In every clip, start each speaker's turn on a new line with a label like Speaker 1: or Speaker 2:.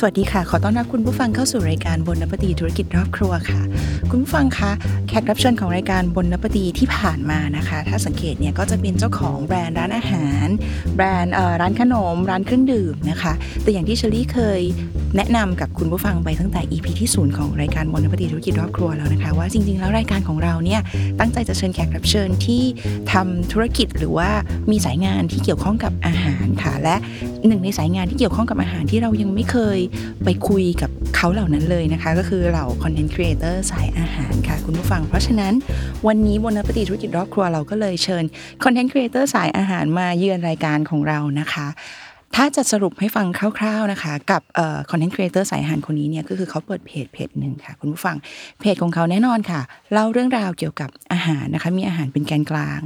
Speaker 1: สวัสดีค่ะ ขอต้อนรับคุณผู้ฟังเข้าสู่รายการบนนปตีธุรกิจรอบครัวค่ะ คุณผู้ฟังคะแขกรับเชิญของรายการบนนปตีที่ผ่านมานะคะ ถ้าสังเกตเนี่ยก็จะเป็นเจ้าของแบรนด์ร้านอาหาร แบรนด์เอ่อร้านขนม ร้านเครื่องดื่มนะคะ แต่อย่างที่เชอรี่เคยแนะนำกับคุณผู้ฟังไปตั้งแต่ EP ที่ศูนย์ของรายการบนนปตีธุรกิจรอบครัวแล้วนะคะ ว่าจริงๆแล้วรายการของเราเนี่ย ตั้งใจจะเชิญแขกรับเชิญที่ทำธุรกิจหรือว่ามีสายงานที่เกี่ยวข้องกับอาหารค่ะ และหนึ่งในสายงานที่เกี่ยวข้องกับอาหารที่เรายังไม่เคยไปคุยกับเขาเหล่านั้นเลยนะคะ ก็คือเหล่าคอนเทนต์ครีเอเตอร์สายอาหารค่ะ คุณผู้ฟัง เพราะฉะนั้นวันนี้บนนปฏิธุรกิจรอบครัวเราก็เลยเชิญคอนเทนต์ครีเอเตอร์สายอาหารมาเยือนรายการของเรานะคะ ถ้าจะสรุปให้ฟังคร่าวๆนะคะ กับคอนเทนต์ครีเอเตอร์สายอาหารคนนี้เนี่ยก็คือเขาเปิดเพจเพจหนึ่งค่ะ คุณผู้ฟัง เพจของเขาแน่นอนค่ะ เล่าเรื่องราวเกี่ยวกับอาหารนะคะ มีอาหารเป็นแกนกลาง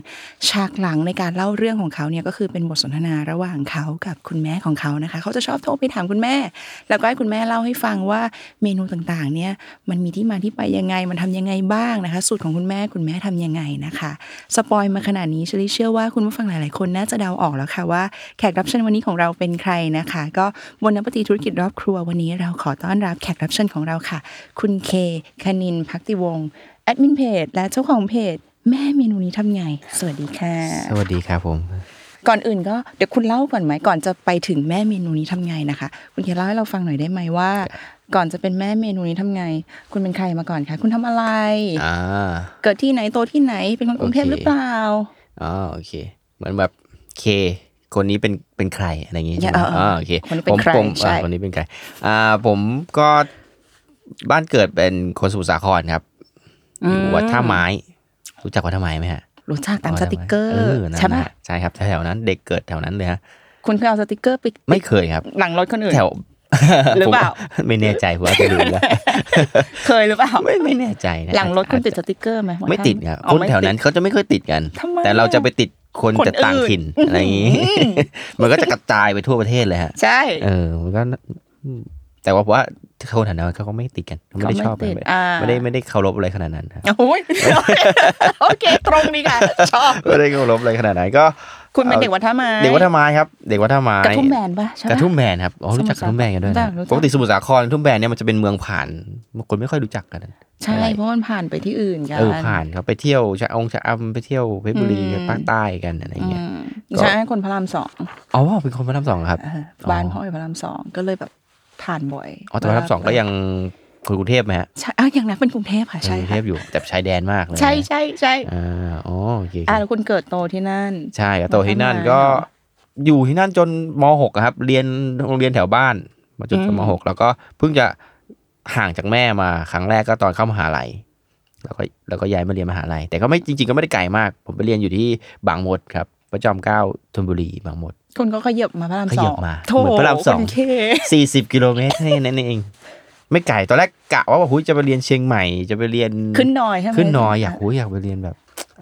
Speaker 1: ฉากหลังในการเล่าเรื่องของเขาเนี่ยก็คือเป็นบทสนทนาระหว่างเขากับคุณแม่ของเขานะคะ เขาจะชอบโทรไปถามคุณแม่ แล้วก็ให้คุณแม่เล่าให้ฟังว่าเมนูต่างๆ เนี่ยมันมีที่มาที่ไปยังไง มันทำยังไงบ้างนะคะ สูตรของคุณแม่คุณแม่ทำยังไงนะคะ สปอยมาขนาดนี้เชลิเชื่อว่าคุณผู้ฟังหลายๆ คนน่าจะเดาออกแล้วค่ะว่าแขกรับเชิญวันนี้ของเราเป็นใครนะคะ ก็บนนัปฏิธุรกิจรอบครัววันนี้เราขอต้อนรับแขกรับเชิญของเราค่ะ คุณเคคณินพักติวงศ์แอดมินเพจและเจ้าของเพจ แม่เมนูนี้ทำไง สวัสดีค่ะ
Speaker 2: สวัสดีครับผม
Speaker 1: ก่อนอื่นก็เดี๋ยวคุณเล่าก่อนไหมก่อนจะไปถึงแม่เมนูนี้ทำไงนะคะ คุณเคเล่าให้เราฟังหน่อยได้ไหมว่า ก่อนจะเป็นแม่เมนูนี้ทำไง คุณเป็นใครมาก่อนคะคุณทำอะไร
Speaker 2: อ่า
Speaker 1: เกิดที่ไหนโตที่ไหนเป็นคนกรุงเทพ
Speaker 2: โอเค
Speaker 1: หรือเปล่า
Speaker 2: อ๋อโอเค เหมือนแบบเค คนนี้เป็นเป็นใครอะไรอย่างงี้
Speaker 1: อ
Speaker 2: ใช่
Speaker 1: ย่า
Speaker 2: ไหม
Speaker 1: เออเอ
Speaker 2: อ๋อ
Speaker 1: อ
Speaker 2: โอเค
Speaker 1: คนนี้เป็นใคร
Speaker 2: ผมผม
Speaker 1: ใช่
Speaker 2: อ่าคนนี้เป็นใคร อ่า ผมก็บ้านเกิดเป็นคนสมุทรสาครครับ อยู่วัดท่าไม้ รู้จักวัดท่าไม้ไหมฮะ
Speaker 1: รู้จักตามสติกเกอร์
Speaker 2: นั่น
Speaker 1: ใช่ไหม
Speaker 2: น่ะใช่ครับแถวๆนั้น เด็กเกิดแถวนั้นเลยฮะ
Speaker 1: คุณเคยเอาสติกเกอร์ไป
Speaker 2: ไม่เคยครับ
Speaker 1: หลังรถคนอื่น
Speaker 2: แถว
Speaker 1: หรือเปล่า
Speaker 2: ผมไม่แน่ใจผมอาจจะลืมแล้ว
Speaker 1: เคยห รือเปล่า
Speaker 2: ไม่ไม่แน่ใจนะ
Speaker 1: หลังรถคุณติดส
Speaker 2: อาจจะ
Speaker 1: ติกเกอร์ไหม
Speaker 2: ไม่ติดครับ
Speaker 1: อ๋อ
Speaker 2: คน
Speaker 1: ไม่
Speaker 2: แถว
Speaker 1: ติด
Speaker 2: นั้นเขาจะไม่ค่อยติดกัน
Speaker 1: ทำไม
Speaker 2: แต่เราจะไปติดคน
Speaker 1: คน
Speaker 2: จากต่าง
Speaker 1: อื่น
Speaker 2: ถิ่นอะไรอย่างงี้ มันก็จะกระจายไปทั่วประเทศเลยฮะ
Speaker 1: ใช่
Speaker 2: เออ มันก็น่าอืมแต่ว่าผมว่าคนแถวนั้นเขาก็ไม่ติดกันไม่ได้ชอบ
Speaker 1: ติด
Speaker 2: ไม่
Speaker 1: อ่า
Speaker 2: ไม่ได้ไม่ได้เคารพอะไรขนาดนั้นฮะ
Speaker 1: โอ้ยโอเคตรงดีค่ะชอบ
Speaker 2: ไม่ได้เคารพอะไรขนาดนั้นก็
Speaker 1: คุณเป็น
Speaker 2: เอา
Speaker 1: เด็กวัฒนไม้
Speaker 2: เด็กวัดท่าไม้ครับ เด็กวัดท่าไม้
Speaker 1: กระทุ่มแบนปะใช่ป
Speaker 2: กระทุ่มแบนครับอ๋อรู้จัก
Speaker 1: ส
Speaker 2: ก
Speaker 1: มุทรสาคร
Speaker 2: ระทุ่มแบนกันด้วย
Speaker 1: รู้จั
Speaker 2: นะ
Speaker 1: กรู้จัก
Speaker 2: ปกติสมุทรสาครกระทุ่มแบนเนี่ยมันจะเป็นเมืองผ่านคนไม่ค่อยรู้จักกัน
Speaker 1: ใช่
Speaker 2: อะไร
Speaker 1: เพราะมันผ่านไปที่อื่นกัน
Speaker 2: เออผ่านเขาไปเที่ยวชะองชะอำไปเที่ยวเพชรบุรี
Speaker 1: อืม
Speaker 2: ภาคใต้กันอะไรเงี้ย
Speaker 1: อืม
Speaker 2: ก็
Speaker 1: ใช่คนพระรามสอง
Speaker 2: อ๋อเป็นคนพระรามสองเหรอครับ
Speaker 1: เอออ
Speaker 2: อ
Speaker 1: บ้านพ่ออยู่พระรามสองก็เลยแบบผ่านบ่อย
Speaker 2: อ๋อแต่พระรามสองก็ยังคนกรุงเทพไหมฮะ
Speaker 1: ใช่อ่ะอย่างนักเป็นกรุงเทพค่ะ
Speaker 2: คน
Speaker 1: ใช่
Speaker 2: กรุ
Speaker 1: ค่ะ
Speaker 2: งเทพอยู่แต่ชายแดนมากเลยนะ
Speaker 1: ใช่ใช่ใช่
Speaker 2: อ่าอ๋อโอเค
Speaker 1: อ่ะแล้วคุณเกิดโตที่นั่น
Speaker 2: ใช่ครับโตที่นั่น
Speaker 1: มาทำงาน
Speaker 2: ก็
Speaker 1: เหรอ
Speaker 2: อยู่ที่นั่นจนมหกอะครับ เรียนโรงเรียนแถวบ้าน มาจน
Speaker 1: อืม
Speaker 2: มหกแล้วก็เพิ่งจะห่างจากแม่มาครั้งแรกก็ตอนเข้ามหาลัยแล้วก็แล้วก็ย้ายมาเรียนมหาลัยแต่ก็ไม่จริง ๆ ก็ไม่ได้ไกลมาก ผมไปเรียนอยู่ที่บางมดครับประจอมเกล้าธนบุรีบางมด
Speaker 1: คุณก็ขยับมาพระรามส
Speaker 2: ข
Speaker 1: อง
Speaker 2: ยับมา
Speaker 1: โถ
Speaker 2: เหมือนพระรามสอง
Speaker 1: คุณเค
Speaker 2: 40กิโลเมตรแค่นั่นเอง ไม่ไกลตอนแรกกะว่าว่าหุ้ยจะไปเรียนเชียงใหม่จะไปเรียน
Speaker 1: ขึ้นหน่อยใช่ไหม
Speaker 2: ขึ้นนอยอยากหุ้ยอยากไปเรียนแบบ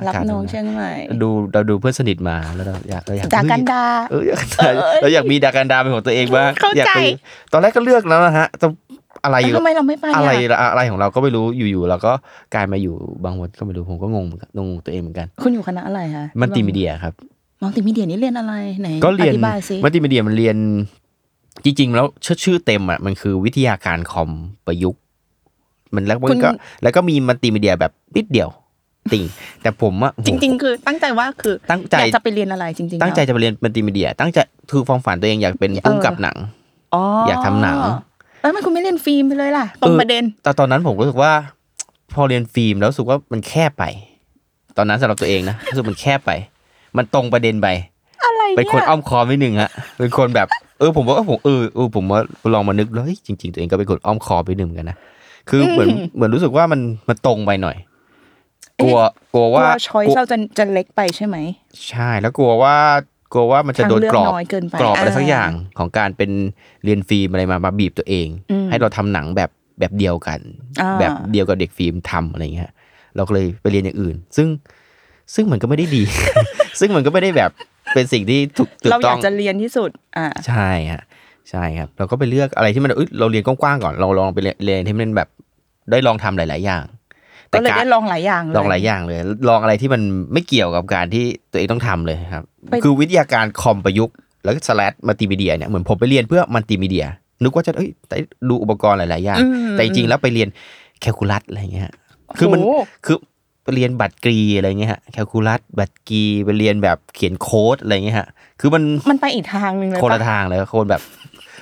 Speaker 1: รับ
Speaker 2: ากาศ
Speaker 1: น้อง
Speaker 2: ตร
Speaker 1: เชียงใหม่
Speaker 2: ดูเราดูเพื่อนสนิทมาแล้วเราอยากเราอยาก
Speaker 1: จากกัน
Speaker 2: เฮ้ย
Speaker 1: ดา
Speaker 2: เอออยากได้เราอยากมีดาการดาเป็นของตัวเองบ้าง
Speaker 1: เข้าใจ
Speaker 2: อยากไปตอนแรกก็เลือกแล้วนะฮะแต่อะไร
Speaker 1: แล้วทำไมเราไม่ไป
Speaker 2: อะไร
Speaker 1: อ่ะ
Speaker 2: อะไรของเราก็ไม่รู้อยู่ๆเราก็กลายมาอยู่บางวันก็ไม่รู้ผมก็งงเหมือนกันงงตัวเองเหมือนกัน
Speaker 1: คุณอยู่คณะอะไรคะ
Speaker 2: มัลติมีเดียครับ
Speaker 1: มัลติมีเดียนี่เรียนอะไรไหน
Speaker 2: ก็เรียน
Speaker 1: อธิบายสิ
Speaker 2: มัลติมีเดียมันเรียน จริง ๆ แล้วชื่อชื่อเต็มอ่ะมันคือวิทยาการคอมประยุกต์ มันแล้วมันก็แล้วก็มีมัลติมีเดียแบบนิดเดียวติ่งแต่ผมอ่ะ
Speaker 1: จริง ๆ คือตั้งใจว่าคือ
Speaker 2: ๆตั้งใจ
Speaker 1: อยากจะไปเรียนอะไรจริงๆ
Speaker 2: ตั้งใจจะไปเรียนมัลติมีเดีย ตั้งใจคือความฝันตัวเองอยากเป็นผู้กำกับหนัง
Speaker 1: อ๋ออย
Speaker 2: อากทำหนัง
Speaker 1: แล้วทำไมคุณไม่เรียนฟิล์มไปเลยล่ะตรงประเด็น
Speaker 2: แต่ตอนนั้นผมรู้สึกว่า พอเรียนฟิล์มแล้วรู้สึกว่ามันแคบไป ตอนนั้นสำหรับตัวเองนะ รู้สึกมันแคบไป มันตรงประเด็นไป
Speaker 1: อะไร
Speaker 2: เป็นคน
Speaker 1: เนี่ย
Speaker 2: อ้อมค้อมนิดนึงฮะเป็นคนแบบเออผมว่าเออผมเออเออผมว่าลองมานึกแล้วเฮ้ยจริง ๆ ตัวเองก็เป็นคนอ้อมค้อมไปหนึ่งเหมือนกันนะคือเหมือนเหมือนรู้สึกว่ามันมันตรงไปหน่อย กลัวกลัว
Speaker 1: กลั
Speaker 2: ว่า
Speaker 1: ว่าช้อย
Speaker 2: กลัว
Speaker 1: เราจะจะเล็กไปใช่ไหม
Speaker 2: ใช่ แล้วกลัวว่ากลัวว่ามันจะโดน
Speaker 1: ทางเลือก
Speaker 2: กรอบ
Speaker 1: น้อยเกินไป
Speaker 2: กรอบอะไร
Speaker 1: อ่า
Speaker 2: สักอย่างของการเป็นเรียนฟิล์มอะไรมามาบีบตัวเอง
Speaker 1: อืม
Speaker 2: ให้เราทำหนังแบบแบบเดียวกัน
Speaker 1: อ่า
Speaker 2: แบบเดียวกับเด็กฟิล์มทำอะไรอย่างเงี้ ย เราก็เลยไปเรียนอย่างอื่น ซึ่งซึ่งมันก็ไม่ได้ดี ซึ่งมันก็ไม่ได้แบบ เป็นสิ่งที่ถูกถูก
Speaker 1: เรา
Speaker 2: ต้อย
Speaker 1: อาก
Speaker 2: ง
Speaker 1: จะเรียนที่สุด อ่า
Speaker 2: ใช่ฮะใช่ครับ เราก็ไปเลือกอะไรที่มันเอ้ยเราเรียนกว้างๆก่อนเราลองไปเรียนเรียนที่มันแบบได้ลองทำหลาย ๆ อย่าง
Speaker 1: ก็เลย
Speaker 2: าร
Speaker 1: ได้ลองหลายอย่างเลย
Speaker 2: ลองหลายอย่างเลย ลองอะไรที่มันไม่เกี่ยวกับการที่ตัวเองต้องทำเลยครับ
Speaker 1: ไป
Speaker 2: คือวิทยาการคอมประยุกต์แล้วก็สลัดมัลติมีเดียเนี่ยเหมือนผมไปเรียนเพื่อมัลติมีเดียนึกว่าจะเอ้ยได้ดูอุปกรณ์หลาย ๆ อย่าง
Speaker 1: อืม
Speaker 2: แต่จริงๆแล้วไปเรียนแคลคูลัสอะไรอย่างเงี้ยฮะคือมัน
Speaker 1: โโห
Speaker 2: คือไปเรียนบัตรกรีอะไรเงี้ยฮะแคลคูลัสบัตรกรีไปเรียนแบบเขียนโค้ดอะไรเงี้ยฮะคือมัน
Speaker 1: มันไปอีกทางหนึ่งเลย
Speaker 2: คนละ
Speaker 1: ปะ
Speaker 2: ทางเลยคนแบบ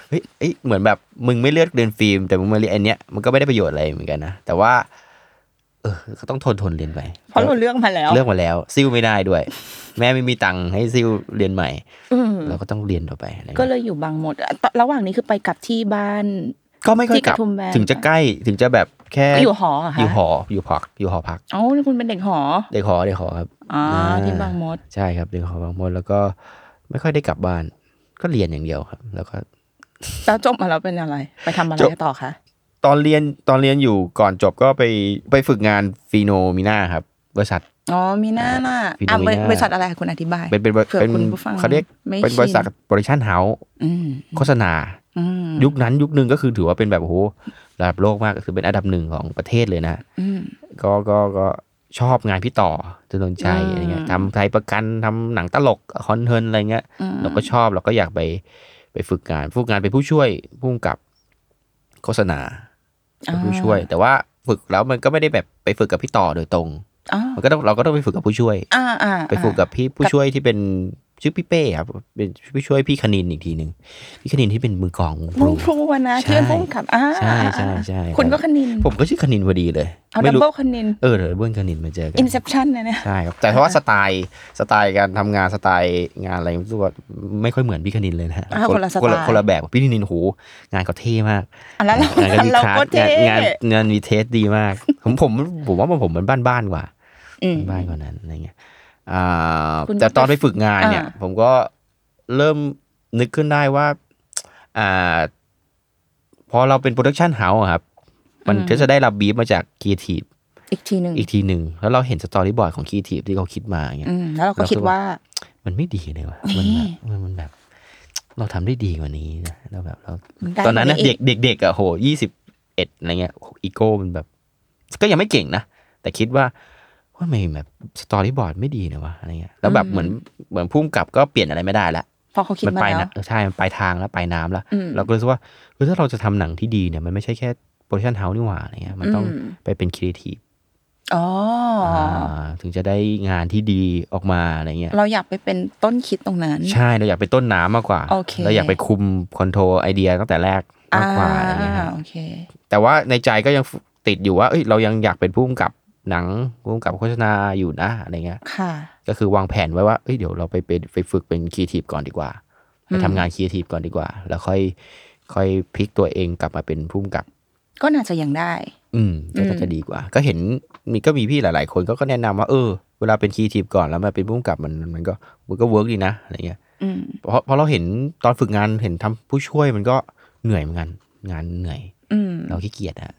Speaker 2: เฮ้ยเอ้ยเหมือนแบบมึงไม่เลือกเรียนฟิล์มแต่มึงมาเรียนอันเนี้ยมันก็ไม่ได้ประโยชน์อะไรเหมือนกันนะแต่ว่า เออก็ต้องทนทนเรียนไป
Speaker 1: เพราะเราเลือกมาแล้ว
Speaker 2: เลือกมาแล้ว ซิ่วไม่ได้ด้วย แม่ไม่มีตังค์ให้ซิ่วเรียนใหม่
Speaker 1: อืม
Speaker 2: เราก็ต้องเรียนต่อไปอะไรเงี้ย
Speaker 1: ก็เลยอยู่บางหมดอ่ะระหว่างนี้คือไปกลับที่บ้าน
Speaker 2: ก็ไม่ค่อย
Speaker 1: ที่
Speaker 2: ก
Speaker 1: ก
Speaker 2: ลับ
Speaker 1: ระทุ่มแบน
Speaker 2: ถึงจะใกล้ถึงจะแบบแค่
Speaker 1: อยู่หอเหรอะคะ
Speaker 2: อยู่หออยู่พักอยู่หอพัก
Speaker 1: เอ้าคุณเป็นเด็กหอ
Speaker 2: เด็กหอเด็กหอครับ
Speaker 1: อ๋ออา ที่บางมด
Speaker 2: ใช่ครับเรียนของบางมดแล้วก็ไม่ค่อยได้กลับบ้าน ก็เรียนอย่างเดียวครับ แล้วก็
Speaker 1: แล้วจบมาแล้วเป็นอะไร ไปทำอะไร
Speaker 2: จบ
Speaker 1: ต่อคะ
Speaker 2: ตอนเรียนตอนเรียนอยู่ก่อนจบก็ไปไปฝึกงานฟีโนมิน่าครับบริษัท
Speaker 1: อ๋อมีหน้าน่ะ
Speaker 2: พี่
Speaker 1: อ่ะ
Speaker 2: ดู
Speaker 1: บริ
Speaker 2: หน้า
Speaker 1: บริษัทอะไรคุณอธิบาย
Speaker 2: เป็นเป็น
Speaker 1: เผื่อ
Speaker 2: เป็น
Speaker 1: คุณผู้ฟัง
Speaker 2: เขาเรียก
Speaker 1: ไม่
Speaker 2: เป็น
Speaker 1: ชิน
Speaker 2: บริษัทบริชัทเฮาส์
Speaker 1: อืม
Speaker 2: โฆษณา
Speaker 1: อืม
Speaker 2: ยุคนั้นยุคนึงก็คือถือว่าเป็นแบบโอ้โหระดับโลกมากคือเป็นอันดับหนึ่งของประเทศเลยนะ
Speaker 1: อืม
Speaker 2: ก็ก็ก็ชอบงานพี่ต่อจนนชัย
Speaker 1: อืม
Speaker 2: อะไรเงี้ยทำไทยประกันทำหนังตลกคอนเทนอะไรเงี้ย
Speaker 1: อืม
Speaker 2: เราก็ชอบเราก็อยากไปไปฝึกงานฝึกงานเป็นผู้ช่วยผู้กำกับโฆษณาเป็นผู้ช่วย แต่ว่าฝึกแล้วมันก็ไม่ได้แบบไปฝึกกับพี่ต่อโดยตรง
Speaker 1: อ๋อ
Speaker 2: มันก็ต้องเราก็ต้องไปฝึกกับผู้ช่วย
Speaker 1: อ่าอ่า
Speaker 2: ไปฝึกกับพี่ผู้ช่วยที่เป็นชื่อพี่เป้ครับเป็นผู้ช่วยพี่คณินอีกทีหนึ่งพี่คณินที่เป็นมือกลองวง
Speaker 1: วง
Speaker 2: พ
Speaker 1: พ
Speaker 2: ลุ
Speaker 1: ลูอะนะ
Speaker 2: ใช่
Speaker 1: ที่เป็นผู้กำกับอ่า
Speaker 2: ใช่ใช่ใช่
Speaker 1: คุณก็คณิน
Speaker 2: ผมก็ชื่อคณินพอดีเลย
Speaker 1: เอาดั
Speaker 2: ไม่
Speaker 1: บ
Speaker 2: รู้
Speaker 1: เบิลคณิน
Speaker 2: เออเดี๋ยวเบิ้ลคณินมาเจอกัน
Speaker 1: อินเซปชั่นนะเนี่ย
Speaker 2: ใช่ครับแต่เพราะว่าสไตล์สไตล์การทำงานสไตล์งานอะไรรู้สึกว่าไม่ค่อยเหมือนพี่คณินเลยนะฮะ
Speaker 1: อ่าคนละสไต
Speaker 2: คนละ
Speaker 1: ล์
Speaker 2: คนละแบบพี่คณินโหงานก็เท่มาก
Speaker 1: อ่ะแล้วเรา
Speaker 2: งานก็มี
Speaker 1: เรา
Speaker 2: คลาส
Speaker 1: ก็เท่
Speaker 2: งานงานงานมีเทสดีมาก ผมผมผมว่ามันผมมันบ้านๆกว่า
Speaker 1: อืม
Speaker 2: บ้านกว่านั้นอะไรเงี้ยอ่า
Speaker 1: คุณ
Speaker 2: แต่ตอนไปฝึกงานเนี่ย
Speaker 1: อ่า
Speaker 2: ผมก็เริ่มนึกขึ้นได้ว่าอ่าพอเราเป็นโปรดักชันเฮาส์ครับ มันก็จะได้รับบีฟมาจากครีเอทีฟ
Speaker 1: อีกทีหนึ่ง
Speaker 2: อีกทีหนึ่งแล้วเราเห็นสตอรี่บอร์ดของครีเอทีฟที่เขาคิดมาอย่างเงี้ย
Speaker 1: อืมแล้วเราก็คิดว่า
Speaker 2: มันไม่ดีเลยว่ะ มันแบบมันมันแบบ เราทำได้ดีกว่านี้นะเราแบบเรา
Speaker 1: มันได้
Speaker 2: ตอนนั้นนะ
Speaker 1: กว่านี้
Speaker 2: เด็กเด็กเด็กอะโหยี่สิบเอ็ดอะไรเงี้ยอีโก้มันแบบ ก็ยังไม่เก่งนะ แต่คิดว่าว่าไม่แบบสตอรี่บอร์ดไม่ดีนะวะอะไรเงี้ยแล้วแบบ
Speaker 1: อืม
Speaker 2: เหมือนเหมือนพุ่มกับก็เปลี่ยนอะไรไม่ได้ละ
Speaker 1: พอเขาคิด
Speaker 2: มั
Speaker 1: มา
Speaker 2: ไป
Speaker 1: แล้ว
Speaker 2: นะเออใช่มันไปทางแล้วไปน้ำแล้ว
Speaker 1: อืม
Speaker 2: เราก็รู้สึกว่าเออถ้าเราจะทำหนังที่ดีเนี่ยมันไม่ใช่แค่โปรดักชันเฮาส์นี่หว่าอะไรเงี้ยมันต้อง
Speaker 1: ม
Speaker 2: ไปเป็นครีเอทีฟ
Speaker 1: อ๋ออ
Speaker 2: ถึงจะได้งานที่ดีออกมาอะไรเงี้ย
Speaker 1: เราอยากไปเป็นต้นคิดตรงนั้น
Speaker 2: ใช่ เราอยากเป็นต้นน้ำมากกว่า
Speaker 1: โอเค
Speaker 2: อยากไปคุมคอนโทรไอเดียตั้งแต่แรกมากกว่าอะไรอย่างเงี้ยครับ
Speaker 1: โอเค
Speaker 2: แต่ว่าในใจก็ยังติดอยู่ว่าเอ้ยเรายังอยากเป็นผู้กำกับหนังผู้กำกับโฆษณาอยู่นะอะไรเงี้ย
Speaker 1: ค่ะ
Speaker 2: ก็คือวางแผนไว้ว่าเอ้ยเดี๋ยวเราไปเป็นไปฝึกเป็นครีเอทีฟก่อนดีกว่าไป
Speaker 1: อืม
Speaker 2: ทำงานครีเอทีฟก่อนดีกว่า แล้วค่อยค่อยพลิกตัวเองกลับมาเป็นผู้กำกับ
Speaker 1: ก็น่าจะยังได้
Speaker 2: อืมก็
Speaker 1: อืม
Speaker 2: จะดีกว่า ก็เห็นมีก็มีพี่หลาย ๆ คนก็ก็แนะนำว่าเออเวลาเป็นครีเอทีฟก่อนแล้วมาเป็นผู้กำกับมันมันก็มันก็เวิร์กดีนะอะไรเงี้ย
Speaker 1: อืม
Speaker 2: เพราะเพราะเราเห็นตอนฝึกงานเห็นทำผู้ช่วยมันก็เหนื่อยเหมือนกัน งานเหนื่อย
Speaker 1: อืม
Speaker 2: เราขี้เกียจอะ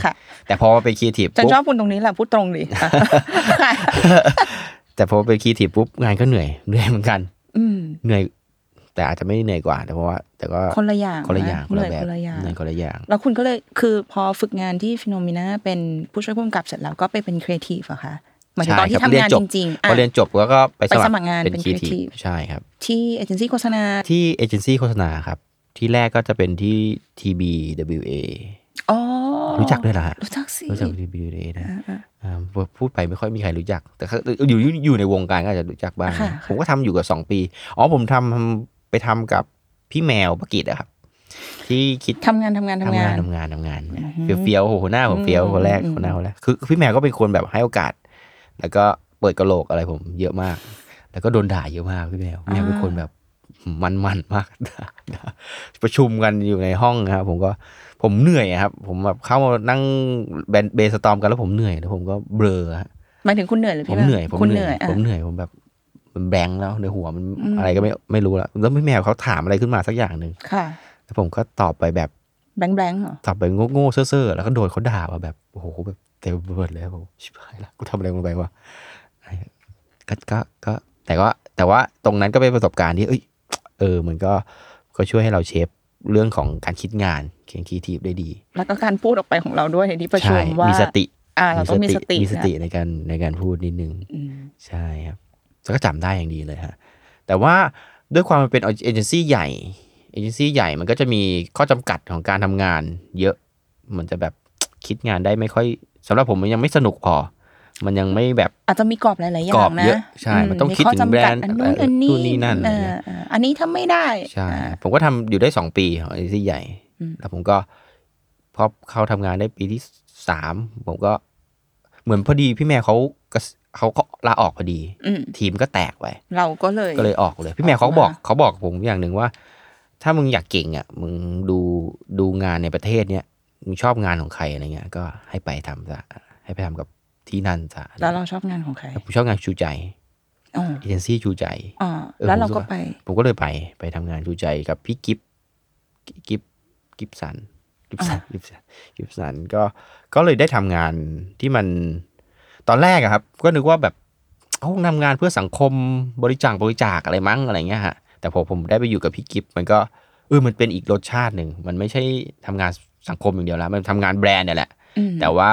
Speaker 1: ค่ะ
Speaker 2: แต่พอมาเป็นครีเอทีฟ
Speaker 1: ฉัน
Speaker 2: ปุ๊บ
Speaker 1: ชอบพูดตรงนี้แหละพูดตรงดิค่ะ
Speaker 2: แต่พอเป็นครีเอทีฟปุ๊บงานก็เหนื่อยเหนื่อยเหมือนกัน
Speaker 1: อืม
Speaker 2: เหนื่อย แต่อาจจะไม่ได้เหนื่อยกว่า แต่เพราะว่า แต่ก็
Speaker 1: คนละอย่าง
Speaker 2: คนละอย่าง
Speaker 1: นะ
Speaker 2: คนละ
Speaker 1: เห
Speaker 2: แบ
Speaker 1: นื่อยค
Speaker 2: บ
Speaker 1: นละอย่าง
Speaker 2: เหนื่อยคนละอย่าง
Speaker 1: แล้วคุณก็เลยคือพอฝึกงานที่ฟิโนมิน่าเป็นผู้ช่วยผู้กำกับเสร็จแล้วก็ไปเป็นครีเอทีฟเหรอคะหมายถึง
Speaker 2: ใช่
Speaker 1: ตอน
Speaker 2: ครั
Speaker 1: ที่
Speaker 2: บ
Speaker 1: ทำงาน
Speaker 2: เรียน
Speaker 1: จ
Speaker 2: จบ
Speaker 1: ริงๆอ่ะ
Speaker 2: พอเรียนจบแล้วก็ไป
Speaker 1: ไปสมัครงาน
Speaker 2: เป็น
Speaker 1: เป็น
Speaker 2: ครีเอทีฟ
Speaker 1: creative
Speaker 2: ใช่ครับ
Speaker 1: ที่เอเจนซี่โฆษณา
Speaker 2: ที่เอเจนซี่โฆษณาครับ ที่แรกก็จะเป็นที่ TBWA
Speaker 1: อ๋อ
Speaker 2: รู้จักด้วยเหรอฮะ
Speaker 1: รู้จักสิ
Speaker 2: รู้จัก TBWA นะ
Speaker 1: อ่า
Speaker 2: อ่าพูดไปไม่ค่อยมีใครรู้จัก แต่ก็อยู่อยู่อยู่ในวงการก็อาจจะรู้จักบ้างนะ
Speaker 1: ค่ะ
Speaker 2: ผมก็ทำอยู่กับสองปี อ๋อผมทำไปทำกับพี่แมวประกิตอะครับ ที่คิด
Speaker 1: ๆทำงานทำงาน
Speaker 2: ทำ
Speaker 1: ทำงาง
Speaker 2: าน
Speaker 1: น
Speaker 2: ทำงานทำงาน
Speaker 1: อือหือ
Speaker 2: เฟี้ยวๆโอ้โหหน้าผมเฟี้ยว
Speaker 1: อืม
Speaker 2: คนแรก
Speaker 1: อืม
Speaker 2: คนหน้าคนแรกคือคือพี่แมวก็เป็นคนแบบให้โอกาส แล้วก็เปิดกระโหลกอะไรผมเยอะมาก แล้วก็โดนด่าเยอะมากพี่แมวพี่แมวเป็นคนแบบมันมันๆมาก ด่าด่าประชุมกันอยู่ในห้องนะครับผมก็ผมเหนื่อยอะครับ ผมแบบเข้ามานั่งแบนเบสตอมกันแล้วผมเหนื่อยแล้วผมก็เบลอฮะ
Speaker 1: หมายถึงคุณเหนื่อยหรือ
Speaker 2: ผ
Speaker 1: พี่
Speaker 2: ม
Speaker 1: บ้าง
Speaker 2: เหนื่อยผม
Speaker 1: คุณ
Speaker 2: เห
Speaker 1: เห
Speaker 2: นื่
Speaker 1: นื่อย
Speaker 2: อ
Speaker 1: ยอ่ะ
Speaker 2: ผมเหนื่อยผมแบบมันแบงค์แล้วในหัวมัน
Speaker 1: อืม
Speaker 2: อะไรก็ไม่ไม่รู้แล้วแล้วพี่แมวเขาถามอะไรขึ้นมาสักอย่างหนึ่ง
Speaker 1: ค่ะ
Speaker 2: แล้วผมก็ตอบไปแบบ
Speaker 1: แบงค์แบงค์เหรอ
Speaker 2: ตอบไปโง่ๆเซ่อๆแล้วก็โดนเขาด่ามาแบบโอ้โหแบบเต็มเบิดเลยผมชิบหายละกูทำอะไรลงไปวะไอ้ก็ก็ก็ แต่ก็แต่ว่าตรงนั้นก็เป็นประสบการณ์ที่เอ้ยเออมันก็ก็ช่วยให้เราเชฟเรื่องของการคิดงานเขียนครีเอทีฟได้ดี
Speaker 1: แล้วก็การพูดออกไปของเราด้วยในที่ประชุม
Speaker 2: ใ
Speaker 1: ว่ามี
Speaker 2: สติ
Speaker 1: อ่าเราต้องมีสติ
Speaker 2: มีสติ
Speaker 1: นะ
Speaker 2: ในการในการพูดนิดนึง
Speaker 1: อืม
Speaker 2: ใช่ครับแล้วก็จำได้อย่างดีเลยฮะ แต่ว่าด้วยความมันเป็นเอเจนซี่ใหญ่ เอเจนซี่ใหญ่มันก็จะมีข้อจำกัดของการทำงาน เยอะ มันจะแบบ คิดงานได้ไม่ค่อยสำหรับผมมันยังไม่สนุกพอ มันยังไม่แบบ
Speaker 1: อาจจะมีกรอบหลายๆอย่าก
Speaker 2: รอบ
Speaker 1: งนะ
Speaker 2: เยอะใช่มันต้องคิดถึงแบรนด์
Speaker 1: มีข้อจำกัดอันนู้นอัน
Speaker 2: นู่
Speaker 1: นี้
Speaker 2: นนี่นั่นอะไร
Speaker 1: เอ
Speaker 2: เงี้
Speaker 1: อย เอออันนี้ทำไม่ได้
Speaker 2: ใช่
Speaker 1: อ่า
Speaker 2: ผมก็ทำอยู่ได้สองปีของเอเจนซี่ใหญ่
Speaker 1: อืม
Speaker 2: แล้วผมก็พอเข้าทำงานได้ปีที่สามผมก็เหมือนพอดีพี่แม่เขาก็เขาก็ลาออกพอดี
Speaker 1: อืม
Speaker 2: ทีมก็แตกไป
Speaker 1: เราก็เลย
Speaker 2: ก็เลยออกเลย พี่แมวเขาบอกเขาบอกผมอย่างหนึ่งว่า ถ้ามึงอยากเก่งอ่ะมึงดูดูงานในประเทศเนี้ยมึงชอบงานของใครอะไรเงี้ย ก็ให้ไปทำซะให้ไปทำกับที่นั่นซะ
Speaker 1: แล้วเราชอบงานของใคร
Speaker 2: ผมชอบงานชูใจ
Speaker 1: อ๋อ
Speaker 2: เอเจนซี่ชูใจ
Speaker 1: อ่า
Speaker 2: เออ
Speaker 1: แล้วเรา
Speaker 2: ผ
Speaker 1: ก็ไป
Speaker 2: มรู้สึกว่าผมก็เลยไปไปทำงานชูใจกับพี่กิฟกิฟกิฟสันกิฟสันกิฟสันกิฟสันก็ก็เลยได้ทำงานที่มันตอนแรกอะครับ ก็นึกว่าแบบเขาคงทำงานเพื่อสังคมบริจาคบริจาคอะไรมั้งอะไรเงี้ยฮะแต่พอผมได้ไปอยู่กับพี่กิฟมันก็เออมันเป็นอีกรสชาติหนึ่งมันไม่ใช่ทำงานสังคมอย่างเดียวแล้ว มันทำงานแบรนด์เนี่ยแหละ
Speaker 1: อืม
Speaker 2: แต่ว่า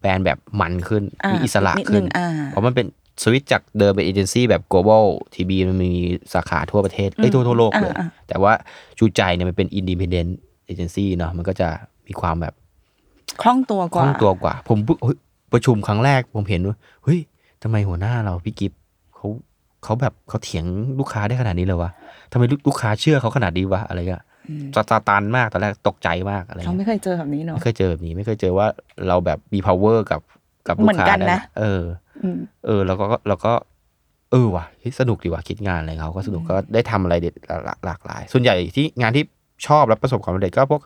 Speaker 2: แบรนด์แบบมันขึ้นมีอิสระ
Speaker 1: นิด
Speaker 2: ขึ้
Speaker 1: นึ
Speaker 2: น
Speaker 1: งอ่า
Speaker 2: เพราะมันเป็นสวิตช์จากเดิมเป็นเอเจนซี่แบบ global ทีบีมันมีสาขาทั่วประเทศเอ้ย
Speaker 1: อืม
Speaker 2: ทั่วทั่วโลกเลย
Speaker 1: อ่า
Speaker 2: แต่ว่าชูใจเนี่ยมันเป็น independent agency เนาะมันก็จะมีความแบบ
Speaker 1: คล่องตัว
Speaker 2: ค
Speaker 1: กว่า
Speaker 2: ล่องตัวกว่า ผมเพิ่งเฮ้ยประชุมครั้งแรกผมเห็นว่าเฮ้ยทำไมหัวหน้าเราพี่กิฟเขาเขาแบบเขาเถียงลูกค้าได้ขนาดนี้เลยวะทำไมลูกลูกค้าเชื่อเขาขนาดนี้วะอะไรก็
Speaker 1: อืม
Speaker 2: ซาตันมากตอนแรกตกใจมากอะไร
Speaker 1: เรา
Speaker 2: เงี้ย
Speaker 1: ไม่เคยเจอแบบนี้เนอะ
Speaker 2: ไม่เคยเจอแบบนี้ไม่เคยเจอว่าเราแบบมี power กับกับลูก
Speaker 1: เหมือน
Speaker 2: ค้า
Speaker 1: กัน
Speaker 2: ได้
Speaker 1: นะ
Speaker 2: เออ
Speaker 1: อืม
Speaker 2: เออเราก็เราก็ เออว่ะเฮ้ยสนุกดีว่ะคิดงานอะไรเขาก็สนุก
Speaker 1: อืม
Speaker 2: ก็ได้ทำอะไรเด็ดหลากหลากหลาย ส่วนใหญ่ที่งานที่ชอบและประสบความสำเร็จก็พวก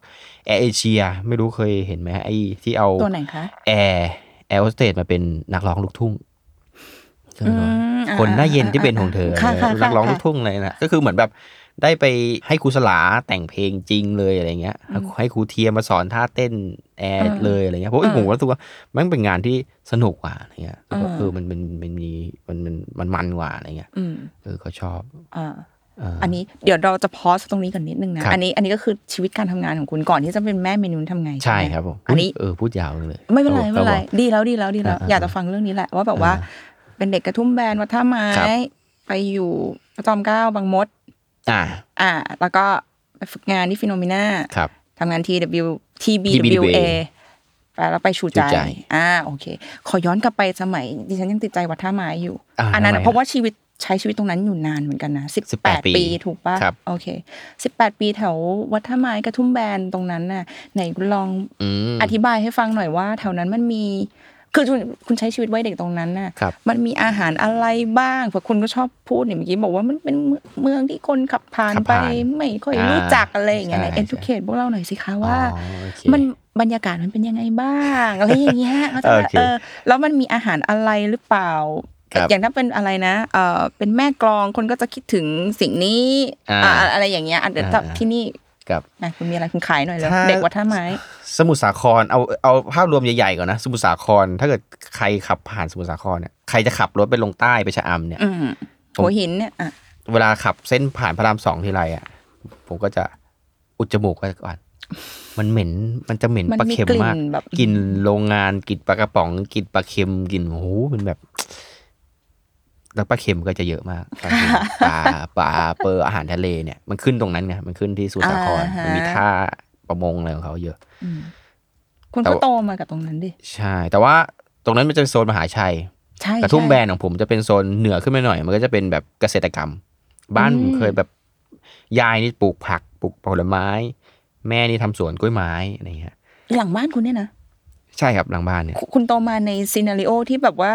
Speaker 2: แอร์เอเชียไม่รู้เคยเห็นไหมไอ้ที่เอา
Speaker 1: ตัวไหนคะ
Speaker 2: แอร์แอร์โอสเตดมาเป็นนักร้องลูกทุ่งเคยเห็นไหม
Speaker 1: มอ่
Speaker 2: คนหน้าเย็นที่เป็นของเธอ
Speaker 1: ค่ะค่ะ
Speaker 2: เออนักร้องลูก
Speaker 1: ค่ะ
Speaker 2: ทุ่งเลยนะก็คือเหมือนแบบได้ไปให้ครูสลาแต่งเพลงจริงเลยอะไรเงี้ย
Speaker 1: อืม
Speaker 2: ให้ครูเทียมมาสอนท่าเต้นแอ
Speaker 1: อ่า
Speaker 2: ร์เลยอะไรเงี้ยเพราะว่า
Speaker 1: อ่า
Speaker 2: ผมรู้สึกว่ามันเป็นงานที่สนุกกว่าอะไรเงี้ย
Speaker 1: อ่า
Speaker 2: เออมันมันมันมีมันมันมันมันกว่าอะไรเงี้ย
Speaker 1: อืม
Speaker 2: เออก็ชอบ
Speaker 1: อ่า
Speaker 2: เอออ
Speaker 1: อันนี้เดี๋ยวเราจะพอสตรงนี้ก่อนนิดนึงนะ
Speaker 2: ครับ
Speaker 1: อันนี้อันนี้ก็คือชีวิตการทำงานของคุณก่อนที่จะเป็นแม่เมนูทำไง
Speaker 2: ใช่
Speaker 1: ไหม
Speaker 2: ครับผม
Speaker 1: อันนี้
Speaker 2: เออพูดยาวเลย
Speaker 1: ไม่เป็นไร
Speaker 2: ค
Speaker 1: ไม่
Speaker 2: บ
Speaker 1: เป็นไร
Speaker 2: คบ
Speaker 1: ดีแล้วดีแล้วดีแล้ว
Speaker 2: อ่า
Speaker 1: อยากจะฟังเรื่องนี้แหละว่าแบบว่า เป็นเด็กกระทุ่มแบนวัดท่าไม้
Speaker 2: ครับ
Speaker 1: ไปอยู่ประจอมเกล้าบางมด
Speaker 2: อ่า
Speaker 1: อ่า แล้วก็ไปฝึกงานที่ฟิโนมิน่า
Speaker 2: ครับ
Speaker 1: ทำงาน TW TBWA ไปแล้วไปชูใจ
Speaker 2: ชูใจ
Speaker 1: อ่าโอเค ขอย้อนกลับไปสมัยดิฉันยังติดใจวัดท่าไม้อยู่
Speaker 2: า
Speaker 1: อันนั้น
Speaker 2: ทำไม
Speaker 1: เพราะว่าชีวิตใช้ชีวิตตรงนั้นอยู่นานเหมือนกันนะสิบแปด
Speaker 2: 18ปี
Speaker 1: ปีถูกปะ
Speaker 2: ครับ
Speaker 1: โอเคสิบแปดปีแถววัดท่าไม้กระทุ่มแบนตรงนั้นน่ะไหนลอง
Speaker 2: อืม
Speaker 1: อธิบายให้ฟังหน่อยว่า แถวนั้นมันมีคือคุณคุณใช้ชีวิตวัยเด็กตรงนั้นน่ะ
Speaker 2: ครับ
Speaker 1: มันมีอาหารอะไรบ้างเพราะคุณก็ชอบพูดเนี่ยเมื่อกี้บอกว่ามันเป็นเมืองเมืองที่คนขับผ่าน
Speaker 2: ขับ
Speaker 1: ไป
Speaker 2: ผ่าน
Speaker 1: ไม่ค่อย
Speaker 2: อ่า
Speaker 1: รู้จักอะไรอย่างเงี้ยไหน
Speaker 2: ใช่
Speaker 1: เอ็นทูเคทพวกเราหน่อยสิคะว่า
Speaker 2: อ๋อโอเค
Speaker 1: มันบรรยากาศมันเป็นยังไงบ้างอะไรอย่างเงี้ย เข้าใจปะ
Speaker 2: โอเค
Speaker 1: เออแล้วมันมีอาหารอะไรหรือเปล่า
Speaker 2: ครับ
Speaker 1: อย่างถ้าเป็นอะไรนะเออเป็นแม่กลองคนก็จะคิดถึงสิ่งนี้
Speaker 2: อ่า
Speaker 1: อ่าอะไรอย่างเงี้ยอ่ะเดี๋ยวถ้า
Speaker 2: อ่าอ่า
Speaker 1: ที่นี่
Speaker 2: ครับ
Speaker 1: นะคุณมีอะไรคุณขายหน่อยเลย
Speaker 2: ถ้า
Speaker 1: เด็กวัดท่าไม้
Speaker 2: สมุทรสาครเอาเอาภาพรวมใหญ่ๆก่อนนะสมุทรสาครถ้าเกิดใครขับผ่านสมุทรสาครเนี่ยใครจะขับรถไปลงใต้ไปชะอำเนี่ย
Speaker 1: อืม
Speaker 2: ผม
Speaker 1: หัวหินเนี่ยอ่ะ
Speaker 2: เวลาขับเส้นผ่านพระรามสองทีไรอ่ะผมก็จะอุดจมูกไว้ก่อนมันเหม็นมันจะเหม็น
Speaker 1: มัน
Speaker 2: ปลา
Speaker 1: มี
Speaker 2: เค็ม
Speaker 1: กลิ่น
Speaker 2: มาก
Speaker 1: แบบ
Speaker 2: กลิ่นโรงงานกลิ่นปลากระป๋องกลิ่นปลาเค็มกลิ่นโอ้โหมันแบบ แล้วปลาเค็มก็จะเยอะมากปลาเค็มป ลาปลาเปอร์อาหารทะเลเนี่ยมันขึ้นตรงนั้นไงมันขึ้นที่สมุทรสาคร
Speaker 1: อ่าฮะ
Speaker 2: มันมีท่าประมงอะไรของเขาเยอะ
Speaker 1: อืมคุณ
Speaker 2: แต่
Speaker 1: ก็
Speaker 2: ว่า
Speaker 1: โตมากับตรงนั้นดิ
Speaker 2: ใช่ แต่ว่าตรงนั้นมันจะเป็นโซนมหาชัย
Speaker 1: ใช่
Speaker 2: กระทุ่ม
Speaker 1: ใช่
Speaker 2: แบนของผมจะเป็นโซนเหนือขึ้นมาหน่อย มันก็จะเป็นแบบเกษตรกรรม บ้าน
Speaker 1: อืม
Speaker 2: ผมเคยแบบยายนี่ปลูกผักปลูกผลไม้ แม่นี่ทำสวนกล้วยไม้อะไรเงี้ย
Speaker 1: หลังบ้านคุณเนี่ยนะ
Speaker 2: ใช่ครับหลังบ้านเนี่ย
Speaker 1: คุณโตมาในซีนารีโอที่แบบว่า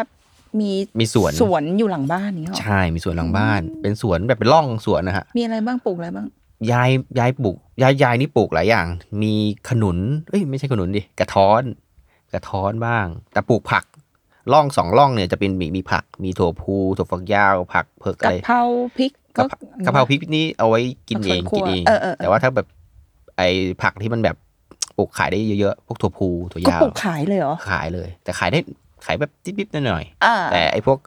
Speaker 1: มี
Speaker 2: มีสวน
Speaker 1: สวนอยู่หลังบ้านอย่างเงี้ยหรอ
Speaker 2: ใช่มีสวนหลังบ้าน เป็นสวนแบบเป็นร่องสวนนะฮะ
Speaker 1: มีอะไรบ้างปลูกอะไรบ้าง
Speaker 2: ยายยายปลูกยายยายนี่ปลูกหลายอย่าง มีขนุนเอ้ยไม่ใช่ขนุนดิกระท้อน กระท้อนบ้าง แต่ปลูกผักร่องสองร่องเนี่ยจะเป็นมีมีผัก มีถั่วพูถั่วฝักยาวผักเผือก
Speaker 1: กะ
Speaker 2: อะไร
Speaker 1: เพราพริก
Speaker 2: กะเพรากะเพราพริกนี่เอาไว้กินเอง
Speaker 1: ผักสวนครั
Speaker 2: กิ
Speaker 1: วน
Speaker 2: เอง
Speaker 1: เออเออเออ
Speaker 2: แต่ว่าถ้าแบบไอ้ผักที่มันแบบปลูกขายได้เยอะๆพวกถั่วพูถั่ว
Speaker 1: ก็
Speaker 2: ยาว
Speaker 1: ปลูกขายเลยเหรอ
Speaker 2: ขายเลย แต่ขายได้ขายแบบนิดๆหน่อย
Speaker 1: อ่า
Speaker 2: ๆแต่ไอ้พวก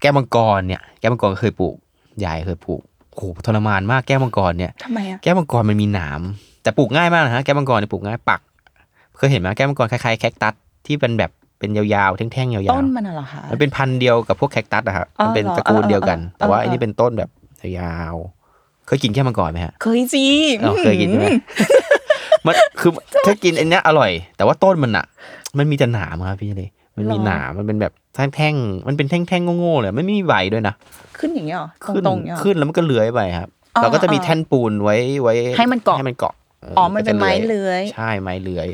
Speaker 2: แก้วมังกรเนี่ยแก้วมังกรก็เคยปลูกยายเคยปลูกโอ้โหทรมานมากแก้วมังกรเนี่ย
Speaker 1: ทำไมอ่ะ
Speaker 2: แก้วมังกรมันมีหนามแต่ปลูกง่ายมากนะฮะแก้วมังกรเนี่ยปลูกง่ายปักเคยเห็นไหมแก้วมังกรคล้ายๆแคคตัสที่เป็นแบบเป็นยาวๆแท่งๆยาว
Speaker 1: ต้น
Speaker 2: ๆ
Speaker 1: มันน่ะเหรอคะ
Speaker 2: มันเป็นพันธุ์เดียวกับพวกแคคตัสอะครับ
Speaker 1: อ๋อ
Speaker 2: มันเป็น
Speaker 1: เหรอ
Speaker 2: ตระกูลเดียวกัน
Speaker 1: เออเออเออ
Speaker 2: แต่ว่าอันนี้เป็นต้นแบบยาวๆเคยกินแก้วมังกรไหมฮะ
Speaker 1: เคยสิ
Speaker 2: อ้าวเคยกิน ใช่ไหม
Speaker 1: อืม
Speaker 2: มันคือถ้ากินอันเนี้ยอร่อย แต่ว่าต้นมันอะมันมีแต่หนามครับพี่เลยมันมี
Speaker 1: หรอ
Speaker 2: หนามมันเป็นแบบแท่งๆมันเป็นแท่งๆโง่ๆเลยไม่มีใบด้วยนะ
Speaker 1: ขึ้นอย่างเงี้ยเหรอ
Speaker 2: ขึ้น
Speaker 1: ตรงๆเงี้ยเหรอ
Speaker 2: ขึ้นแล้วมันก็เลื้อยไปครับ
Speaker 1: อ๋อ
Speaker 2: เราก็จะมีแท่นปูนไว้ไว้
Speaker 1: ให้มันเกาะ
Speaker 2: ให้มันเกาะ
Speaker 1: อ๋อมันเป็นไม้เลื้อย
Speaker 2: ใช่ไม้เลื้อย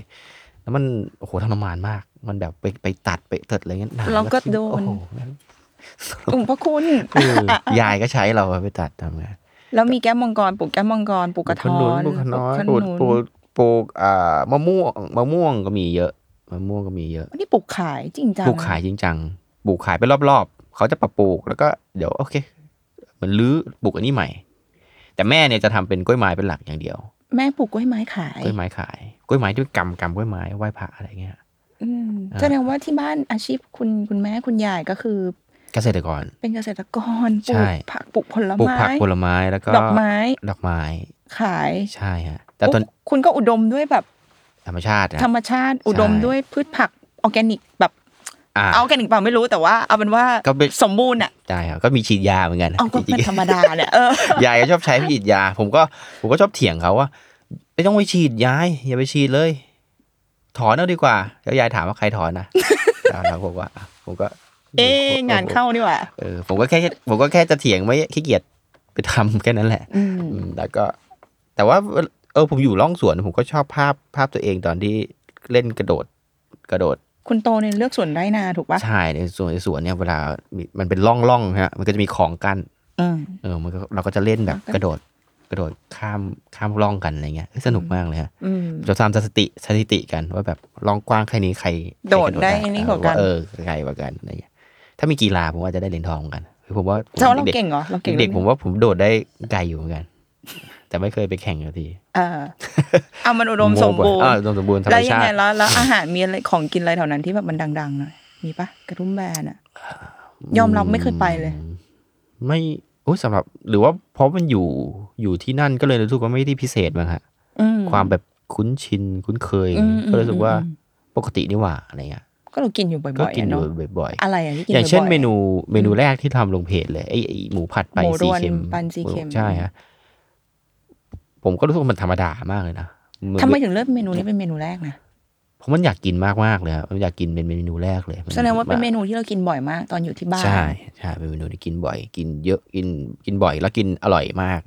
Speaker 2: แล้วมันโอ้โหทรมานมาก มันแบบไปไปตัดไปเติดอะไรเงี้ยหนาม
Speaker 1: เราก็
Speaker 2: ทิ่ม
Speaker 1: โด
Speaker 2: โอ้
Speaker 1: น
Speaker 2: โหแม่ง
Speaker 1: กลุ่มพระคุณ
Speaker 2: คือยายก็ใช้เราอะไปตัดทำไงาน
Speaker 1: แล้วมีแก้มมังกรปลูกแก้มมังกรปลูกกระท้
Speaker 2: ป
Speaker 1: อ
Speaker 2: ลู
Speaker 1: น
Speaker 2: ขนุนปลูกขนอน
Speaker 1: ป
Speaker 2: ป
Speaker 1: ลู
Speaker 2: ลู
Speaker 1: กขนุ
Speaker 2: กปลู
Speaker 1: น
Speaker 2: กปลูกอ่ามะม่วงมะม่วงก็มีเยอะมะม่วงก็มีเยอะ
Speaker 1: อันนี้ปลูกขายจริงจัง
Speaker 2: ปลูกขายจริงจัง ปลูกขายไปรอบๆ เขาจะปรับปลูกแล้วก็เดี๋ยวโอเค เหมือนรื้อปลูกอันนี้ใหม่ แต่แม่เนี่ยจะทำเป็นกล้วยไม้เป็นหลักอย่างเดียว
Speaker 1: แม่ปลูกกล้วยไม้ขาย
Speaker 2: กล้วยไม้ขาย กล้วยไม้ด้วยกำกำกล้วยไม้ไหว้พระอะไรเงี้ย
Speaker 1: อืม
Speaker 2: อ่า
Speaker 1: แสดงว่าที่บ้านอาชีพคุณคุณแม่คุณยายก็คือ
Speaker 2: เกษตรกร
Speaker 1: เป็นเกษตรกรป
Speaker 2: ใช่
Speaker 1: ลูกผักปลูกผล
Speaker 2: ปลูก
Speaker 1: ไม้
Speaker 2: ผักผลไม้แล้วก็
Speaker 1: ดอกไม้
Speaker 2: ดอกไม้
Speaker 1: ขาย
Speaker 2: ใช่ฮะ แต่ตอน
Speaker 1: โอ้คุณก็อุดมด้วยแบบ
Speaker 2: ธรรมชาตินะ
Speaker 1: ธรรมชาติอุดม
Speaker 2: ใช่
Speaker 1: ด้วยพืชผักออร์แกนิกแบบ
Speaker 2: อ่า
Speaker 1: เอาออร์แกนิกเปล่าไม่รู้แต่ว่าเอาเป็นว่า
Speaker 2: ก็เป็น
Speaker 1: สมบูรณ์อ่ะ
Speaker 2: ใช่ครับก็มีฉีดยาเหมือนกัน
Speaker 1: เอาก็
Speaker 2: จริ
Speaker 1: เป็น
Speaker 2: งๆ
Speaker 1: ธรรมดาเนี่ยเออ
Speaker 2: ยายก็ชอบใช้ฉีดยา ผมก็ผมก็ชอบเถียงเขาว่าไม่ต้องไปฉีดยาย อย่าไปฉีดเลย ถอนเอาดีกว่า แล้วยายถามว่าใครถอน นะ แล้วผมว่าอ่ะผมก็
Speaker 1: เอ๊ะงานเข้านี่หว่า
Speaker 2: เออผมก็แค่ผมก็แค่จะเถียงไม่ขี้เกียจไปทำ แค่นั้นแหละ
Speaker 1: อืม
Speaker 2: อืมแล้วก็ แต่ว่าเออผมอยู่ร่องสวน ผมก็ชอบภาพภาพตัวเองตอนที่เล่นกระโดดกระโดด
Speaker 1: คุณโตเนี่ยเลือกสวนไรนาถูกปะ
Speaker 2: ใช่ในสวนในสวนเนี่ยเวลามีมันเป็นร่องร่องๆฮะมันก็จะมีของกั้น
Speaker 1: อืม
Speaker 2: เออมันก็เราก็จะเล่นแบบ
Speaker 1: แล้วก็
Speaker 2: กระโดดกระโดดข้ามข้ามร่องกันอะไรเงี้ยเอ้ยสนุกมากเลยฮะ
Speaker 1: อืม
Speaker 2: จะทำสถิติสถิติกันว่าแบบร่องกว้างแค่นี้ใคร
Speaker 1: โดด
Speaker 2: ใคร
Speaker 1: ได้อันนี้กว่ากัน
Speaker 2: เออใครกว่ากันอะไรเงี้ยถ้ามีกีฬาผมว่าจะได้เหรียญทองเหมือนกันคือผมว่าผม
Speaker 1: แต่ว่าเรา
Speaker 2: ด็ก
Speaker 1: เก่งเหรอเราเก่ง
Speaker 2: ๆเด็กๆผมว่าผมโดดได้ไกลอยู่เหมือนกัน แต่ไม่เคยไปแข่งสักที
Speaker 1: เออเอามันอุดมสมบูร
Speaker 2: อ่า
Speaker 1: ณ์
Speaker 2: อุดมสมบูรณ์ธรร
Speaker 1: แล้
Speaker 2: ม
Speaker 1: วยัง
Speaker 2: ชา
Speaker 1: ไง
Speaker 2: ติ
Speaker 1: แล้วแล้วอาหารมีอะไรของกินอะไรแถวนั้นที่แบบมันดังๆหน่อยมีปะกระทุ่มแบนอ่ะ ยอมรับไม่เคยไปเลย
Speaker 2: ไม่โอ้ยสำหรับหรือว่าเพราะมันอยู่อยู่ที่นั่นก็เลยรู้สึกว่าไม่ได้พิเศษมั้งฮะ
Speaker 1: อืม
Speaker 2: ความแบบคุ้นชินคุ้นเคย
Speaker 1: อืม
Speaker 2: ก็รู้สึกว่า
Speaker 1: อืม
Speaker 2: ปกตินี่หว่าอะไรเงี้ย
Speaker 1: ก็เรากินอยู่บ่อยๆ
Speaker 2: ก็กิน
Speaker 1: อะ
Speaker 2: อ
Speaker 1: เนาะ
Speaker 2: ยู่บ่อย
Speaker 1: อะไรอ่ะที่กิ
Speaker 2: ๆ
Speaker 1: น
Speaker 2: อย่างเช่น
Speaker 1: บ่ๆ
Speaker 2: เมนูเมนูแรกที่ทำลงเพจเลยไอ้ไอ้หมูผัดไป
Speaker 1: หมู
Speaker 2: ซี
Speaker 1: รวน
Speaker 2: เค็ม
Speaker 1: ปันสีเค็ม
Speaker 2: ใช่ฮะผมก็รู้สึกว่ามันธรรมดามากเลยนะน
Speaker 1: ทำไมถึงเลือกเมนูนี้เป็นเมนูแรกนะ
Speaker 2: เพราะมันอยากกินมากๆเลยครับมันอยากกินเป็นเมนูแรกเลย
Speaker 1: แสดงว่าเป็นเมนูที่เรากินบ่อยมากตอนอยู่ที่บ้าน
Speaker 2: ใช่ใช่เป็นเมนูที่กินบ่อย กินเยอะกินกินบ่อย แล้วกินอร่อยมาก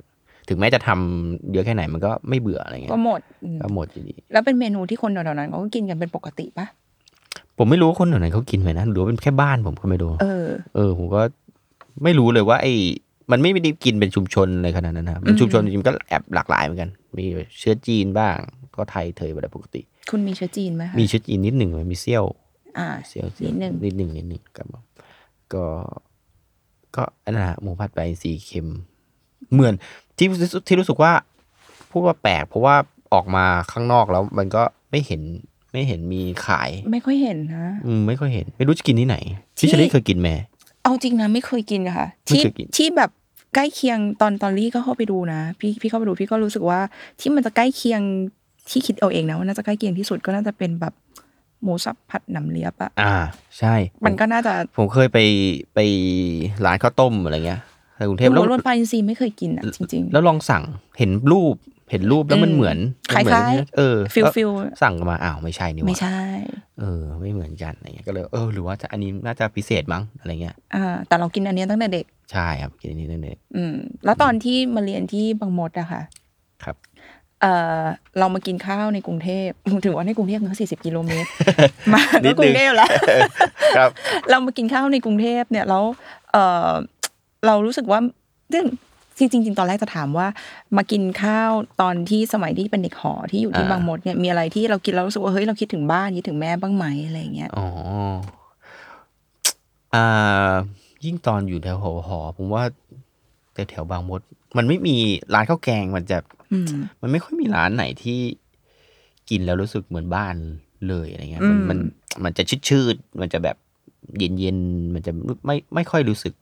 Speaker 2: ถึงแม้จะทำเยอะแค่ไหนมันก็ไม่เบื่ออะไรเงี้ย
Speaker 1: ก็หมดอืม
Speaker 2: ก็หมดอยู่ดี
Speaker 1: แล้วเป็นเมนูที่คนแถวๆนั้นเขาก็กินกันเป็นปกติปะ
Speaker 2: ผมไม่รู้ว่าคนไหนเขากินไหมนะหรือว่าเป็นแค่บ้านผมก็ไม่รู้
Speaker 1: เออ
Speaker 2: เออผมก็ไม่รู้เลยว่าไอ้มันไม่ได้กินเป็นชุมชนเลยขนาดนั้นนะครับมัน
Speaker 1: อืม
Speaker 2: ชุมชนจริงๆก็แอบหลากหลายเหมือนกัน มีเชื้อจีนบ้าง ก็ไทยเทยอะไรปกติ
Speaker 1: คุณมีเชื้อจีนไหมคะ
Speaker 2: มีเชื้อจีนนิดหนึ่งเลยมีเซี่ยว
Speaker 1: อ่า
Speaker 2: เซี่ยวเซี่ยว
Speaker 1: นิดหนึ่ง
Speaker 2: นิดหนึ่งนิดหนึ่งครับผมก็ก็อันนั้นนะหมูผัดไปสีเค็ม เหมือนที่รู้สึกที่รู้สึกว่า พูดว่าแปลกเพราะว่าออกมาข้างนอกแล้วมันก็ไม่เห็นไม่เห็นมีขาย
Speaker 1: ไม่ค่อยเห็นนะ
Speaker 2: อืมไม่ค่อยเห็น ไม่รู้จะกินที่ไหน
Speaker 1: ที่
Speaker 2: ที่เชลิเคยกินไหม
Speaker 1: เอาจริงนะไม่เคยกินค่ะ
Speaker 2: ไม่
Speaker 1: ที่
Speaker 2: เคยกิน
Speaker 1: ที่แบบใกล้เคียงตอนตอนรี่ก็เข้าไปดูนะ พี่พี่เข้าไปดูพี่ก็รู้สึกว่าที่มันจะใกล้เคียงที่คิดเอาเองนะว่าน่าจะใกล้เคียงที่สุดก็น่าจะเป็นแบบหมูสับผัดหนำเลียบอะ
Speaker 2: อ่า ใช่
Speaker 1: มันก็น่าจะ
Speaker 2: ผมเคยไปไปร้านข้าวต้มอะไรเงี้ยในกรุงเทพ
Speaker 1: ห
Speaker 2: แล้
Speaker 1: มู
Speaker 2: ว
Speaker 1: รวนปลาอินทรีย์ไม่เคยกินอะจริง
Speaker 2: แล้วลองสั่งเห็นรูปเห็นรูปแล้วมัน
Speaker 1: อืม
Speaker 2: เหมือน
Speaker 1: คล้ายๆ
Speaker 2: มันเหมือนเออ
Speaker 1: ๆฟิล
Speaker 2: แล้ว
Speaker 1: ฟิล
Speaker 2: สั่งมาอ้าวไม่ใช่นี่ห
Speaker 1: ไม่
Speaker 2: ว่า
Speaker 1: ใช่
Speaker 2: เออ ไม่เหมือนกันอะไรเงี้ยก็เลยเออหรือว่าจะอันนี้น่าจะพิเศษมั้งอะไรเงี้ย
Speaker 1: อ่าแต่เรากินอันเนี้ยตั้งแต่เด็ก
Speaker 2: ใช่ครับกินอันนี้นั่นเอง
Speaker 1: อืม แล้วตอนที่มาเรียนที่บางมดอะค่ะ
Speaker 2: ครับ
Speaker 1: เออเรามากินข้าวในกรุงเทพ ถือว่าในกรุงเทพเนอะสี่สิบกิโลเมตร มาก็กรุงเทพแล้ว
Speaker 2: ครับ
Speaker 1: เรามากินข้าวในกรุงเทพเนี่ยแล้วเออเรารู้สึกว่าเรื่องที่จริง ๆ ตอนแรกจะถามว่า มากินข้าวตอนที่สมัยที่เป็นเด็กหอที่อยู่ที่
Speaker 2: อ่า
Speaker 1: บางมดเนี่ยมีอะไรที่เรากินเรารู้สึกว่าเฮ้ยเราคิดถึงบ้านคิดถึงแม่บ้างไหมอะไรอย่างเงี้ย
Speaker 2: อ๋ออ่ายิ่งตอนอยู่แถวหอหอผมว่าแต่แถวบางมด มันไม่มีร้านข้าวแกงมันจะ
Speaker 1: อืม
Speaker 2: มันไม่ค่อยมีร้านไหนที่กินแล้วรู้สึกเหมือนบ้านเลยอะไรเงี้ยมัน
Speaker 1: อืม
Speaker 2: มันมันจะชืดชืดๆมันจะแบบเย็นเย็นๆมันจะไม่ไม่ค่อยรู้สึก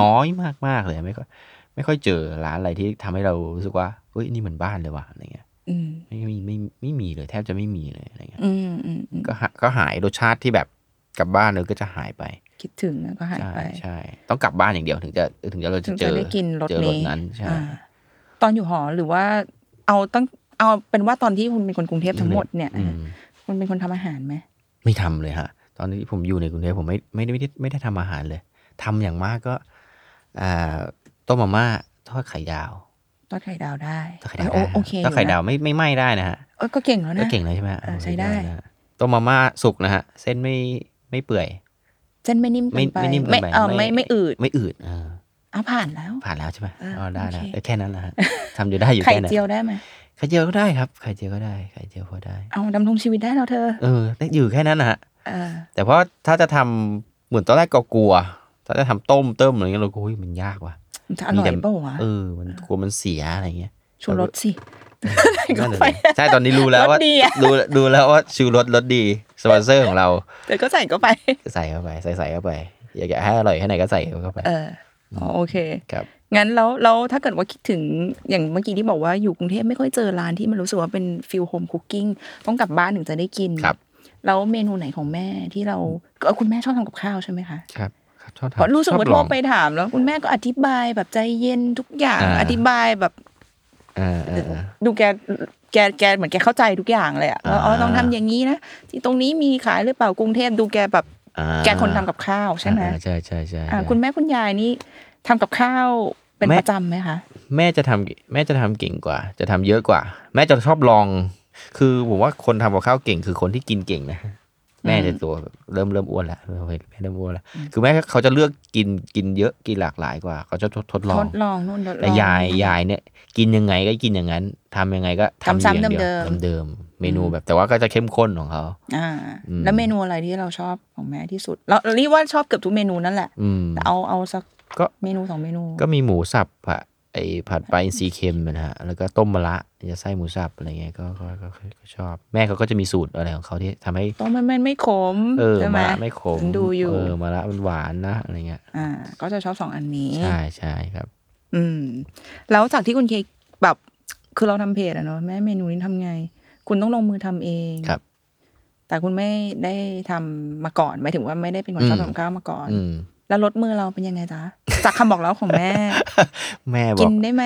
Speaker 2: น้อยมากมากๆเลยไม่ค่อยไม่ค่อยเจอร้านอะไรที่ทำให้เรารู้สึกว่าเฮ้ยนี่เหมือนบ้านเลยว่ะอะไรเงี้ย
Speaker 1: อืม
Speaker 2: ไม่มีไม่ไม่มีเลยแทบจะไม่มีเลยอะไรเงี้ย
Speaker 1: อืมอืมอืม
Speaker 2: ก็หาก็หายรสชาติที่แบบกลับบ้านเลยก็จะหายไป
Speaker 1: คิดถึงแล้วก็หาย
Speaker 2: ใช่
Speaker 1: ไป
Speaker 2: ใช่ ต้องกลับบ้านอย่างเดียวถึงจะถึงจะเราจะ
Speaker 1: ถึง
Speaker 2: เจ
Speaker 1: จะ
Speaker 2: อ
Speaker 1: ได้กินรส
Speaker 2: เจอร
Speaker 1: นี้
Speaker 2: สนั้นใช่
Speaker 1: อ่าตอนอยู่หอหรือว่าเอาตั้งเอาเป็นว่าตอนที่คุณเป็นคนกรุงเทพทั้งหมดเนี่ย
Speaker 2: อืม
Speaker 1: คุณเป็นคนทำอาหารไหม
Speaker 2: ไม่ทำเลยฮะ ตอนนี้ผมอยู่ในกรุงเทพผมไม่ไม่ได้ไม่ได้ไม่ได้ทำอาหารเลยทำอย่างมากก็อ่าต้มมาม่าทอดไข่ดาว
Speaker 1: ทอดไข่ดาวได้
Speaker 2: ทอดไข่ดาว
Speaker 1: เออ
Speaker 2: ได้
Speaker 1: โอเค
Speaker 2: ทอด
Speaker 1: อ
Speaker 2: ไข่
Speaker 1: ยู่นะ
Speaker 2: ดาวไม่ไม่ไหม้ได้นะฮะ
Speaker 1: เออก็เก่งแล้ว
Speaker 2: ก็
Speaker 1: นะ
Speaker 2: เก่งเลยใช่ไหมฮะ
Speaker 1: อ่า
Speaker 2: โอ้
Speaker 1: ใช้ได้
Speaker 2: นะฮะต้มมาม่าสุกนะฮะ เส้นไม่ไม่เปื่อย
Speaker 1: เส้นไม่นิ่มเกิ
Speaker 2: ไม่
Speaker 1: นไป
Speaker 2: ไม่นิ่มเกินไป
Speaker 1: เออไม่ไม่อืด
Speaker 2: ไม่อืดอ่า
Speaker 1: อ่ะผ่านแล้ว
Speaker 2: ผ่านแล้วใช่ไหม
Speaker 1: เอออ๋
Speaker 2: อ๋อได้นะ
Speaker 1: โอเค
Speaker 2: เออแค่นั้นแหละฮะทำอยู่ได้อยู่
Speaker 1: ไข่
Speaker 2: แค่นั้น
Speaker 1: เจียวได้ไหม
Speaker 2: ไข่เจียวก็ได้ครับ ไข่เจียวก็ได้ไข่เจียวพอได้
Speaker 1: เอาดำรงชีวิตได้แล้วเธอ
Speaker 2: เออได้อยู่แค่นั้นนะฮะ
Speaker 1: เออ
Speaker 2: แต่เพราะถ้าจะทำเหมือนตอนแรกก็กลัว ถ้าจะทำต้มเติมอะไรเงี้ยเราก็เฮ้ยมันยากว่ะ
Speaker 1: มันจะอร่อย
Speaker 2: มีแต่
Speaker 1: เปล่าวะ
Speaker 2: เออ มันกลัวมันเสียอะไรเงี้ย
Speaker 1: ชูรสสิ
Speaker 2: นั่นน่ะสิใช่ตอนนี้รู้แล้ว
Speaker 1: รส
Speaker 2: ว่า
Speaker 1: ดีอะ
Speaker 2: ดูดูแล้วว่าชูรสรสดี สปอนเซอร์ของเรา
Speaker 1: เธอก็ใส่ก็ไป
Speaker 2: ใส่เข้าไป ใส่ใส่เข้าไป อยากจะให้อร่อยแค่ไหนก็ใส่เข้าไป
Speaker 1: เอออ๋อโอเค
Speaker 2: ครับ
Speaker 1: งั้นแล้วแล้วถ้าเกิดว่าคิดถึงอย่างเมื่อกี้ที่บอกว่าอยู่กรุงเทพไม่ค่อยเจอร้านที่มันรู้สึกว่าเป็นฟิลโฮมคุกกิ้งต้องกลับบ้านถึงจะได้กิน
Speaker 2: ครับ
Speaker 1: แล้วเมนูไหนของแม่ที่เราเออคุณแม่ชอบทำกับข้าวใช่ไหมคะ
Speaker 2: ครับครับชอบ
Speaker 1: เพราะ
Speaker 2: ทำ
Speaker 1: รู้สึกว่า
Speaker 2: ชอบ
Speaker 1: โท
Speaker 2: ล
Speaker 1: ร
Speaker 2: อ
Speaker 1: ง ไปถามแล้วคุณแม่ก็อธิบายแบบใจเย็นทุกอย่าง
Speaker 2: อ่า
Speaker 1: อธิบายแบบ
Speaker 2: เออเออเออ
Speaker 1: ดูแกแกแกเหมือนแกเข้าใจทุกอย่างเลยอะว่าอ๋อ
Speaker 2: อ่า
Speaker 1: ต้องทำอย่างนี้นะที่ตรงนี้มีขายหรือเปล่ากรุงเทพดูแกแบบ
Speaker 2: อ่า
Speaker 1: แกคนทำกับข้าวใช่ไหม
Speaker 2: อ่าใช่ใช่ใช่
Speaker 1: อ่า
Speaker 2: ใช่
Speaker 1: คุณแม่คุณยายนี่ทำกับข้าวเป็น
Speaker 2: แม่
Speaker 1: ประจำไหมคะ
Speaker 2: แม่จะทำแม่จะทำเก่งกว่า จะทำเยอะกว่า แม่จะชอบลอง คือผมว่าคนทำกับข้าวเก่งคือคนที่กินเก่งนะแม่จะตัวเริ่มเริ่มอ้วนละเริ่มแม่เริ่มอ้วนละคือแม่เขาจะเลือกกินกินเยอะกินหลากหลายกว่า เขาจะทดทดลอง
Speaker 1: ทดลองนู่นทดลอง
Speaker 2: แต่ยายยายเนี่ย กินยังไงก็กินอย่างนั้นทำยังไงก็ทำอยู่อ
Speaker 1: ทำ
Speaker 2: ย่าง
Speaker 1: ซ้ำ
Speaker 2: เดียว
Speaker 1: เดิมๆ
Speaker 2: เดิมๆเมนูแบบแต่ว่าก็จะเข้มข้นของเขา
Speaker 1: อ่า
Speaker 2: อืม
Speaker 1: แล้วเมนูอะไรที่เราชอบของแม่ที่สุด เราเรียกว่าชอบเกือบทุกเมนูนั่นแหละ
Speaker 2: อืม
Speaker 1: แต่เอาเอาสัก
Speaker 2: ก็
Speaker 1: เมนูสองเมนู
Speaker 2: ก็มีหมูสับผัดไอผัดปลาอินทรีย์เค็มนะฮะแล้วก็ต้มมะระจะไส้หมูสับอะไรเงี้ยก็ก็ก็ก็ชอบ แม่เขาก็จะมีสูตรอะไรของเขาที่ทำให้
Speaker 1: ต้มมันมันไม่ขม
Speaker 2: เออ
Speaker 1: ใช่ไหม
Speaker 2: มะระไม่ขม
Speaker 1: ฉันดูอยู่
Speaker 2: เออมะระมันหวานนะอะไรเงี้ย
Speaker 1: อ่า ก็จะชอบสองอันนี้
Speaker 2: ใช่ใช่ครับ
Speaker 1: อืม แล้วจากที่คุณเคแบบ คือเราทำเพจอะเนาะแม่เมนูนี้ทำไง คุณต้องลงมือทำเอง
Speaker 2: ครับ
Speaker 1: แต่คุณไม่ได้ทำมาก่อนหมายถึงว่าไม่ได้เป็นคนชอบ
Speaker 2: อืม
Speaker 1: ทำข้าวมาก่อน
Speaker 2: อืม
Speaker 1: แล้วรสมือเราเป็นยังไงจ๊ะจากคำบอกเล่าของแม่
Speaker 2: แม่บ
Speaker 1: กิ
Speaker 2: อก
Speaker 1: นได้ไหม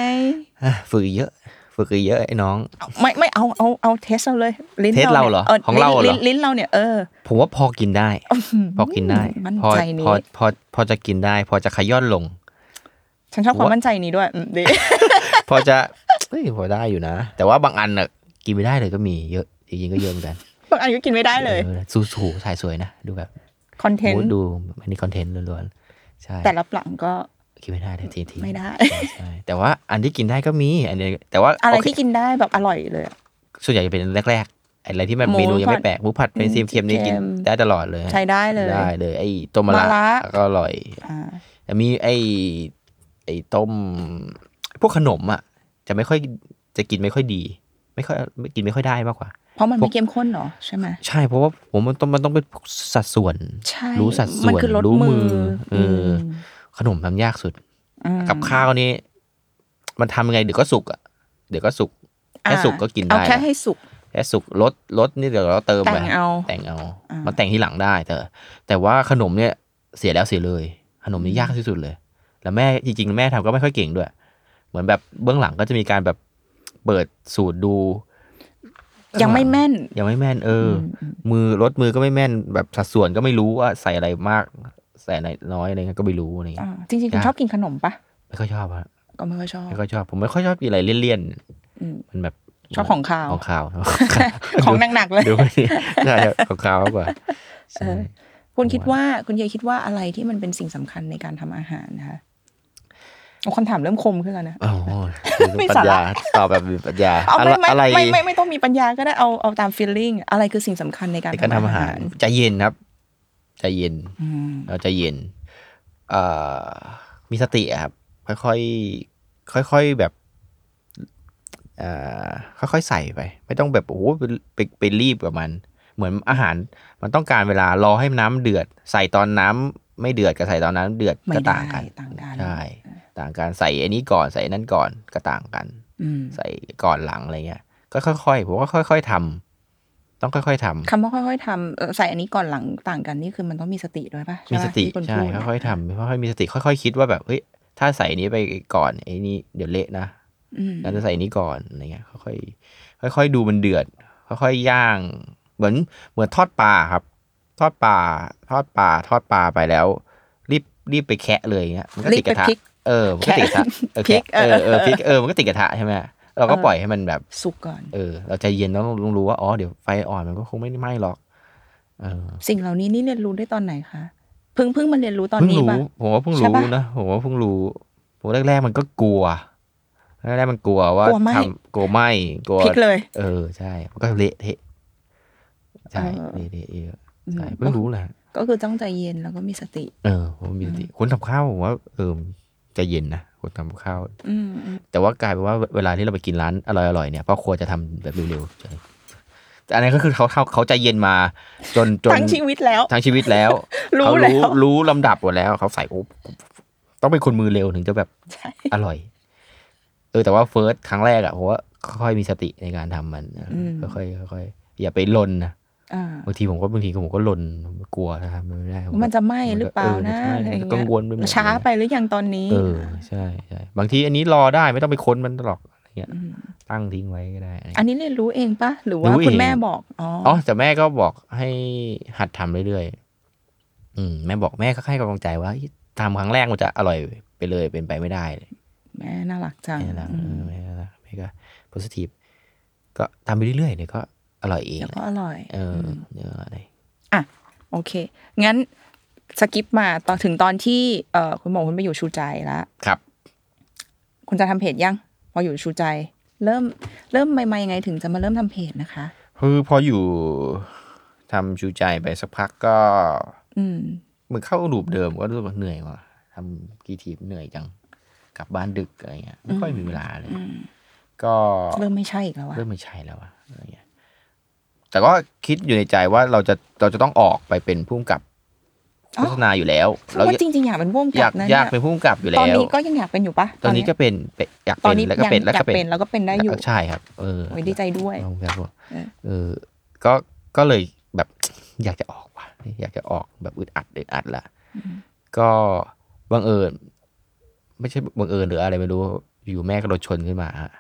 Speaker 2: อ่ะฝึกอีกเยอะ ฝึกอีกเยอะไอ้น้อง
Speaker 1: ไม่ไม่เอาเอาเอาเทสเราเลยลิ้น
Speaker 2: เทสเราเหรอ
Speaker 1: นี่ย
Speaker 2: ของเราเหรอ
Speaker 1: ลิ้นลิ้นเราเนี่ยเออ
Speaker 2: ผมว่าพอกินได้ พอกินได้
Speaker 1: มั่น
Speaker 2: พอ
Speaker 1: ใจนี้
Speaker 2: พอพอพอจะกินได้ พอจะขย้อนลง
Speaker 1: ฉันชอบความ
Speaker 2: ว่ามั่
Speaker 1: มั่นใจนี้ด้วยอืมดี
Speaker 2: พอจะ เฮ้ยพอได้อยู่นะ แต่ว่าบางอันน่ะกินไม่ได้เลยก็มีเยอะจริงๆก็เยอะเหมือนกัน
Speaker 1: บางอันก็กินไม่ได้เลย
Speaker 2: ออสูสูถ่ายสวยนะดูแบบ
Speaker 1: คอนเทน
Speaker 2: โอ้
Speaker 1: ต์
Speaker 2: ดูอันนี้คอนเทนต์ล้วนๆใช่
Speaker 1: แต่รับหลังก็
Speaker 2: กินไม่ได้เลยทีที
Speaker 1: ไม่ได้
Speaker 2: ใช่แต่ว่าอันที่กินได้ก็มีอันนี้แต่ว่า
Speaker 1: อะไร
Speaker 2: โเค
Speaker 1: ที่กินได้แบบอร่อยเลยอะ
Speaker 2: ส่วนใหญ่จะเป็นแรกๆ อะไรที่มัน
Speaker 1: หมู
Speaker 2: เมนูยัง
Speaker 1: ผัด
Speaker 2: ไม่แปลกหมูผัดเป็นซีมเค็มนี่
Speaker 1: เค็ม
Speaker 2: กินได้ตลอดเลย
Speaker 1: ใช้ได้เลย
Speaker 2: ได้เลย ไอ้ต้มมะ
Speaker 1: มะระ
Speaker 2: ระก็อร่อย
Speaker 1: อ่า
Speaker 2: แต่มีไอ้ไอ้ต้ม พวกขนมอ่ะ จะไม่ค่อยจะกินไม่ค่อยดี ไม่ค่อยไม่กินไม่ค่อยได้มากกว่า
Speaker 1: เพราะมันไม่เข้มข้นเหรอใช่ไหม
Speaker 2: ใช่เพราะว่าผมมันต้องมันต้องเป็นสัดส่วน
Speaker 1: ใช่
Speaker 2: รู้สัดส่วน
Speaker 1: มันคือรส
Speaker 2: รู้
Speaker 1: มื
Speaker 2: มื
Speaker 1: อ
Speaker 2: อเอออ ขนมทำยากสุด
Speaker 1: ม
Speaker 2: กับข้าวนี่มันทำยังไงเดี๋ยวก็สุกอ่ะเดี๋ยวก็สุกแค่
Speaker 1: อ่า
Speaker 2: สุกก็กิน
Speaker 1: เอา
Speaker 2: ได้
Speaker 1: แค่
Speaker 2: ละ
Speaker 1: ให้สุก
Speaker 2: แค่สุกรสรสนี่เดี๋ยวเราเติมไป
Speaker 1: แต่งเอา
Speaker 2: แต่งเอา
Speaker 1: อ่ามั
Speaker 2: มันแต่งที่หลังได้แต่แต่ว่าขนมเนี่ยเสียแล้วเสียเลย ขนมนี่ยากที่สุดเลย แล้วแม่จริงๆ แม่ทำก็ไม่ค่อยเก่งด้วย เหมือนแบบเบื้องหลังก็จะมีการแบบเปิดสูตรดู
Speaker 1: ยังไม่แม่น
Speaker 2: ยังไม่แม่นเอออมือรสมือก็ไม่แม่น แบบสัดส่วนก็ไม่รู้ว่าใส่อะไรมาก ใส่อะไรน้อยอะไรเงี้ยก็ไม่รู้อะไรเงี้
Speaker 1: อ่าย จริงๆคุณ
Speaker 2: ยาก
Speaker 1: ชอบกินขนมปะ
Speaker 2: ไม่ค่อยชอบอะ
Speaker 1: ก็ไม่ค่อยชอบ
Speaker 2: ไม่ค่อยชอบ ผมไม่ค่อยชอบกินอะไรเลี่ยน
Speaker 1: อืม
Speaker 2: ๆมันแบบ
Speaker 1: ชอบของคาว
Speaker 2: ของขาว
Speaker 1: ของหนักๆเลย
Speaker 2: ดู ไม่ดีใช่ครับของเขาวมากกว่าใช่
Speaker 1: คุณคิดว่าคุณยายคิดว่าอะไรที่มันเป็นสิ่งสำคัญในการทำอาหารนะคะโอ้คำถามเริ่มคมขึ้นแล้วนะ
Speaker 2: โอ้โหคือ
Speaker 1: ไม่
Speaker 2: ปั
Speaker 1: สา
Speaker 2: ญ
Speaker 1: ระ
Speaker 2: ญาตอบแบบมีปัญญา
Speaker 1: เอาไม่ไม่
Speaker 2: อะไร
Speaker 1: ไม่ไม่ไม่ต้องมีปัญญาก็ได้เอาเอาตาม feeling อะไรคือสิ่งสำคัญในการ
Speaker 2: ในการทำอาหารใจเย็นครับ ใจเย็น
Speaker 1: อืม
Speaker 2: เราใจเย็นเอ่อมีสติอะครับ ค่อยๆค่อยๆแบบเอ่อค่อยๆใส่ไป ไม่ต้องแบบโอ้โหไปไปไปรีบกับมัน เหมือนอาหารมันต้องการเวลารอให้น้ำเดือด ใส่ตอนน้ำไม่เดือดกับใส่ตอนน้ำเดือด
Speaker 1: ไม่
Speaker 2: ก็
Speaker 1: ได้
Speaker 2: ต่างกัน
Speaker 1: ต่างกัน
Speaker 2: ใช่ต่างกันใส่อันนี้ก่อนใส่นั่นก่อนก็ต่างกัน
Speaker 1: อืม
Speaker 2: ใส่ก่อนหลังอะไรเงี้ยก็ค่อยๆผมว่าค่อย ๆทำต้องค่อยๆทำ
Speaker 1: คำว่าค่อยๆทำเอ่อใส่อันนี้ก่อนหลังต่างกันนี่คือมันต้องมีสติด้วยป่ะใช่
Speaker 2: มี
Speaker 1: ปะ
Speaker 2: สติ
Speaker 1: ที่คน
Speaker 2: ใช่
Speaker 1: พูดนะ
Speaker 2: ค่อยๆทำค่อยๆมีสติค่อยๆคิดว่าแบบเฮ้ยถ้าใส่อันนี้ไปก่อนไอ้นี่เดี๋ยวเละนะ
Speaker 1: อืม
Speaker 2: งั้นจะใส่นี้ก่อนอะไรเงี้ยค่อยๆค่อยๆดูมันเดือด ค่อยๆย่าง เหมือนเหมือนทอดปลาครับ ทอดปลาทอดปลาทอดปลาไปแล้ว รีบรีบไปแคะเลยเงี้ยมันก็ติดกระทะ
Speaker 1: รีบไปพลิก
Speaker 2: เออมันก็ติดกระทะเออ
Speaker 1: พลิก
Speaker 2: แคะเออเอ
Speaker 1: เอ
Speaker 2: อ
Speaker 1: อ
Speaker 2: พลิกเออมันก็ติดกระทะใช่ไหมเราก็ปล่อยให้มันแบบ
Speaker 1: สุกก่อน
Speaker 2: เออ เราใจเย็นต้องต้องรู้ว่าอ๋อเดี๋ยวไฟอ่อนมันก็คงไม่ไหม้หรอกเออ
Speaker 1: สิ่งเหล่านี้นี่เรียนรู้ได้ตอนไหนคะเพิ่งเพิ่งมาเรียนรู้ตอน
Speaker 2: เพิ่ง
Speaker 1: นี้
Speaker 2: รู้
Speaker 1: ป่ะ
Speaker 2: ผมว่าเพิ่ง
Speaker 1: ใช่
Speaker 2: รู้
Speaker 1: ปะ
Speaker 2: นะผมว่าเพิ่งรู้ผมแรกๆมันก็กลัวแรกๆมันกลัวว่าก
Speaker 1: ลัวไหม้
Speaker 2: ทำกลัวไหมกลัว
Speaker 1: พลิกเลย
Speaker 2: เออ ใช่ มันก็เละเทะใช่
Speaker 1: เออ
Speaker 2: เละเทะเยอะ
Speaker 1: อืม
Speaker 2: ใช่เพิ่งรู้แหละ
Speaker 1: ก็คือต้องใจเย็นแล้วก็มีสติ
Speaker 2: เออผมมีสติคนทำข้าวผมว่าเออใจเย็นนะคนทำข้าว
Speaker 1: อืมอืม
Speaker 2: แต่ว่ากลายเป็นว่าเวเวลาที่เราไปกินร้านอร่อยๆเนี่ยพ่อครัวจะทำแบบเร็วๆใช่แต่อันนี้นก็คือเขาเขาเขาใจเย็นมา จนจน
Speaker 1: ทั้งชีวิตแล้ว
Speaker 2: ทั้งชีวิตแล้ว
Speaker 1: รู้
Speaker 2: เขา
Speaker 1: แล้ว
Speaker 2: รู้ลำดับหมดแล้วเขาใส่โอ้ต้องเป็นคนมือเร็วถึงจะแบบ
Speaker 1: ใช่
Speaker 2: อร่อย เออแต่ว่าเฟิร์สครั้งแรกอะผมว่าค่อยๆมีสติในการทำมัน
Speaker 1: อืม
Speaker 2: ค่อยๆค่อยๆอย่าไปลนนะ
Speaker 1: อ่า
Speaker 2: บางทีผมก็บางทีผมก็ลนผมก็กลัวนะครับมันไม่ได้ผก็
Speaker 1: มันจะไหมหรือเปล่า
Speaker 2: มั
Speaker 1: นะ
Speaker 2: ก็เออ
Speaker 1: อะ
Speaker 2: มั
Speaker 1: ไรอ
Speaker 2: จะไหม้
Speaker 1: ย่างเงี้ย
Speaker 2: มันกังวลไปหมดเลย
Speaker 1: ช้าไปหรือยังตอนนี้
Speaker 2: เออใช่ใช่บางทีอันนี้รอได้ไม่ต้องไปค้นมันหรอกอะไรเงี้ย
Speaker 1: ม
Speaker 2: ตั้งทิ้งไว้ก็ได้อะไร
Speaker 1: อัน
Speaker 2: เงี้ย
Speaker 1: นี้เรียนรู้เองปะหรือว่า
Speaker 2: รู้
Speaker 1: คุณ
Speaker 2: เอง
Speaker 1: แม่บอกอ๋อ
Speaker 2: อ๋อแต่แม่ก็บอกให้หัดทำเรื่อยๆอืมแม่บอกแม่ก็ให้กำลังใจว่าทำครั้งแรกมันจะอร่อยไปเลยเป็นไปไม่ได้
Speaker 1: แม่น่ารักจัง
Speaker 2: ไม่ละ
Speaker 1: อืม
Speaker 2: ไม่ละไม่ก็ positive ก็ทำไปเรื่อยๆเดี๋ยวก็อร่อยเอง
Speaker 1: เดี๋ยว
Speaker 2: แห
Speaker 1: ก็
Speaker 2: ละ
Speaker 1: อร่อย
Speaker 2: เออ
Speaker 1: ม
Speaker 2: เดี๋ยวอะไร
Speaker 1: อ่ะโอเค งั้นสกิปมาต่อถึงตอนที่เอ่อคุณหมอคุณไปอยู่ชูใจแล้ว
Speaker 2: ครับ
Speaker 1: คุณจะทำเพจยัง พออยู่ชูใจ เริ่มเริ่มใหม่ๆยังไงถึงจะมาเริ่มทำเพจนะคะ
Speaker 2: คือพออยู่ทำชูใจไปสักพักก็
Speaker 1: อืม
Speaker 2: เหมือนเข้ารูปเดิมก็รู้สึกว่าเหนื่อยว่ะทำกีทีฟเหนื่อยจัง กลับบ้านดึกอะไรเงี้ยไม่ค่อยมีเวลาเลย ก็
Speaker 1: เริ่มไม่ใช่อีกแล้วอะ
Speaker 2: เริ่มไม่ใช่แล้วอะอะไรเงี้ยแต่ก็คิดอยู่ในใจว่าเราจะเราจะต้องออกไปเป็นผู้กำกับโฆษณาอยู่แล้ว
Speaker 1: เพราะว่าจริงๆอยากเป็นว่วม
Speaker 2: อ
Speaker 1: กั
Speaker 2: ยา
Speaker 1: บ
Speaker 2: ก
Speaker 1: นะเนี่ย
Speaker 2: อาย กเป็นผู้กำกับอยู่แล้ว
Speaker 1: ตอนนี้ก็ยังอยากเป็นอยู่ปะ
Speaker 2: ตอนนี้ก็เป็นเป็นอยาก
Speaker 1: ตอน
Speaker 2: เป็น
Speaker 1: นี้
Speaker 2: แล้ว
Speaker 1: ยั
Speaker 2: ก็
Speaker 1: ง
Speaker 2: เป็นแล้ว
Speaker 1: อยา
Speaker 2: ก็
Speaker 1: ก
Speaker 2: เป็น
Speaker 1: เป็นแล้วก็เป็นได้อยู่
Speaker 2: ใช่ครับ เออ
Speaker 1: โอ้ยดีใจด้วย
Speaker 2: ลองแบบว่า
Speaker 1: เออ
Speaker 2: เออ ก็ก็เลยแบบ อยากจะออกว่ะอยากจะออกแบบอึดอัดอึดอัดละก็บังเอิญไม่ใช่บังเอิญหรืออะไรไม่รู้อยู่แม่ก็รถชนขึ้นมาฮะ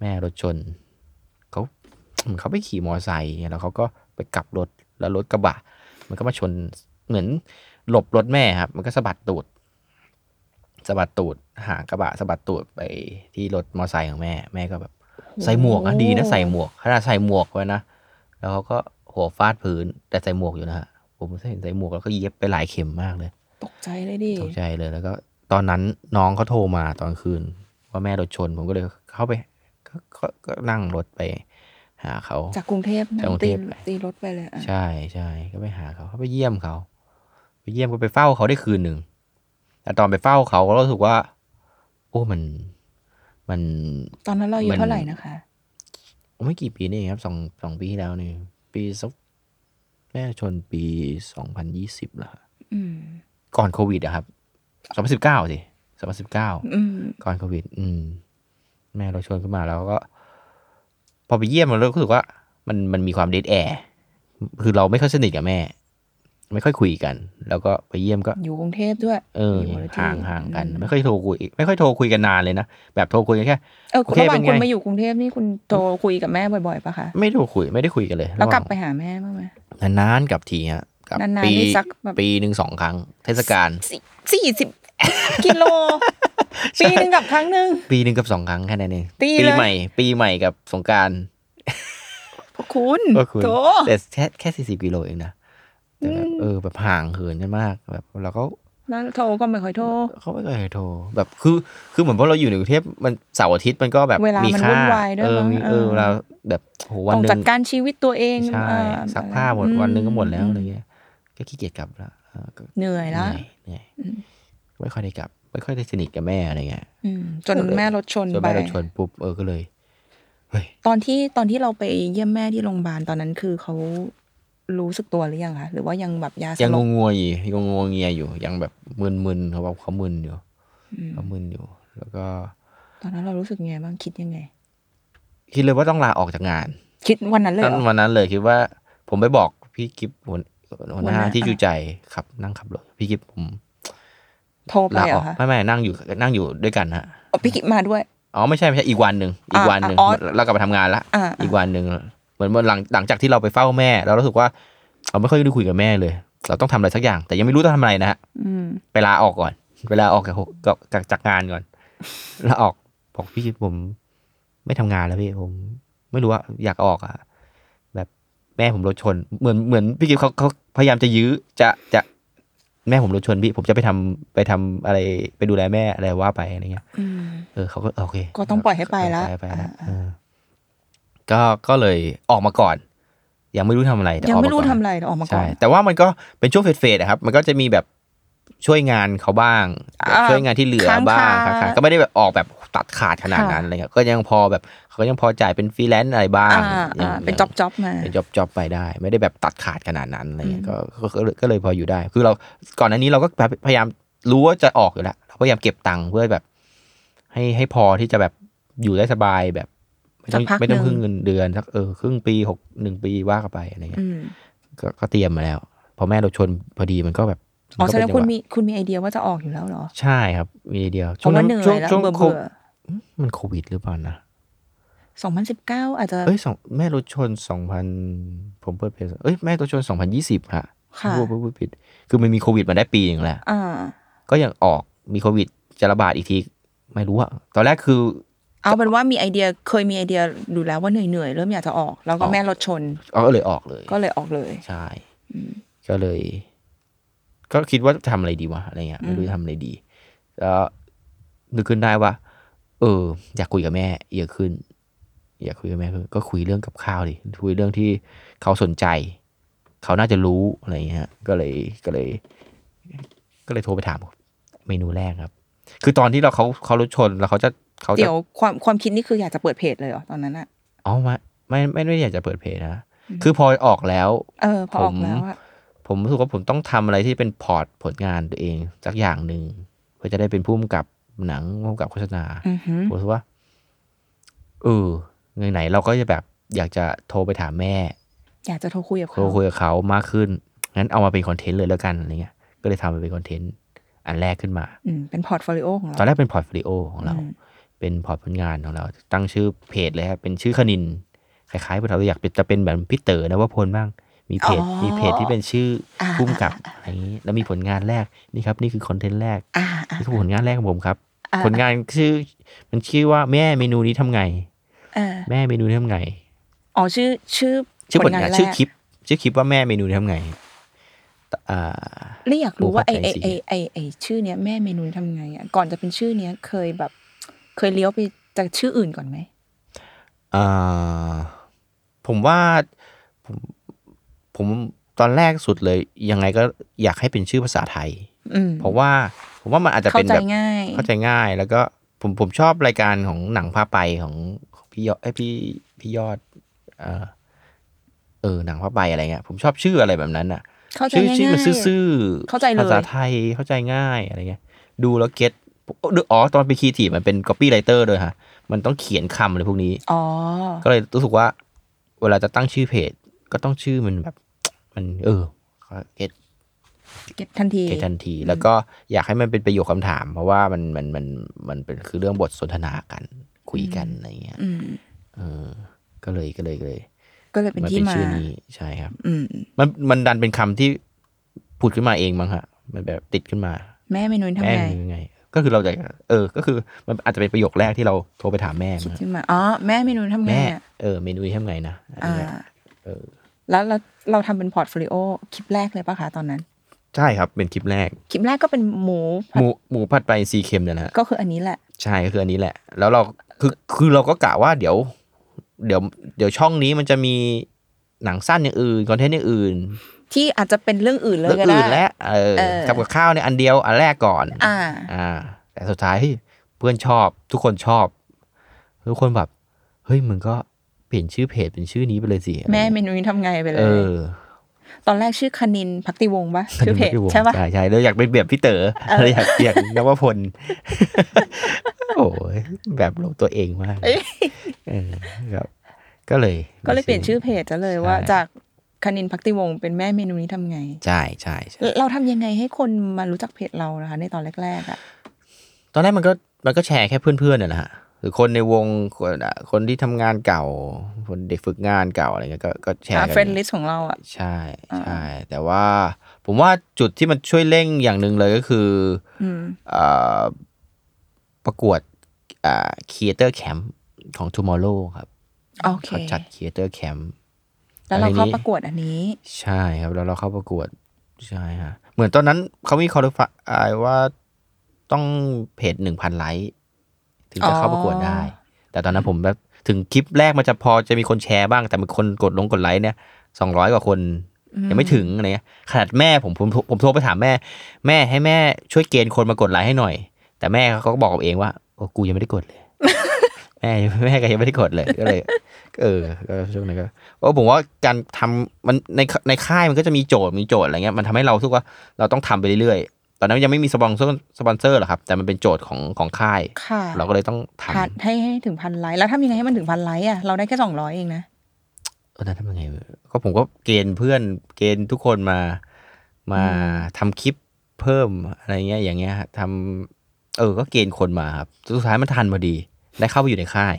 Speaker 2: แม่รถชนเขาเหมือนเขาไปขี่มอไซค์แล้วเขาก็ไปกลับรถแล้วรถกระบะ มันก็มาชนเหมือนหลบรถแม่ครับ มันก็สะบัดตูด สะบัดตูดหางกระบะสะบัดตูดไปที่รถมอไซค์ของแม่ แม่ก็แบบ ใส่หมวกนะดีนะใส่หมวกขนาดใส่หมวกไว้นะแล้วเขาก็หัวฟาดพื้น แต่ใส่หมวกอยู่นะฮะผมเห็นใส่หมวกแล้วก็เย็บไปหลายเข็มมากเลย
Speaker 1: ตกใจเลยดิ
Speaker 2: ตกใจเลยแล้วก็ ตอนนั้นน้องเขาโทรมาตอนคืน ว่าแม่รถชน ผมก็เลยเข้าไปก็ก็ก็นั่งรถไปหาเขา
Speaker 1: จากกรุงเทพนะ
Speaker 2: จากกรุงเท
Speaker 1: ตี
Speaker 2: พไป
Speaker 1: ตีรถไปเลยอะ
Speaker 2: ใช่ใช่ก็ไปหาเขาเขาไปเยี่ยมเขาไปเยี่ยมก็ไปเฝ้าเขาได้คืนหนึ่งแต่ตอนไปเฝ้าเขาก็รู้สึกว่า โอ้มันมัน
Speaker 1: ตอนนั้นเราอายุ
Speaker 2: มัน
Speaker 1: เท่าไหร่นะคะ
Speaker 2: ไม่กี่ปีนี่เองครับสองสองปีที่แล้วนี่ปีสักแม่ชนปีสองพันยี่สิบละ
Speaker 1: อืม
Speaker 2: ก่อนโควิดอะครับสองพันสิบเก้าสิสองพันสิบเก้า
Speaker 1: อืม
Speaker 2: ก่อนโควิด อืม แม่เราชวนขึ้นมาแล้วก็ พอไปเยี่ยมเราก็รู้สึกว่า มันมันมีความเดทแอร์คือเราไม่ค่อยสนิทกับแม่ ไม่ค่อยคุยกัน แล้วก็ไปเยี่ยมก็
Speaker 1: อยู่กรุงเทพด้วย
Speaker 2: เออ
Speaker 1: ยู่คนละที่
Speaker 2: ห่างห่างกัน
Speaker 1: อืม
Speaker 2: ไม่ค่อยโทรคุย ไม่ค่อยโทรคุยกันนานเลยนะแบบโทรคุยกันแค่
Speaker 1: เออ
Speaker 2: โอเค
Speaker 1: ระหว่าง
Speaker 2: เป็นไง
Speaker 1: คุณมาอยู่กรุงเทพนี่คุณโทรคุยกับแม่บ่อยๆปะคะ
Speaker 2: ไม่โทรคุยไม่ได้คุยกันเลย
Speaker 1: แล้วกลับ
Speaker 2: ระ
Speaker 1: ไป
Speaker 2: หา
Speaker 1: หาแม่บ้างไหม
Speaker 2: งนานๆกลับทีฮะกลับ
Speaker 1: นานๆ
Speaker 2: ปี
Speaker 1: นี่สักแบบ
Speaker 2: ปีหนึ่งสองครั้ง เทศกาล
Speaker 1: สี่สิบ กิโล ปีหนึ่งกับครั้งหนึ่ง
Speaker 2: ปีหนึ่งกับสองครั้งแค่นั้นเอง
Speaker 1: ตีเลย
Speaker 2: ใหม่ ปีใหม่กับสงกราร
Speaker 1: พวกคุณ
Speaker 2: ก็คุณ
Speaker 1: โถ
Speaker 2: แต่แค่แค่สี่สิบกิโลเองนะแต่แบบเออแบบห่างเหินกันมากแบบเราก็
Speaker 1: แล้วโทรก็ไม่ค่อยโทร
Speaker 2: เขาไม่เคยโทรแบบคือคือเหมือนพอเราอยู่ในกรุงเทพมันเสาร์อาทิตย์มันก็แบบ
Speaker 1: เวลามีมันวุ่นวายด้วย
Speaker 2: เออ
Speaker 1: มั้ง
Speaker 2: มีเออ
Speaker 1: เออ
Speaker 2: เวลาแบบโหวัน
Speaker 1: ต้อง
Speaker 2: หนึ่
Speaker 1: จัด
Speaker 2: ง
Speaker 1: การชีวิตตัวเอง
Speaker 2: ใช่
Speaker 1: อ่
Speaker 2: ซักผ้าหมด
Speaker 1: อื
Speaker 2: วันหนึงก็หมดแล้วอะไรเงี้ยก็ขี้เกียจกลับละเออก็
Speaker 1: เหนื่อยแล้ว
Speaker 2: เหนื่อย
Speaker 1: อืม
Speaker 2: ไม่ค่อยได้กลับ ไม่ค่อยได้สนิทกับแม่อะไรเงี้ย
Speaker 1: อืมจนแม่รถชน
Speaker 2: จน
Speaker 1: ไป
Speaker 2: แม่เราชวนปุ๊บเออก็เลยเฮ้ย
Speaker 1: ตอนที่ตอนที่เราไปเยี่ยมแม่ที่โรงพยาบาลตอนนั้นคือเขา รู้สึกตัวหรือยังคะหรือว่ายังแบบยาส
Speaker 2: ยัง
Speaker 1: ล
Speaker 2: ง
Speaker 1: บ
Speaker 2: งงวยอยู่ยังงงเงียอยู่ ยังแบบมึนๆเขาบอกเขามึนอยู่
Speaker 1: อืม
Speaker 2: เขามึนอยู่ แล้วก็
Speaker 1: ตอนนั้นเรารู้สึกไงบ้างคิดยังไง
Speaker 2: คิดเลยว่าต้องลาออกจากงาน
Speaker 1: คิดวันนั้นเลย
Speaker 2: นั่
Speaker 1: เหร
Speaker 2: น
Speaker 1: อ
Speaker 2: วันนั้นเลยคิดว่า ผมไปบอกพี่กิฟหัวหัวห
Speaker 1: หัวห
Speaker 2: น้า
Speaker 1: น้า
Speaker 2: ที่จูใจขับนั่งขับรถพี่กิฟผม
Speaker 1: โทรไป
Speaker 2: ลา
Speaker 1: เหร
Speaker 2: ออก
Speaker 1: อคะ
Speaker 2: ไม่ไม่นั่งอยู่นั่งอยู่ด้วยกันฮะ
Speaker 1: อ๋อพี่กิบมาด้วย
Speaker 2: อ๋อไม่ใช่ไม่ใช่อีกวันหนึ่งอีก
Speaker 1: อ่า
Speaker 2: วันหนึ่ง
Speaker 1: อ่าอ๋อ
Speaker 2: เรากลับมาทำงานละ
Speaker 1: อ่าอ่า
Speaker 2: อีกวันหนึ่งเหมือนหลังหลังจากที่เราไปเฝ้าแม่ เรารู้สึกว่าเราไม่ค่อยได้คุยกับแม่เลย เราต้องทำอะไรสักอย่าง แต่ยังไม่รู้ต้องทำอะไรนะฮะ
Speaker 1: อืม
Speaker 2: ไปลาออกก่อนไปลาออกจากจากจากจากงานก่อนลาออกบอกพี่ผม ไม่ทำงานแล้วพี่ผม ไม่รู้ว่าอยากออกอะแบบแม่ผมรถชน เหมือนเหมือนพี่กิฟเขาเขาพยายามจะยื้อจะจะแม่ผมรถชนพี่ผมจะไปทำไปทำอะไรไปดูแลแม่อะไรว่าไปอะไรเงี้ย
Speaker 1: อืม
Speaker 2: เออเขาก็โอเค
Speaker 1: ก็ต้องปล่อยให้ไปละ
Speaker 2: ปอยให้ไปละ
Speaker 1: อ่า
Speaker 2: เออก็ก็เลยออกมาก่อน ยังไม่รู้ทำอะไรแต่
Speaker 1: ยังไม่รู้
Speaker 2: ออกา
Speaker 1: ทำ
Speaker 2: ก่อน
Speaker 1: อะไรแต่ออกมาก่อ
Speaker 2: ใช่
Speaker 1: น
Speaker 2: แต่ว่ามันก็เป็นช่วงเฟดเฟดๆอะครับ มันก็จะมีแบบช่วยงานเขาบ้าง
Speaker 1: อ่า
Speaker 2: ช่วยงานที่เหลือ
Speaker 1: ค้าง
Speaker 2: บ้าง
Speaker 1: คา
Speaker 2: ค้างๆก็ไม่ได้แบบออกแบบตัดขาดขนาดนั้
Speaker 1: ค่ะ
Speaker 2: นอะไรเงี้ยก็ยังพอแบบเขาก็ยังพอจ่ายเป็นฟรีแลนซ์อะไรบ้าง
Speaker 1: อ่า
Speaker 2: ยัง
Speaker 1: อ่าเป็น
Speaker 2: ยัง
Speaker 1: จ็อบจ็อบมา
Speaker 2: เป็นจ็อบจ็อบไปได้ ไม่ได้แบบตัดขาดขนาดนั้นอะไรเงี้ย
Speaker 1: อืม
Speaker 2: ก็ก็ก็เลยก็เลยพออยู่ได้ คือเราก่อนหน้านี้เราก็พยายามรู้ว่าจะออกอยู่แล้วเราพยายามเก็บตังค์เพื่อแบบ ให้ให้พอที่จะแบบอยู่ได้สบายแบบ ไม่ต้อง
Speaker 1: สักพัก
Speaker 2: ไม่ต้อง
Speaker 1: หนึ่
Speaker 2: พึ่
Speaker 1: ง
Speaker 2: งเงินเดือนสักเออครึ่งปีหกหนึ่งปีว่ากันไปอะไรเงี้
Speaker 1: อื
Speaker 2: ย
Speaker 1: ม
Speaker 2: ก็ก็เตรียมมาแล้ว พอแม่เราชนพอดีมันก็แบบ
Speaker 1: อ๋อแสดงว่าคุณ
Speaker 2: มันก็เป็นจัหว
Speaker 1: มีคุณมีไอเดียว่าจะออกอยู่แล้วเหรอะ
Speaker 2: ใช่ครับ มีเดียว
Speaker 1: เพราะว่าเหนื่อ
Speaker 2: ช่วง
Speaker 1: ยแล้ว
Speaker 2: ช่วง
Speaker 1: เบื่อ
Speaker 2: โค
Speaker 1: เบื่อ
Speaker 2: มันโควิดหรือเปล่านะ
Speaker 1: สองพันสิบเก้าอาจจะ
Speaker 2: เอ้ยสองแม่รถชนสองพันผมเปิดเพจเอ้ยแม่รถชนสองพันยี่สิบค่ะ
Speaker 1: ค่ะ
Speaker 2: พูดพูดพูดผิด คือมันมีโควิดมาได้ปีหนึ่งแล้ว
Speaker 1: อ่า
Speaker 2: ก็ยังออกมีโควิดจะระบาดอีกที ไม่รู้อะตอนแรกคือ
Speaker 1: เอาเป็นว่ามีไอเดียเคยมีไอเดียอยู่แล้วว่าเหนื่อยเหนื่อยๆเริ่มอยากจะออก แล้วก็
Speaker 2: ออก
Speaker 1: แม่รถชน
Speaker 2: เอาก็เลยออกเลย
Speaker 1: ก็เลยออกเลย
Speaker 2: ใช่
Speaker 1: อืม
Speaker 2: ก็เลย ก็คิดว่าจะทำอะไรดีวะอะไรเงี้ย
Speaker 1: อืม
Speaker 2: ไม่รู้จะทำอะไรดี แล้วนึกขึ้นได้ว่า เออ อยากคุยกับแม่เยอะขึ้น อยากคุยกับแม่ขึ้นก็คุยเรื่องกับข้าวดิคุยเรื่องที่เขาสนใจ เขาน่าจะรู้อะไรเงี้ยฮะก็เลยก็เลย ก็เลยโทรไปถามเมนูแรกครับ คือตอนที่เราเขาเขารถชนแล้วเขาจะเขาจะ
Speaker 1: เดี๋ยวความความคิดนี่คืออยากจะเปิดเพจเลยเหรอตอนนั้นอะ
Speaker 2: อ๋อไม่ไม่ไม่ไม่ได้อยากจะเปิดเพจนะ
Speaker 1: อืม
Speaker 2: คือพอออกแล้ว
Speaker 1: เออพอออก
Speaker 2: ผม
Speaker 1: แล้วอะ
Speaker 2: ผมรู้สึกว่าผมต้องทำอะไรที่เป็นพอร์ตผลงานตัวเองสักอย่างหนึ่งเพื่อจะได้เป็นผู้กำกับหนังผู้กำกับโฆษณา
Speaker 1: อือหือ
Speaker 2: ผมรู้สึกว่าเออไหนๆเราก็จะแบบอยากจะโทรไปถามแม่
Speaker 1: อยากจะโทรคุยกับ
Speaker 2: โท
Speaker 1: เขา
Speaker 2: รคุยกับเขามากขึ้นงั้นเอามาเป็นคอนเทนต์เลยแล้วกันอะไรเงี้ยก็เลยทำมาเป็นคอนเทนต์อันแรกขึ้นมา
Speaker 1: อืมเป็นพอร์ตโฟลิโอของเรา
Speaker 2: ตอนแรกเป็นพอร์ตโฟลิโอของเรา
Speaker 1: อืม
Speaker 2: เป็นพอร์ตผลงานของเรา ตั้งชื่อเพจเลยครับเป็นชื่อคณินคล้ายๆเราอยากเป็นจะเป็นแบบพี่เต๋อนะว่าพลบ้าง มีเพจมีเพจที่เป็นชื่ออา พุ่มกับอะไรอย่างนี้ แล้วมีผลงานแรกนี่ครับ นี่คือคอนเทนต์แรก
Speaker 1: อ่าอ่า
Speaker 2: นี่คือผลงานแรกของผมครับ
Speaker 1: อ่า
Speaker 2: ผลงานชื่อ มันชื่อว่าแม่เมนูนี้ทำไง
Speaker 1: เออ
Speaker 2: แม่เมนูนี้ทำไง
Speaker 1: อ๋อชื่อชื่อ
Speaker 2: ชื่อผลงาน
Speaker 1: แร
Speaker 2: ชื่อก คลิป ชื่อคลิปว่าแม่เมนูนี้ทำไงอ่า
Speaker 1: เรียกอยากรู้ว่าไอ
Speaker 2: หมู
Speaker 1: ไอ
Speaker 2: ผัด
Speaker 1: ไอ
Speaker 2: ไก่สี
Speaker 1: ไอไอชื่อเนี้ยแม่เมนูทำไงอ่ะก่อนจะเป็นชื่อเนี้ยเคยแบบ เคยเลี้ยวไปจากชื่ออื่นก่อนไหม
Speaker 2: อ่าผมว่าผมผมตอนแรกสุดเลย ยังไงก็อยากให้เป็นชื่อภาษาไทย
Speaker 1: อืม
Speaker 2: เพราะว่าผมว่ามันอาจจะเป็
Speaker 1: เข้านใจ
Speaker 2: แบบ
Speaker 1: ง่าย
Speaker 2: เข้าใจง่าย แล้วก็ผมผมชอบรายการของหนังพาไปของของพี่ยอดเอ้ยพี่พี่ยอดเออเออหนังพาไปอะไรเงี้ยผมชอบชื่ออะไรแบบนั้นอ่ะ
Speaker 1: เข้าใจ
Speaker 2: ชื่อ
Speaker 1: ง่าย
Speaker 2: ชื่อมัน
Speaker 1: ๆ
Speaker 2: ซื่อๆ
Speaker 1: เข้าใจเลย
Speaker 2: ภาษาไทยเข้าใจง่ายอะไรเงี้ย ดูแล้วเก็ตอ๋อตอนไปคีทีมันเป็น copywriter ด้วยฮะมันต้องเขียนคำอะไรพวกนี้
Speaker 1: อ๋อ
Speaker 2: ก็เลยรู้สึกว่า เวลาจะตั้งชื่อเพจ ก็ต้องชื่อมันแบบ มัน เออเกต
Speaker 1: เก็ตทันที
Speaker 2: เกตทันที แล้วก็อยากให้มันเป็นประโยคคำถาม เพราะว่ามันมันมันมันเป็นคือเรื่องบทสนทนากันคุยกันอะไรเงี้ย
Speaker 1: อืม
Speaker 2: เออ ก็เลยก็เลยก็เลย
Speaker 1: ก็เลยเป็น
Speaker 2: มัน
Speaker 1: ที่
Speaker 2: เป็น
Speaker 1: มา
Speaker 2: ชื่อนี้ใช่ครับ
Speaker 1: อืม
Speaker 2: มันมันดันเป็นคำที่พูดขึ้นมาเองมั้งฮะมันแบบติดขึ้นมา
Speaker 1: แม่เมนูทำ
Speaker 2: แม่
Speaker 1: ไง
Speaker 2: ยังไง ก็คือเราจะเออ ก็คือมันอาจจะเป็นประโยคแรกที่เราโทรไปถามแม่
Speaker 1: คิด
Speaker 2: มั้งฮะ
Speaker 1: ขึ้นมา อ๋อ แม่เมนูทำไง
Speaker 2: แม่
Speaker 1: อ่ะ
Speaker 2: เออเมนูนี้ทำไงนะอะไร
Speaker 1: อ่า
Speaker 2: เงี้ยเออ
Speaker 1: แล้วเราเราทำเป็นพอร์ตโฟลิโอคลิปแรกเลยปะคะตอนนั้น
Speaker 2: ใช่ครับ เป็นคลิปแรก
Speaker 1: คลิปแรกก็เป็นหมู
Speaker 2: หมูหมูผัดไปซีเค็มเนี่ยนะฮะ
Speaker 1: ก็คืออันนี้แหละ
Speaker 2: ใช่ก็คืออันนี้แหละ แล้วเราคือคือเราก็กะว่าเดี๋ยว เดี๋ยวเดี๋ยวช่องนี้มันจะมีหนังสั้นอย่างอื่นคอนเทนต์อย่างอื่น
Speaker 1: ที่อาจจะเป็นเรื่องอื่นเลย
Speaker 2: เรื่อง
Speaker 1: ก็ได้
Speaker 2: อื่นและเออ
Speaker 1: เออ
Speaker 2: กับกับข้าวเนี่ยอันเดียวอันแรกก่อน
Speaker 1: อ่า
Speaker 2: อ่า แต่สุดท้ายเฮ้ยเพื่อนชอบทุกคนชอบ ทุกคนแบบ เฮ้ยมึงก็เปลี่ยนชื่อเพจเป็นชื่อนี้ไปเลยสิอะไร
Speaker 1: แม่
Speaker 2: เงี้ย
Speaker 1: เมนูทำไงไปเล
Speaker 2: เอย อ
Speaker 1: ตอนแรกชื่อคณินพักติวงศ์ปะชื่อเพจ
Speaker 2: ที่วง
Speaker 1: ใช่ปะ
Speaker 2: ใช่ใช่เราอยากเป็นแบบพี่เต๋อ
Speaker 1: เออ
Speaker 2: เราอยากเปียกนวพล โอ้ยแบบโลกตัวเองมาก
Speaker 1: เอ้ย
Speaker 2: เออครับ ก็เลย
Speaker 1: ก็เลยเปลี่ยนชื่อเพจจะเลยว่า
Speaker 2: ใช่
Speaker 1: จากคณินพักติวงศ์เป็นแม่เมนูนี้ทำไง
Speaker 2: ใช่ใช่ใช่
Speaker 1: เราทำยังไงให้คนมารู้จักเพจเรานะคะ ในตอนแรกๆอ่ะ
Speaker 2: ตอนแรกมันก็มันก็แชร์แค่เพื่อนๆน่ะนะฮะหรือคนในวงคนอ่ะคนที่ทำงานเก่า คนเด็กฝึกงานเก่าอะไรเงี้ยก็ก็แชร์
Speaker 1: อ่า
Speaker 2: กั
Speaker 1: เฟรนด์ลิสของเราอ่ะ
Speaker 2: ใช่
Speaker 1: อ่า
Speaker 2: ใช่ แต่ว่าผมว่าจุดที่มันช่วยเร่งอย่างหนึ่งเลยก็คือ
Speaker 1: อืม
Speaker 2: เอ่อประกวดอ่า Creator Camp ของ Tomorrow ครับ
Speaker 1: โอเค
Speaker 2: เขาจัด Creator Camp
Speaker 1: แล้วเราเข้า
Speaker 2: อะไรนี้
Speaker 1: ประกวดอันนี้
Speaker 2: ใช่ครับแล้วเราเข้าประกวดใช่ฮะเหมือนตอนนั้นเขามีคอร์ฟอาว่าต้องเพจหนึ่งพันไลค์ถึงจะเข้าประกวดได้
Speaker 1: อ๋อ
Speaker 2: แต่ตอนนั้นผมแบบถึงคลิปแรกมันจะพอจะมีคนแชร์บ้างแต่มีคนกดลงกดไลค์เนี่ยสองร้อยกว่าคนยังไม่ถึงอะไรเงี้ยขนาดแม่ผมผมผมโทรไปถามแม่ แม่ให้แม่ช่วยเกณฑ์คนมากดไลค์ให้หน่อย แต่แม่เขาก็บอกกับเองว่าโอ้กูยังไม่ได้กดเลย แม่แม่ก็ยังไม่ได้กดเลยก็เลย เออก็ช่วงนั้นก็เพราะผมว่าการทำมันในในค่ายมันก็จะมีโจทย์มีโจทย์อะไรเงี้ยมันทำให้เรารู้สึกว่าเราต้องทำไปเรื่อยๆ ตอนนั้นยังไม่มีสปอนเซอร์สปอนเซอร์หรอกครับ แต่มันเป็นโจทย์ของของค่าย
Speaker 1: ค่ะ
Speaker 2: เราก็เลยต้อง
Speaker 1: พัน
Speaker 2: ทำ
Speaker 1: ให้ให้ถึงพันไลค์ แล้วทำยังไงให้มันถึงพันไลค์อ่ะ เราได้แค่สองร้อยเองนะ
Speaker 2: เออนั้นทำยังไงวะก็ผมก็เกณฑ์เพื่อนเกณฑ์ทุกคนมามาทำคลิปเพิ่มอะไรเงี้ยอย่างเงี้ยฮะทำเออก็เกณฑ์คนมาครับสุดท้ายมันทันพอดีได้เข้าไปอยู่ในค่าย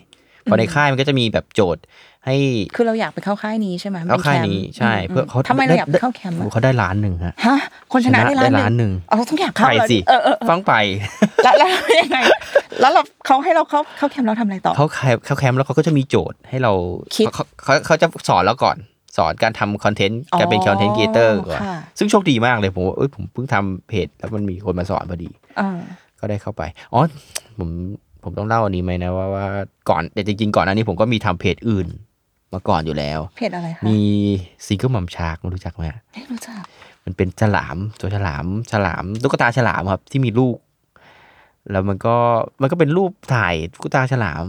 Speaker 2: พอในค่ายมันก็จะมีแบบโจทย์ให้
Speaker 1: คือเราอยากไปเข้าค่ายนี้ใช่ไหม
Speaker 2: เข้าค่ายนี้
Speaker 1: ป็แมป์
Speaker 2: ใช่เพื่อเขา
Speaker 1: มทำไมเราอยากไปเข้าแคมป์
Speaker 2: โอ้
Speaker 1: อะ
Speaker 2: เขาได้ล้านหนึ่งฮะ
Speaker 1: ฮะ คนชนะได้ล้านหนึ่งเอาเราต้องอยากเข้า
Speaker 2: ไป
Speaker 1: เหรอ
Speaker 2: สิ
Speaker 1: เออเออเออ
Speaker 2: ฟังไป
Speaker 1: แล้วแล้วยังไง แล้วเราเขาให้เราเข้าเข้าแคมป์เราทำอะไรต่อ
Speaker 2: เขาแคมป์เขาแคมป์แล้วเขาก็จะมีโจทย์ให้เรา
Speaker 1: คิด
Speaker 2: เขาเขาเขาจะสอนเราก่อน สอนการทำคอนเทนต์การเป็นคอนเทนต์ครีเอเตอร์ก่อน
Speaker 1: ค่ะ
Speaker 2: ซึ่งโชคดีมากเลยผมว่าเอ้ยผมเพิ่งทำเพจแล้วมันมีคนมาสอนพอดี
Speaker 1: อ่า
Speaker 2: ก็ได้เข้าไปอ๋อผมผมต้องเล่าอันนี้ไหมนะว่าว่าก่อนแต่จริงๆ ก่อนหน้านี้ผมก็มีทำเพจอื่น มาก่อนอยู่แล้ว
Speaker 1: เพจอะไรคะ
Speaker 2: มีซิงเกิลมัมชาร์กรู้จักไหมฮะ
Speaker 1: ไม่รู้จัก
Speaker 2: มันเป็นฉลามตัวฉลามฉลามตุ๊กตาฉลามครับที่มีลูก แล้วมันก็มันก็เป็นรูปถ่ายตุ๊กตาฉลาม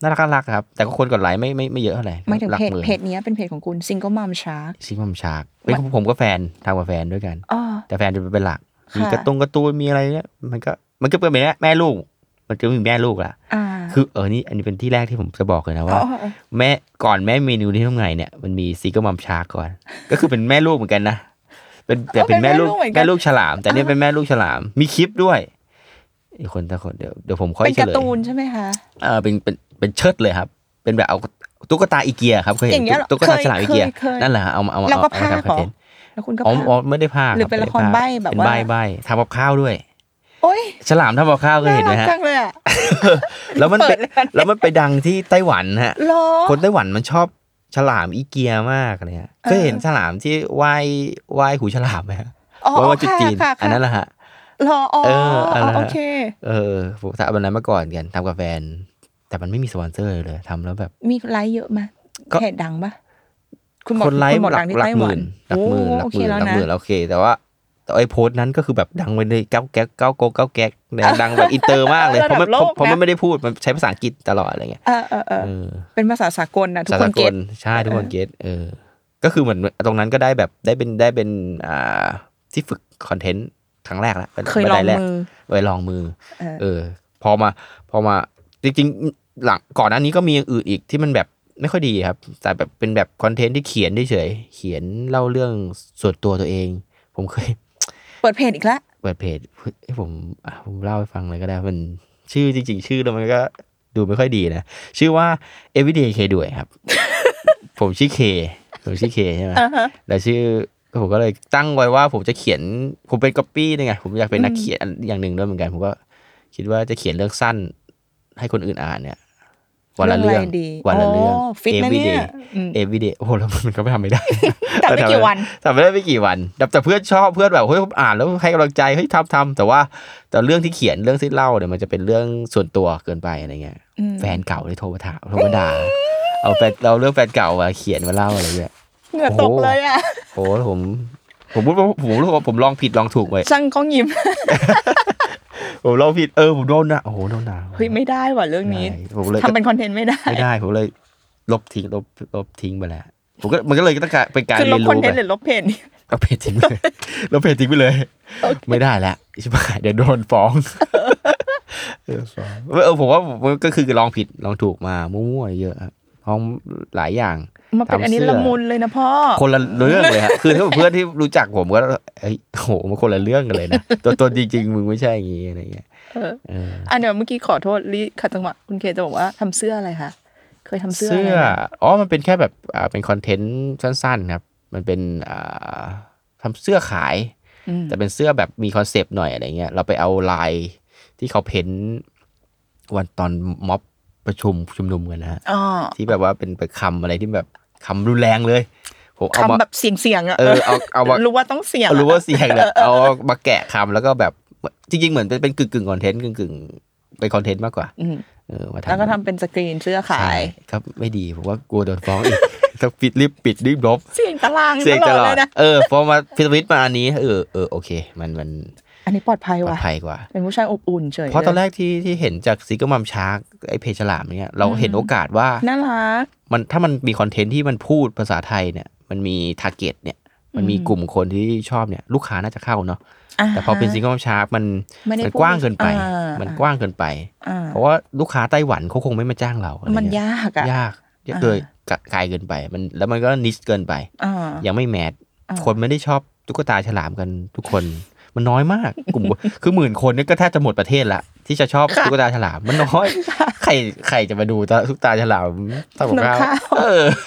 Speaker 2: น่ารักน่ารักครับ แต่ก็คนกดไลค์ไม่ไม่ไม่เยอะเท่าไหร่
Speaker 1: หมายถึง
Speaker 2: หลัก
Speaker 1: เพจ
Speaker 2: หมื่น
Speaker 1: เพจเนี้ยเป็นเพจของคุณซิงเกิลมัมชาร์ก
Speaker 2: ซิงมัมชากเป็นของผมก็แฟนทำกับแฟนด้วยกัน
Speaker 1: อ๋อ
Speaker 2: แต่แฟนจะเป็นหลัก
Speaker 1: ค่ะ
Speaker 2: มีการะตุงการะตูนมีอะไรเนี่ยมันก็มันก็เป็นแบบเนี้ยแม่ลูก มันจะมีแม่ลูกละ
Speaker 1: อ่า
Speaker 2: คือเออนี่อันนี้เป็นที่แรกที่ผมจะบอกเลยนะว่า
Speaker 1: อ๋ออ๋อ
Speaker 2: แม่ก่อนแม่เมนูที่ทำไงเนี่ยมันมีซิงเกิลมัมชาร์กก่อน ก็คือเป็นแม่ลูกเหมือนกันนะเป็นแต่เป็นแม่ลูกแม่ลูกฉลาม แต่เนี่ยเป็นแม่ลูกฉลาม มีคลิปด้วยอีกคนตะคนเดี๋ยวเดี๋ยวผมค่อย
Speaker 1: เป็น
Speaker 2: เฉ
Speaker 1: การ์
Speaker 2: ลย
Speaker 1: ตูนใช่ไหมคะ
Speaker 2: เออเป็นเป็นเป็นเชิดเลยครับ เป็นแบบเอาตุ๊กตาอีเกียครับเคย
Speaker 1: อ
Speaker 2: เห็น
Speaker 1: ย่างเงี้ยเหรอ
Speaker 2: ตุ๊กตาฉลามอีเกีย
Speaker 1: เคยเคย
Speaker 2: นั่นแหละฮะเอามาเอามา
Speaker 1: แล้วก็
Speaker 2: เอามา
Speaker 1: ภาค
Speaker 2: ทำค
Speaker 1: เหรอ
Speaker 2: อนเทนต์
Speaker 1: แล้วคุณก็
Speaker 2: อ๋อ
Speaker 1: ภาค
Speaker 2: อ๋อไม่ได้ภาค
Speaker 1: หรือเป็นละครใบ้แบบ
Speaker 2: เป็นใบ
Speaker 1: ว่า
Speaker 2: ใบทำกับข้าวด้วย
Speaker 1: โอ้ย
Speaker 2: ฉลามทำกับข้าวก็เห็นไหม
Speaker 1: น่ารัก
Speaker 2: ฮะ
Speaker 1: จังเลยอ่ะ
Speaker 2: แล้วมันไป
Speaker 1: เปิดเลย
Speaker 2: แล้วมันไปดังที่ไต้หวันฮะ
Speaker 1: หรอ
Speaker 2: คนไต้หวันมันชอบฉลามอีเกียมากเลยฮะ
Speaker 1: เออ
Speaker 2: เคยเห็นฉลามที่ว่ายว่ายหูฉลามไหมฮะ
Speaker 1: อ๋อ
Speaker 2: ว่ายว่าจุด
Speaker 1: ค่ะ
Speaker 2: จีน
Speaker 1: ค่ะ
Speaker 2: อันนั้น
Speaker 1: ค่ะ
Speaker 2: แหละฮะ
Speaker 1: หรออ๋อ
Speaker 2: เอออันนั้น
Speaker 1: โอเค
Speaker 2: เออผมทำแบบนั้นมาก่อนกันทำกับแฟน แต่มันไม่มีสปอนเซอร์เลยทำแล้วแบบ
Speaker 1: มีไลค์เยอะไหม
Speaker 2: ก็
Speaker 1: เพจดังปะคุณหมอ
Speaker 2: คนไล
Speaker 1: ณ
Speaker 2: ค์ห
Speaker 1: หมอ
Speaker 2: ลั
Speaker 1: ดั
Speaker 2: ก
Speaker 1: งที่
Speaker 2: หลัก
Speaker 1: ไต้
Speaker 2: ห
Speaker 1: หวั
Speaker 2: มื่
Speaker 1: น
Speaker 2: นหลักหมื่นหลั
Speaker 1: โอ้
Speaker 2: ก
Speaker 1: โอ
Speaker 2: ห
Speaker 1: เค
Speaker 2: มื่น
Speaker 1: แล้ว
Speaker 2: หลัก
Speaker 1: นะ
Speaker 2: หมื่นแล้วโอเค แต่ว่าแต่ไอ้โพสต์นั้นก็คือแบบดังไปเลยเก้าแก๊กเก้าโกเก้าแก๊กเนี่ยดังแบบอินเตอร์มาก เลยเพราะมันเพราะมันไม่ได้พูดมันใช้ภาษาอังกฤษตลอดอะไรเงี้ย
Speaker 1: เออเออเออ
Speaker 2: เออ
Speaker 1: เป็นภาษาสากลนะทุกคนเก็ต
Speaker 2: ใช่ทุกคน
Speaker 1: เออ
Speaker 2: เก็ตเออ ก็คือเหมือนตรงนั้นก็ได้แบบได้เป็นได้เป็นอ่าที่ฝึกคอนเทนต์ครั้งแรกแล้ว
Speaker 1: เคยลองมือ
Speaker 2: ไปลองมือ
Speaker 1: เออ
Speaker 2: เออ พอมาพอมาจริงๆ หลังก่อนหน้านี้ก็มีอย่างอื่นอีกที่มันแบบไม่ค่อยดีครับ แต่แบบเป็นแบบคอนเทนต์ที่เขียนเฉยๆเขียนเล่าเรื่องส่วนตัวตัวเอง ผมเคย
Speaker 1: เปิดเพจอีกละ
Speaker 2: เปิดเพจเอ้ยผมอ่ะผมเล่าให้ฟังเลยก็ได้ มันชื่อจริง ๆ ชื่อแล้วมันก็ดูไม่ค่อยดีนะ ชื่อว่า everyday K ด้วยครับ ผมชื่อเคผมชื่อเคใช่ไหม
Speaker 1: อ่าฮะ
Speaker 2: แล้วชื่อผมก็เลยตั้งไว้ว่าผมจะเขียน ผมเป็นก๊อปปี้นี่ไงผมอยากเป็นนักเขียนอย่างหนึ่งด้วยเหมือนกัน ผมก็คิดว่าจะเขียนเรื่องสั้นให้คนอื่นอ่านเนี่ยวันละเรื่อง
Speaker 1: ะไดี
Speaker 2: วันละเรื่อง
Speaker 1: โฟิตนะเนี่ย
Speaker 2: everyday
Speaker 1: อืม
Speaker 2: everyday โอ้โหแล้วมันก็ไม่ทำไม่ได้
Speaker 1: แต่ไม่กี่วัน
Speaker 2: ทำไปได้ไม่กี่วันแต่แต่เพื่อนชอบเพื่อนแบบเฮ้ยผมอ่านแล้วให้กำลังใจเฮ้ยทำทำแต่ว่าแต่เรื่องที่เขียนเรื่องที่เล่าเนี่ยมันจะเป็นเรื่องส่วนตัวเกินไปอะไรเงี้ย
Speaker 1: อืม
Speaker 2: แฟนเก่าเลยโทรมาถามโทรมาด่าเอาแฟนเราเรื่องแฟนเก่ามาเขียนมาเล่าอะไรเงี้ย
Speaker 1: เหงื่อตก
Speaker 2: โอ้โห
Speaker 1: เลยอ่ะ
Speaker 2: โอ้ผมผมผมผมรู้ว่าผมลองผิดลองถูกไป
Speaker 1: ช่างก้องยิ้ม
Speaker 2: ผมลองผิดเออผมโดนนะโอ้โหโดนนะ
Speaker 1: เฮ้ยไม่ได้ว่ะเรื่องนี้
Speaker 2: ใช่ผมเลย
Speaker 1: ทำเป็นคอนเทนต์ไม่ได้
Speaker 2: ไม่ได้ผมเลย ลบทิ้งลบลบทิ้งไปแล้ว ผมก็มันก็เลยต้องการเป็นการ
Speaker 1: คือล
Speaker 2: เรีย
Speaker 1: บ
Speaker 2: น
Speaker 1: คอน
Speaker 2: รู้
Speaker 1: เทนต์
Speaker 2: แบ
Speaker 1: หรื
Speaker 2: บ
Speaker 1: อลบเพจเนี่ย
Speaker 2: เอาเพจทิ้งไป เลยเราเพจทิ้งไปเลย ไม่ได้แล้วชิบหายเดี๋ยวโดน ฟ้องเออฟ้องเออผมว่าผมก็คือลองผิดลองถูกมามั่วๆเยอะครับลองหลายอย่าง
Speaker 1: มาเป็นอันนี้
Speaker 2: ทำเสื้
Speaker 1: ละ
Speaker 2: อ
Speaker 1: มุนเลยนะพ่อ
Speaker 2: คนละเรื่องเลยฮะ คือถ้าเพื่อนที่รู้จักผมก็เอ้ยโหมันคนละเรื่องกันเลยนะ ตัวตนจริง ๆ มึงไม่ใช่อย่างงี้อะไรเงี้ย
Speaker 1: เออ
Speaker 2: เออ
Speaker 1: อันเดี๋ยวเมื่อกี้ขอโทษลิขัดจังหวะคุณเคจะบอกว่าทำเสื้ออะไรคะเคยทำเสื้อ
Speaker 2: เสื้
Speaker 1: อะไร
Speaker 2: อ
Speaker 1: นะ
Speaker 2: อ๋อมันเป็นแค่แบบอ่าเป็นคอนเทนต์สั้น ๆ ครับ มันเป็นอ่าทำเสื้อขาย
Speaker 1: ม
Speaker 2: แต่เป็นเสื้อแบบมีคอนเซปต์หน่อยอะไรเงี้ยเราไปเอาลายที่เขาเพ้นท์วันตอนม็อบประชุมชุมนุมกันนะฮะ
Speaker 1: อ๋อ
Speaker 2: ที่แบบว่าเป็นไปคำอะไรที่แบบคำรุนแรงเลยผมเอามา
Speaker 1: คำแบบเสียงเสียงๆอะ
Speaker 2: เออเอาเอามา
Speaker 1: รู้ว่าต้องเสียง
Speaker 2: เอารู้
Speaker 1: อะ
Speaker 2: ว่าเสียงเนี่ยเอามาแกะคำแล้วก็แบบจริงๆ เหมือนเป็นเป็นกึ่งกึ่งคอนเทนต์กึ่งกึ่งเป็นคอนเทนต์มากกว่า
Speaker 1: อืม
Speaker 2: เออมาทำ
Speaker 1: แล้วก็ทำเป็นสกรีนเสื้อ
Speaker 2: ใช่
Speaker 1: ขาย
Speaker 2: ครับไม่ดีผมว่ากลัวโดนฟ้องอีก ต้องปิดรีบปิดรีบลบ
Speaker 1: เสียงตาราง
Speaker 2: เสียง
Speaker 1: ต
Speaker 2: ต
Speaker 1: ล
Speaker 2: ล
Speaker 1: อด
Speaker 2: อด
Speaker 1: เลยนะ
Speaker 2: เออพอมาพิวิตมาอันนี้เออเออโอเค มันมัน
Speaker 1: อันนี้ปลอดภัย
Speaker 2: ปลอ
Speaker 1: ว่ะ
Speaker 2: ดภัยกว่า
Speaker 1: เป็นผู้ชายอบอุ่นเฉย
Speaker 2: เพราะตอน
Speaker 1: ลย
Speaker 2: แรกที่ที่เห็นจากซิกเกอร์มัมชาร์กไอเพจฉลามเนี่ยเราเห็นโอกาสว่า
Speaker 1: น่ารัก
Speaker 2: มันถ้ามันมีคอนเทนต์ที่มันพูดภาษาไทยเนี่ยมันมีทาร์เก็ตเนี่ยมันมี
Speaker 1: อืม
Speaker 2: กลุ่มคนที่ชอบเนี่ยลูกค้าน่าจะเข้าเนาะ
Speaker 1: า
Speaker 2: แต่พอเป็นซิงเกิลชาร์ปมัน
Speaker 1: ไม่ได้
Speaker 2: มัน
Speaker 1: พูด
Speaker 2: กว้างเกินไป
Speaker 1: อ่า
Speaker 2: มันกว้างเกินไป
Speaker 1: อ่า
Speaker 2: เพราะว่าลูกค้าไต้หวันเขาคงไม่มาจ้างเราอะไร
Speaker 1: มัน
Speaker 2: เงี้
Speaker 1: ยากอะ
Speaker 2: ยากเยอะ
Speaker 1: อ่า
Speaker 2: เกินกะไกลเกินไป มันแล้วมันก็นิชเกินไป
Speaker 1: อ่า
Speaker 2: ยังไม่แมท
Speaker 1: อ่า
Speaker 2: คนไม่ได้ชอบตุ๊กตาฉลามกันทุกคน มันน้อยมากกลุ่ม คือหมื่นคนเนี่ยก็แทบจะหมดประเทศละที่จะชอบตุ๊กตาฉลามมันน้ อยใครใครจะมาดูตุ๊กตาฉลามทำกับข้าวเอ อ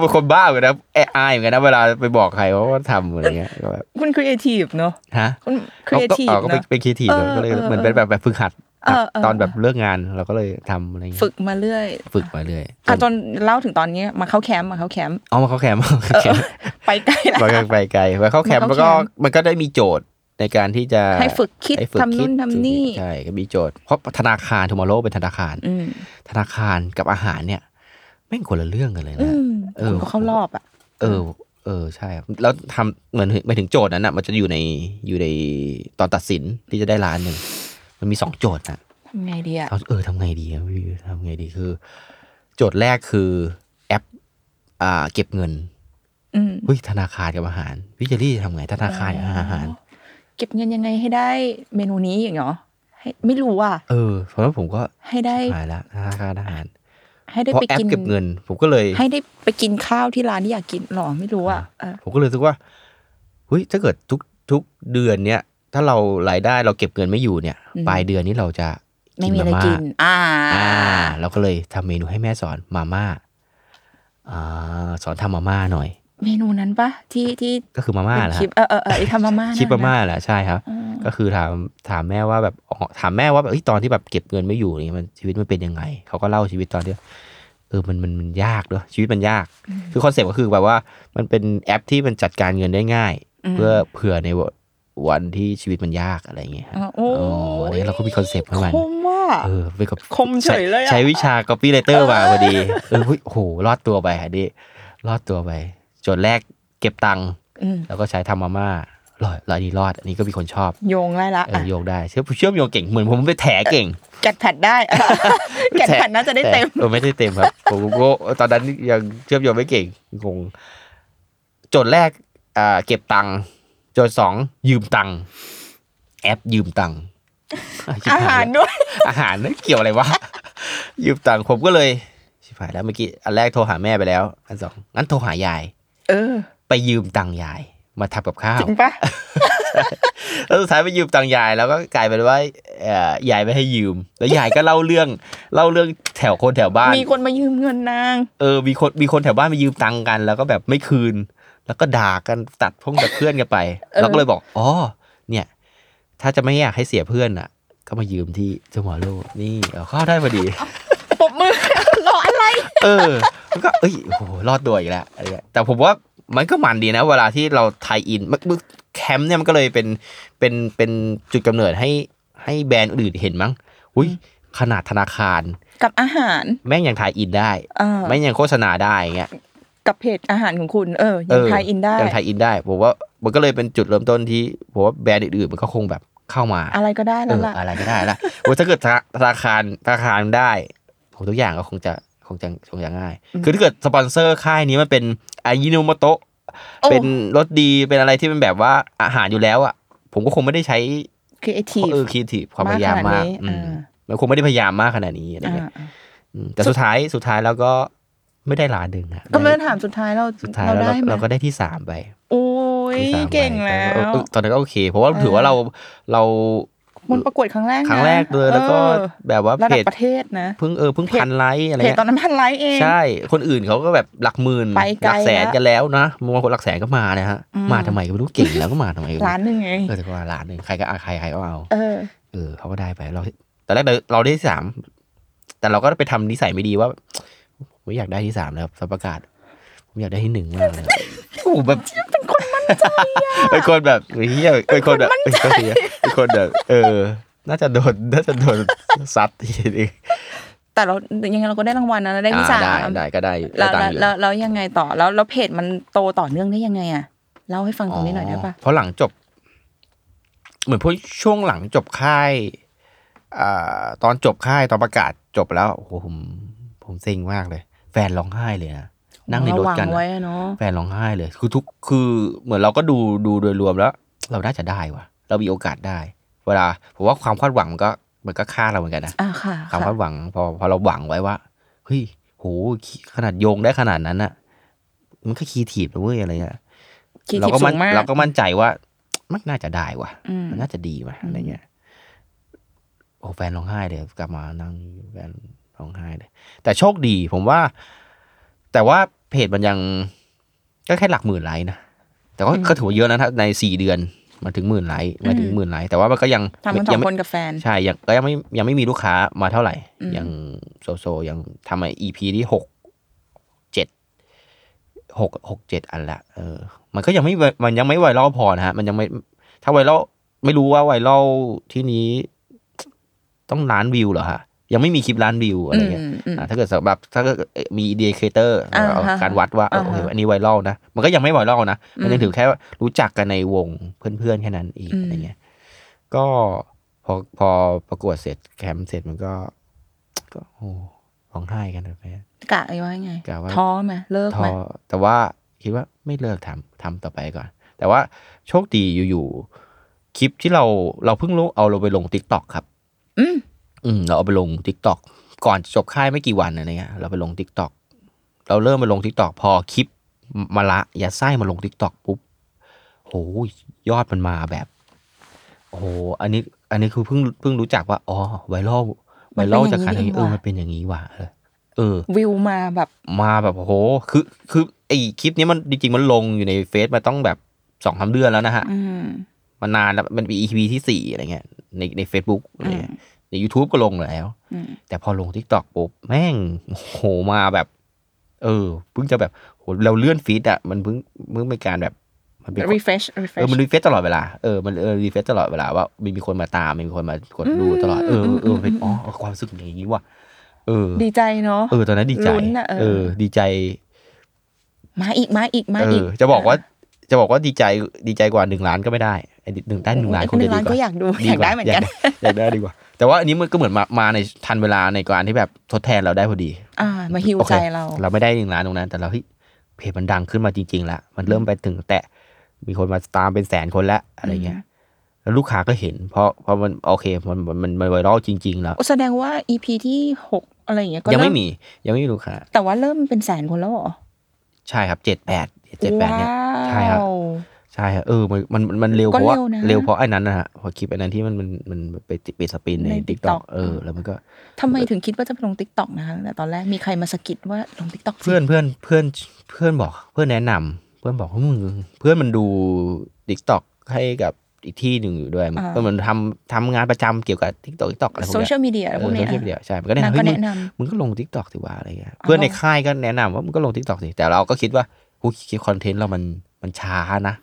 Speaker 2: บางคนบ้าเหมือนกันนะแอบอายเหมือนกันนะเวลาไปบอกใครว่าทำอะไรเงี้ยก็แบบ
Speaker 1: คุณครีเอทีฟเนาะ
Speaker 2: ฮะ
Speaker 1: คุณครีเอทีฟ
Speaker 2: ก็ก็เป็น
Speaker 1: นะ
Speaker 2: เป็นครีเอทีฟ
Speaker 1: เออ
Speaker 2: ก็เลย
Speaker 1: เออ
Speaker 2: เหมือนเป็นแบบแบบฝึกหัด
Speaker 1: เออเออ
Speaker 2: ตอนแบบเลิกงานเราก็เลยทำอะไรเงี้ย
Speaker 1: ฝึกมาเรื่อย
Speaker 2: ฝึกมาเรื่อย
Speaker 1: อ่ะจนเล่าถึงตอนนี้มาเข้าแคมป์มาเข้าแคมป์
Speaker 2: เอามาเข้าแค มป์มาเข้าแคมป์
Speaker 1: ไปใกล้ละ
Speaker 2: มาเข้าไปไกลมาเข้าแคมป์
Speaker 1: มา
Speaker 2: แล้ว
Speaker 1: เข้าแค
Speaker 2: ก็
Speaker 1: มป์
Speaker 2: มันก็ได้มีโจทย์ในการที่จะ
Speaker 1: ให้ฝึกคิด
Speaker 2: ให้ฝึก
Speaker 1: ทำนู่น
Speaker 2: คิด
Speaker 1: ทำนี่
Speaker 2: ใช่ก็มีโจทย์เพราะธนาคารทูมอร์โลเป็นธนาคาร
Speaker 1: อืม
Speaker 2: ธนาคารกับอาหารเนี่ยแม่งคนละเรื่องกันเลย
Speaker 1: อื
Speaker 2: นะ
Speaker 1: ม
Speaker 2: เออ
Speaker 1: คุณก็เข้ารอบอะ
Speaker 2: เออ เออใช่ครับแล้วทำเหมือนไปถึงโจทย์นั้นอ่ะ มันจะอยู่ในอยู่ในตอนตัดสินที่จะได้ร้านหนึ่งมันมีสองโจทย์นะ
Speaker 1: ทำไงดีอะ
Speaker 2: เอาเออทำไงดีอะพี่ทำไงดีคือ โจทย์แรกคือแอป อ่า เก็บเงิน
Speaker 1: อืม
Speaker 2: เฮ้ยธนาคารกับอาหารพี่เจอรี่จะทำไงธนาคารกับอาหาร
Speaker 1: เก็บเงินยังไงให้ได้เมนูนี้อย่างเนาะให้ไม่รู้อ่ะ
Speaker 2: เออเพราะฉะนั้นผมก็
Speaker 1: ให้ได้
Speaker 2: หายละธนาคารอาหาร
Speaker 1: ให้ได้
Speaker 2: เพราะ
Speaker 1: ไป
Speaker 2: แอป
Speaker 1: กิน
Speaker 2: เก็บเงิน ผมก็เลย
Speaker 1: ให้ได้ไปกินข้าวที่ร้านที่อยากกินหรอไม่รู้อ่ะเออ
Speaker 2: ผมก็เลยรู้สึกว่าเฮ้ยถ้าเกิดทุกทุกเดือนเนี้ยถ้าเรารายได้เราเก็บเงินไม่อยู่เนี่ยปลายเดือนนี้เราจะ
Speaker 1: ไม่มีอะไร
Speaker 2: าา
Speaker 1: กิน อ่า
Speaker 2: อ่าเราก็เลยทำเมนูให้แม่สอนมาม่าอ่าสอนทำมาม่าหน่อย
Speaker 1: เมนูนั้นปะที่ที่
Speaker 2: ก็คือมาม่า
Speaker 1: เป็น
Speaker 2: แหละ
Speaker 1: ค
Speaker 2: ฮะ
Speaker 1: ลิปเออเออเออไอทำมาม่า
Speaker 2: คลิปมา
Speaker 1: นั่นน่ะ
Speaker 2: ม่าแหละใช่ครับ
Speaker 1: อืม
Speaker 2: ก็คือถามถามแม่ว่าแบบอ๋อถามแม่ว่าแบบเอ้ยตอนที่แบบเก็บเงินไม่อยู่นี่มันชีวิตมันเป็นยังไง เขาก็เล่าชีวิตตอนที่เออมันมันมันยากด้วยชีวิตมันยาก คือคอนเซ็ปต์ก็คือแบบว่ามันเป็นแอปที่มันจัดการเงินได้ง่าย เพื่อเผื่อในวันวันที่ชีวิตมันยากอะไรอย่างเงี้ยฮะ
Speaker 1: อ๋อโอ้
Speaker 2: อ๋ออันนี้เราก็มีคอนเซ็ปต์ของมัน
Speaker 1: คมว่า
Speaker 2: เออไปกับ
Speaker 1: คมเฉยเลยอะ
Speaker 2: ใช้ใช้วิชา copy writer มาพอดี เออเฮ้ยโหรอดตัวไปอันนี้รอดตัวไปโจทย์แรกเก็บตังค์
Speaker 1: ม
Speaker 2: แล้วก็ใช้ทำมาม่ารอดรอดนี้รอด อันนี้ก็มีคนชอบ
Speaker 1: โยงได้ละ
Speaker 2: เออโยงได้เชื่อเชื่อมโยงเก่งเหมือนผมไปแถเก่ง
Speaker 1: แกดแพดได้ แกดแพดน่าจะได้เต็ม
Speaker 2: เออไม่ได้เต็มครับ ผมก็ตอนนั้นยังเชื่อมโยงไม่เก่งงงโจทย์แรกอ่าเก็บตังค์โจทย์สองยืมตังค์แอปยืมตังค์ชิบ
Speaker 1: อา
Speaker 2: หา
Speaker 1: หาย ร
Speaker 2: ละ
Speaker 1: ด้วย
Speaker 2: อาหารนั่นเกี่ยวอะไรวะ ยืมตังค์ผมก็เลย ชิบหายแล้วเมื่อกี้ อันแรกโทรหาแม่ไปแล้ว อันสองงั้นโทรหายาย
Speaker 1: เออ
Speaker 2: ไปยืมตังค์ยาย มาทำกับข้าว
Speaker 1: จริงปะ
Speaker 2: แล้วสุดท้ายไปยืมตังค์ยายแล้วก็กลายเป็นว่าเอ่อยายไม่ให้ยืม แล้วยายก็เล่าเรื่อง เล่าเรื่องแถวคนแถวบ้าน
Speaker 1: มีคนมายืมเงินนาง
Speaker 2: เออมีคนมีคนแถวบ้านไปยืมตังค์กัน แล้วก็แบบไม่คืน แล้วก็ด่ากันตัดพงตัดเพื่อนกันไป
Speaker 1: เออ
Speaker 2: เราก็เลยบอกอ๋อเนี่ย ถ้าจะไม่อยากให้เสียเพื่อนอ่ะ ก็มายืมที่เจ้าหมอโลกนี่เอาเข้าได้พอดี
Speaker 1: ปรบมือ รออะไร
Speaker 2: เออมันก็เอ้ยโอ้โหรอดตัวอีกแล้วอะไรเงี้ยแต่ผมว่ามันก็มันดีนะ เวลาที่เราไทยอินมันมันแคมป์เนี่ยมันก็เลยเป็นเป็นเป็นจุดกำเนิดให้ให้แบรนด์อื่นเห็นมั้งอุ้ยขนาดธนาคาร
Speaker 1: กับอาหาร
Speaker 2: แม่งยังไทยอินได้
Speaker 1: เออ
Speaker 2: แม่งยังโฆษณาได้อย่างเงี้ย
Speaker 1: กับเพจอาหารของคุณเออ
Speaker 2: เอ
Speaker 1: ยัง
Speaker 2: อ
Speaker 1: ทายอินได้
Speaker 2: ยังไทยอินได้ผมว่ามันก็เลยเป็นจุดเริ่มต้นที่ผมว่าแบรนด์อื่นๆมันก็คงแบบเข้ามา
Speaker 1: อะไรก็ได้
Speaker 2: เอ
Speaker 1: แล้ว
Speaker 2: อ
Speaker 1: ล่ะ
Speaker 2: อะไรก็ได้ละ โอ้ยถ้าเกิดธนาธนาคารธนาคารได้ผมทุกอย่างก็คงจะ คงจะคงจะง่าย
Speaker 3: อืม
Speaker 2: คือถ้าเกิดสปอนเซอร์ค่ายนี้มันเป็นอายินุโมโตะ
Speaker 1: โอ้
Speaker 2: เป็นรสดีเป็นอะไรที่เป็นแบบว่าอาหารอยู่แล้วอ่ะผมก็คงไม่ได้ใช้
Speaker 3: ครีเอทีฟ
Speaker 2: เออคิดถีความพยายามมากอืมมันคงไม่ได้พยายามมากขนาดนี้อะไรเงี้ยอืมแต่สุดท้ายสุดท้ายแล้วก็ไม่ได้ล้านหนึ่งอะ
Speaker 3: ก็ไม่ได้ถามสุดท้ายเรา
Speaker 2: สุดท้าย
Speaker 3: เรา
Speaker 2: แล้ว
Speaker 3: ได้
Speaker 2: เรา
Speaker 3: ไหม
Speaker 2: เราก็ได้ที่สามไป
Speaker 3: โอ้ย
Speaker 2: ที่สามไป
Speaker 3: เก่งแล้ว
Speaker 2: ต่ก็เออตอนนั้นก็โอเค เพราะว่า
Speaker 3: เออ
Speaker 2: ถือว่าเราเรา
Speaker 3: มนประกวดครั้งแรกนะ
Speaker 2: ครั้งแรกเลยแล้วก็
Speaker 3: เออ
Speaker 2: แบบว่า
Speaker 3: ระ
Speaker 2: เพ
Speaker 3: ดับ
Speaker 2: จ
Speaker 3: ประเทศนะ
Speaker 2: เพิ่งเออเพิ่ง
Speaker 3: เพจ
Speaker 2: พันไลค์อะไร
Speaker 3: เพจ
Speaker 2: เงี้ย
Speaker 3: ตอนนั้นพันไลค์เอง
Speaker 2: ใช่ คนอื่นเขาก็แบบหลักหมื่น
Speaker 3: ไปไกล
Speaker 2: หลักแสนกันแล้วนะบางคนหลักแสนก็มานะฮะ
Speaker 3: อืม
Speaker 2: มาทำไมก็ไม่รู้เก่งแล้วก็มาทำไมก็ไม่รู้
Speaker 3: ล้านหนึ่งไง
Speaker 2: เออแต่ก็ว่าล้านหนึ่งใครก็เอาใครใครก็เอา
Speaker 3: เออ
Speaker 2: เออเขาก็ได้ไปเราตอนแรกเราเราได้ที่สามแต่เราก็ไปทำนิสัยไม่ดีว่าผมไม่อยากได้ที่สามแล้วสบประกาศ ผมอยากได้ที่หนึ่งมากเลยโอ้โหแบบ เป็นคนมั่นใจเป็นคนแบบเฮียเป็นคนแบบเป็นคนเหี้ยเป็นคนแบบเออ น่าจะโดนน่าจะโดน ซัดทีนึง
Speaker 3: แต่เรายังไงเราก็ได้รางวัลนะเราได้ที่สา
Speaker 2: อ่ได้
Speaker 3: ม
Speaker 2: ได้ก็ได้
Speaker 3: แล้ว
Speaker 2: ได้ตังค์อยู่
Speaker 3: แล้วแล้วยังไงต่อแล้วแล้วเพจมันโตต่อเนื่องได้ยังไงอ่ะเล่าให้ฟังตรงนี้หน่อยได้ปะ
Speaker 2: เพราะหลังจบ เหมือนพวกช่วงหลังจบค่ายอ่าตอนจบค่ายตอนประกาศจบแล้วโอ้โหผม ผมเซ็งมากเลย แฟนร้องไห้เลยนะนั่งในรถ
Speaker 3: ระวัง
Speaker 2: กัน
Speaker 3: ไว้
Speaker 2: อะ
Speaker 3: อะเนาะ
Speaker 2: แฟนร้องไห้เลย คือทุกคือเหมือนเราก็ดูดูโดยรวมแล้ว เราน่าจะได้ว่ะ เรามีโอกาสได้ เวลาผมว่าความคาดหวังมันก็มันก็ฆ่าเราเหมือนกันนะ
Speaker 3: อ่าค่ะ
Speaker 2: ความ
Speaker 3: ค่ะ
Speaker 2: คาดหวังพอพอเราหวังไว้ว่าเฮ้ยโหขนาดโยงได้ขนาดนั้นอะมันก็คีทีบนะเว้ยอะไรเงี้ย
Speaker 3: คิด
Speaker 2: เรา
Speaker 3: ที่
Speaker 2: ก็
Speaker 3: สู
Speaker 2: มั่น
Speaker 3: งมาก
Speaker 2: เราก็มั่นใจว่า มันน่าจะได้ว่ะ
Speaker 3: อืม
Speaker 2: มันน่าจะดีว่ะ
Speaker 3: อืม
Speaker 2: อะไรเงี้ยโอ้แฟนร้องไห้เลยกลับมานั่งแฟนร้องไห้เลยแต่โชคดี ผมว่า แต่ว่าเพจมันยังก็แค่หลักหมื่นไลค์นะแต่ก็ก็ถือว่าเยอะนะถ้าในสี่เดือนมันถึงหมื่นไลค์มาถึงหมื่นไลค์แต่ว่ามันก็ยัง
Speaker 3: ทำกันสอ
Speaker 2: ยั
Speaker 3: ง ง
Speaker 2: ไม่
Speaker 3: คนกับแฟน
Speaker 2: ใช่ยังก็ยังไม่ยังไม่มีลูกค้ามาเท่าไหร่
Speaker 3: อืม
Speaker 2: ยังโซโซยังทำมา EP ที่หกเจ็ดหกหกเจ็ดอันละเออ มันก็ยังไม่ไวมันยังไม่ไวรัลพอนะฮะ มันยังไม่ ถ้าไวรัลไม่รู้ว่าไวรัลที่นี้ ต้องล้านวิวเหรอฮะ ยังไม่มีคลิปล้านวิวอะไรเงี้
Speaker 3: ม
Speaker 2: ย
Speaker 3: อืม
Speaker 2: อ่ะถ้าเกิดแบบถ้าเกิดมีเดียเคเตอร์
Speaker 3: อ่าฮะ
Speaker 2: การวัดว่าเออ
Speaker 3: อ่า
Speaker 2: โอ
Speaker 3: ฮะ
Speaker 2: เคอันนี้ไวรัลนะ มันก็ยังไม่ไวรัลนะ มันยั
Speaker 3: อื
Speaker 2: ง
Speaker 3: ม
Speaker 2: ถือแค่ว่ารู้จักกันในวงเพื่อนๆแค่นั้นเอง
Speaker 3: อืม
Speaker 2: อะไรเงี้ย ก็พอพอประกวดเสร็จแคมป์เสร็จมันก็ ก็โอ้ร้องไห้กันแบบนี้
Speaker 3: กะไอ้ว่าไง
Speaker 2: กะว่า
Speaker 3: ท้อไหมเลิก
Speaker 2: ท้
Speaker 3: ไหม
Speaker 2: อแต่ว่าคิดว่าไม่เลิกทำทำต่อไปก่อน แต่ว่าโชคดีอยู่ๆคลิปที่เราเราเพิ่งลงเอาเราไปลงทิกตอกครับ
Speaker 3: อืม
Speaker 2: อืมเราเอาไปลงทิกตอกก่อนจะจบค่ายไม่กี่วันอะไรเงี้ยเราไปลงทิกตอกเราเริ่มมาลงทิกตอกพอคลิปมาละอย่าไส้มาลงทิกตอกปุ๊บโหยยอดมันมาแบบโอ้โหอันนี้ อันนี้คือเพิ่งเพิ่งรู้จักว่าอ๋อไวรัลไวรัล
Speaker 3: มันเป็น
Speaker 2: จากการ
Speaker 3: อย่างนี้
Speaker 2: เออ
Speaker 3: เองว่ะ
Speaker 2: มันเป็นอย่างนี้ว่ะเออเออ
Speaker 3: วิวมาแบบ
Speaker 2: มาแบบโอ้โห คือคือไอคลิปเนี้ยมันจริงๆมันลงอยู่ในเฟซมาต้องแบบสองสามเดือนแล้วนะฮะ
Speaker 3: อืม
Speaker 2: มานานแล้วมันเป็น EP ที่สี่อะไรเงี้ยในใน Facebook อะไรเงี้ยใน YouTube ก็ลงแล้ว
Speaker 3: อืม
Speaker 2: แต่พอลง TikTok ปุ๊บแม่งโอ้โหมาแบบ เออเพิ่งจะแบบโหเราเลื่อนฟีดอะมันเพิ่งเพิ่งเป็นการแบบ มันเป็น
Speaker 3: refresh
Speaker 2: เออ
Speaker 3: refresh
Speaker 2: มันรีเฟซตลอดเวลา เออ มันเออรีเฟซตลอดเวลาว่ามันมีคนมาตามมันมีคนมากดดูตลอด เออเออเออเป็นอ๋อความรู้สึกอย่างนี้ว่ะเออ
Speaker 3: ดีใจเนาะ
Speaker 2: เออ ตอนนั้นดีใจ
Speaker 3: ลุ้นอะเออ
Speaker 2: เออ ดีใจ
Speaker 3: มาอีกมาอีกมา
Speaker 2: เอ
Speaker 3: อีก
Speaker 2: อ จะบอกว่า จะบอกว่าดีใจ ดีใจกว่าหนึ่งล้านก็ไม่ได้ไอ้หนึ่งได้หนึ่งล้านคง
Speaker 3: ห
Speaker 2: จะ
Speaker 3: นึ่ง
Speaker 2: ดี
Speaker 3: ล้าน
Speaker 2: ก
Speaker 3: ก็
Speaker 2: ว่า
Speaker 3: อยากดูอยากได้เหมือนกัน
Speaker 2: อยากได้อยากได้ดีกว่า แต่ว่าอันนี้มันก็เหมือนมามาในทันเวลาในการที่แบบทดแทนเราได้พอดี
Speaker 3: อ่า มาฮิว
Speaker 2: โอค
Speaker 3: ใจเรา
Speaker 2: เราไม่ได้หนึ่งล้านตรงนั้น แต่เราเฮ้ยเพจมันดังขึ้นมาจริงๆละมันเริ่มไปถึงแตะมีคนมาตามเป็นแสนคนแล้วอะไรเงี้ย แล้วลูกค้าก็เห็น เพราะเพราะมันโอเคมันมันมันมันไวรัลจริง ๆ แล้ว
Speaker 3: แสดงว่า EP ที่หกอะไรอย่างเงี้ยก็
Speaker 2: ยังไม่
Speaker 3: เริ่
Speaker 2: มียังไม่มีลูกค้า
Speaker 3: แต่ว่าเริ่มเป็นแสนคนแล้วเหรอ
Speaker 2: ใช่ครับเจ็ดแปดเจ็ดแปดเนี่ย ใช่ครับ
Speaker 3: ว้าว
Speaker 2: ใช่ครับเออมันมันมันมันเร็ว
Speaker 3: ก็
Speaker 2: เพราะว่า
Speaker 3: เร็วนะ
Speaker 2: เร็วเพราะไอ้นั้นนะฮะเพอคลิปไอ้นั้นที่มันมันมันไปติดไปสปินใน
Speaker 3: ใน
Speaker 2: ทิกตอ
Speaker 3: TikTok
Speaker 2: กเออแล้วมันก็
Speaker 3: ทำไมถึงคิดว่าจะไปลง t ิ k กต k อกนะคะแต่ตอนแรกมีใครมาสะกิดว่าลง t ิ k กต k อก
Speaker 2: เพื่อนเพื่อนเพื่อนเพื่อนบอก เพื่อนแนะนำเพื่อนบอกว่ามึงเพื่อนมันดูทิกตอกให้กับอีกที่หนึ่งอยู่ด้วยมันก็เหมือนทำทำงานประจำเกี่ยวกับทิกตอกทิกตอกอะไรพวก
Speaker 3: โซ
Speaker 2: เนี้ย
Speaker 3: เชียลมีเดียอะไร
Speaker 2: เอ
Speaker 3: พว
Speaker 2: อก โซ
Speaker 3: เนี้ย
Speaker 2: เชียลมีเดียใช่มันก็แนะ
Speaker 3: นาง
Speaker 2: นำ
Speaker 3: ก็
Speaker 2: เฮ้ยมึง
Speaker 3: แนะนำ
Speaker 2: มึงก็ลงทิกตอกสิว่าอะไรเงี้ย
Speaker 3: อ๋อ
Speaker 2: เพื่อนในค่ายก็แนะนำว่ามึงก็ลงทิกตอกสิแต่เราก็คิดว่าหูคิดคอนเทนต์เรามันมันช้านะ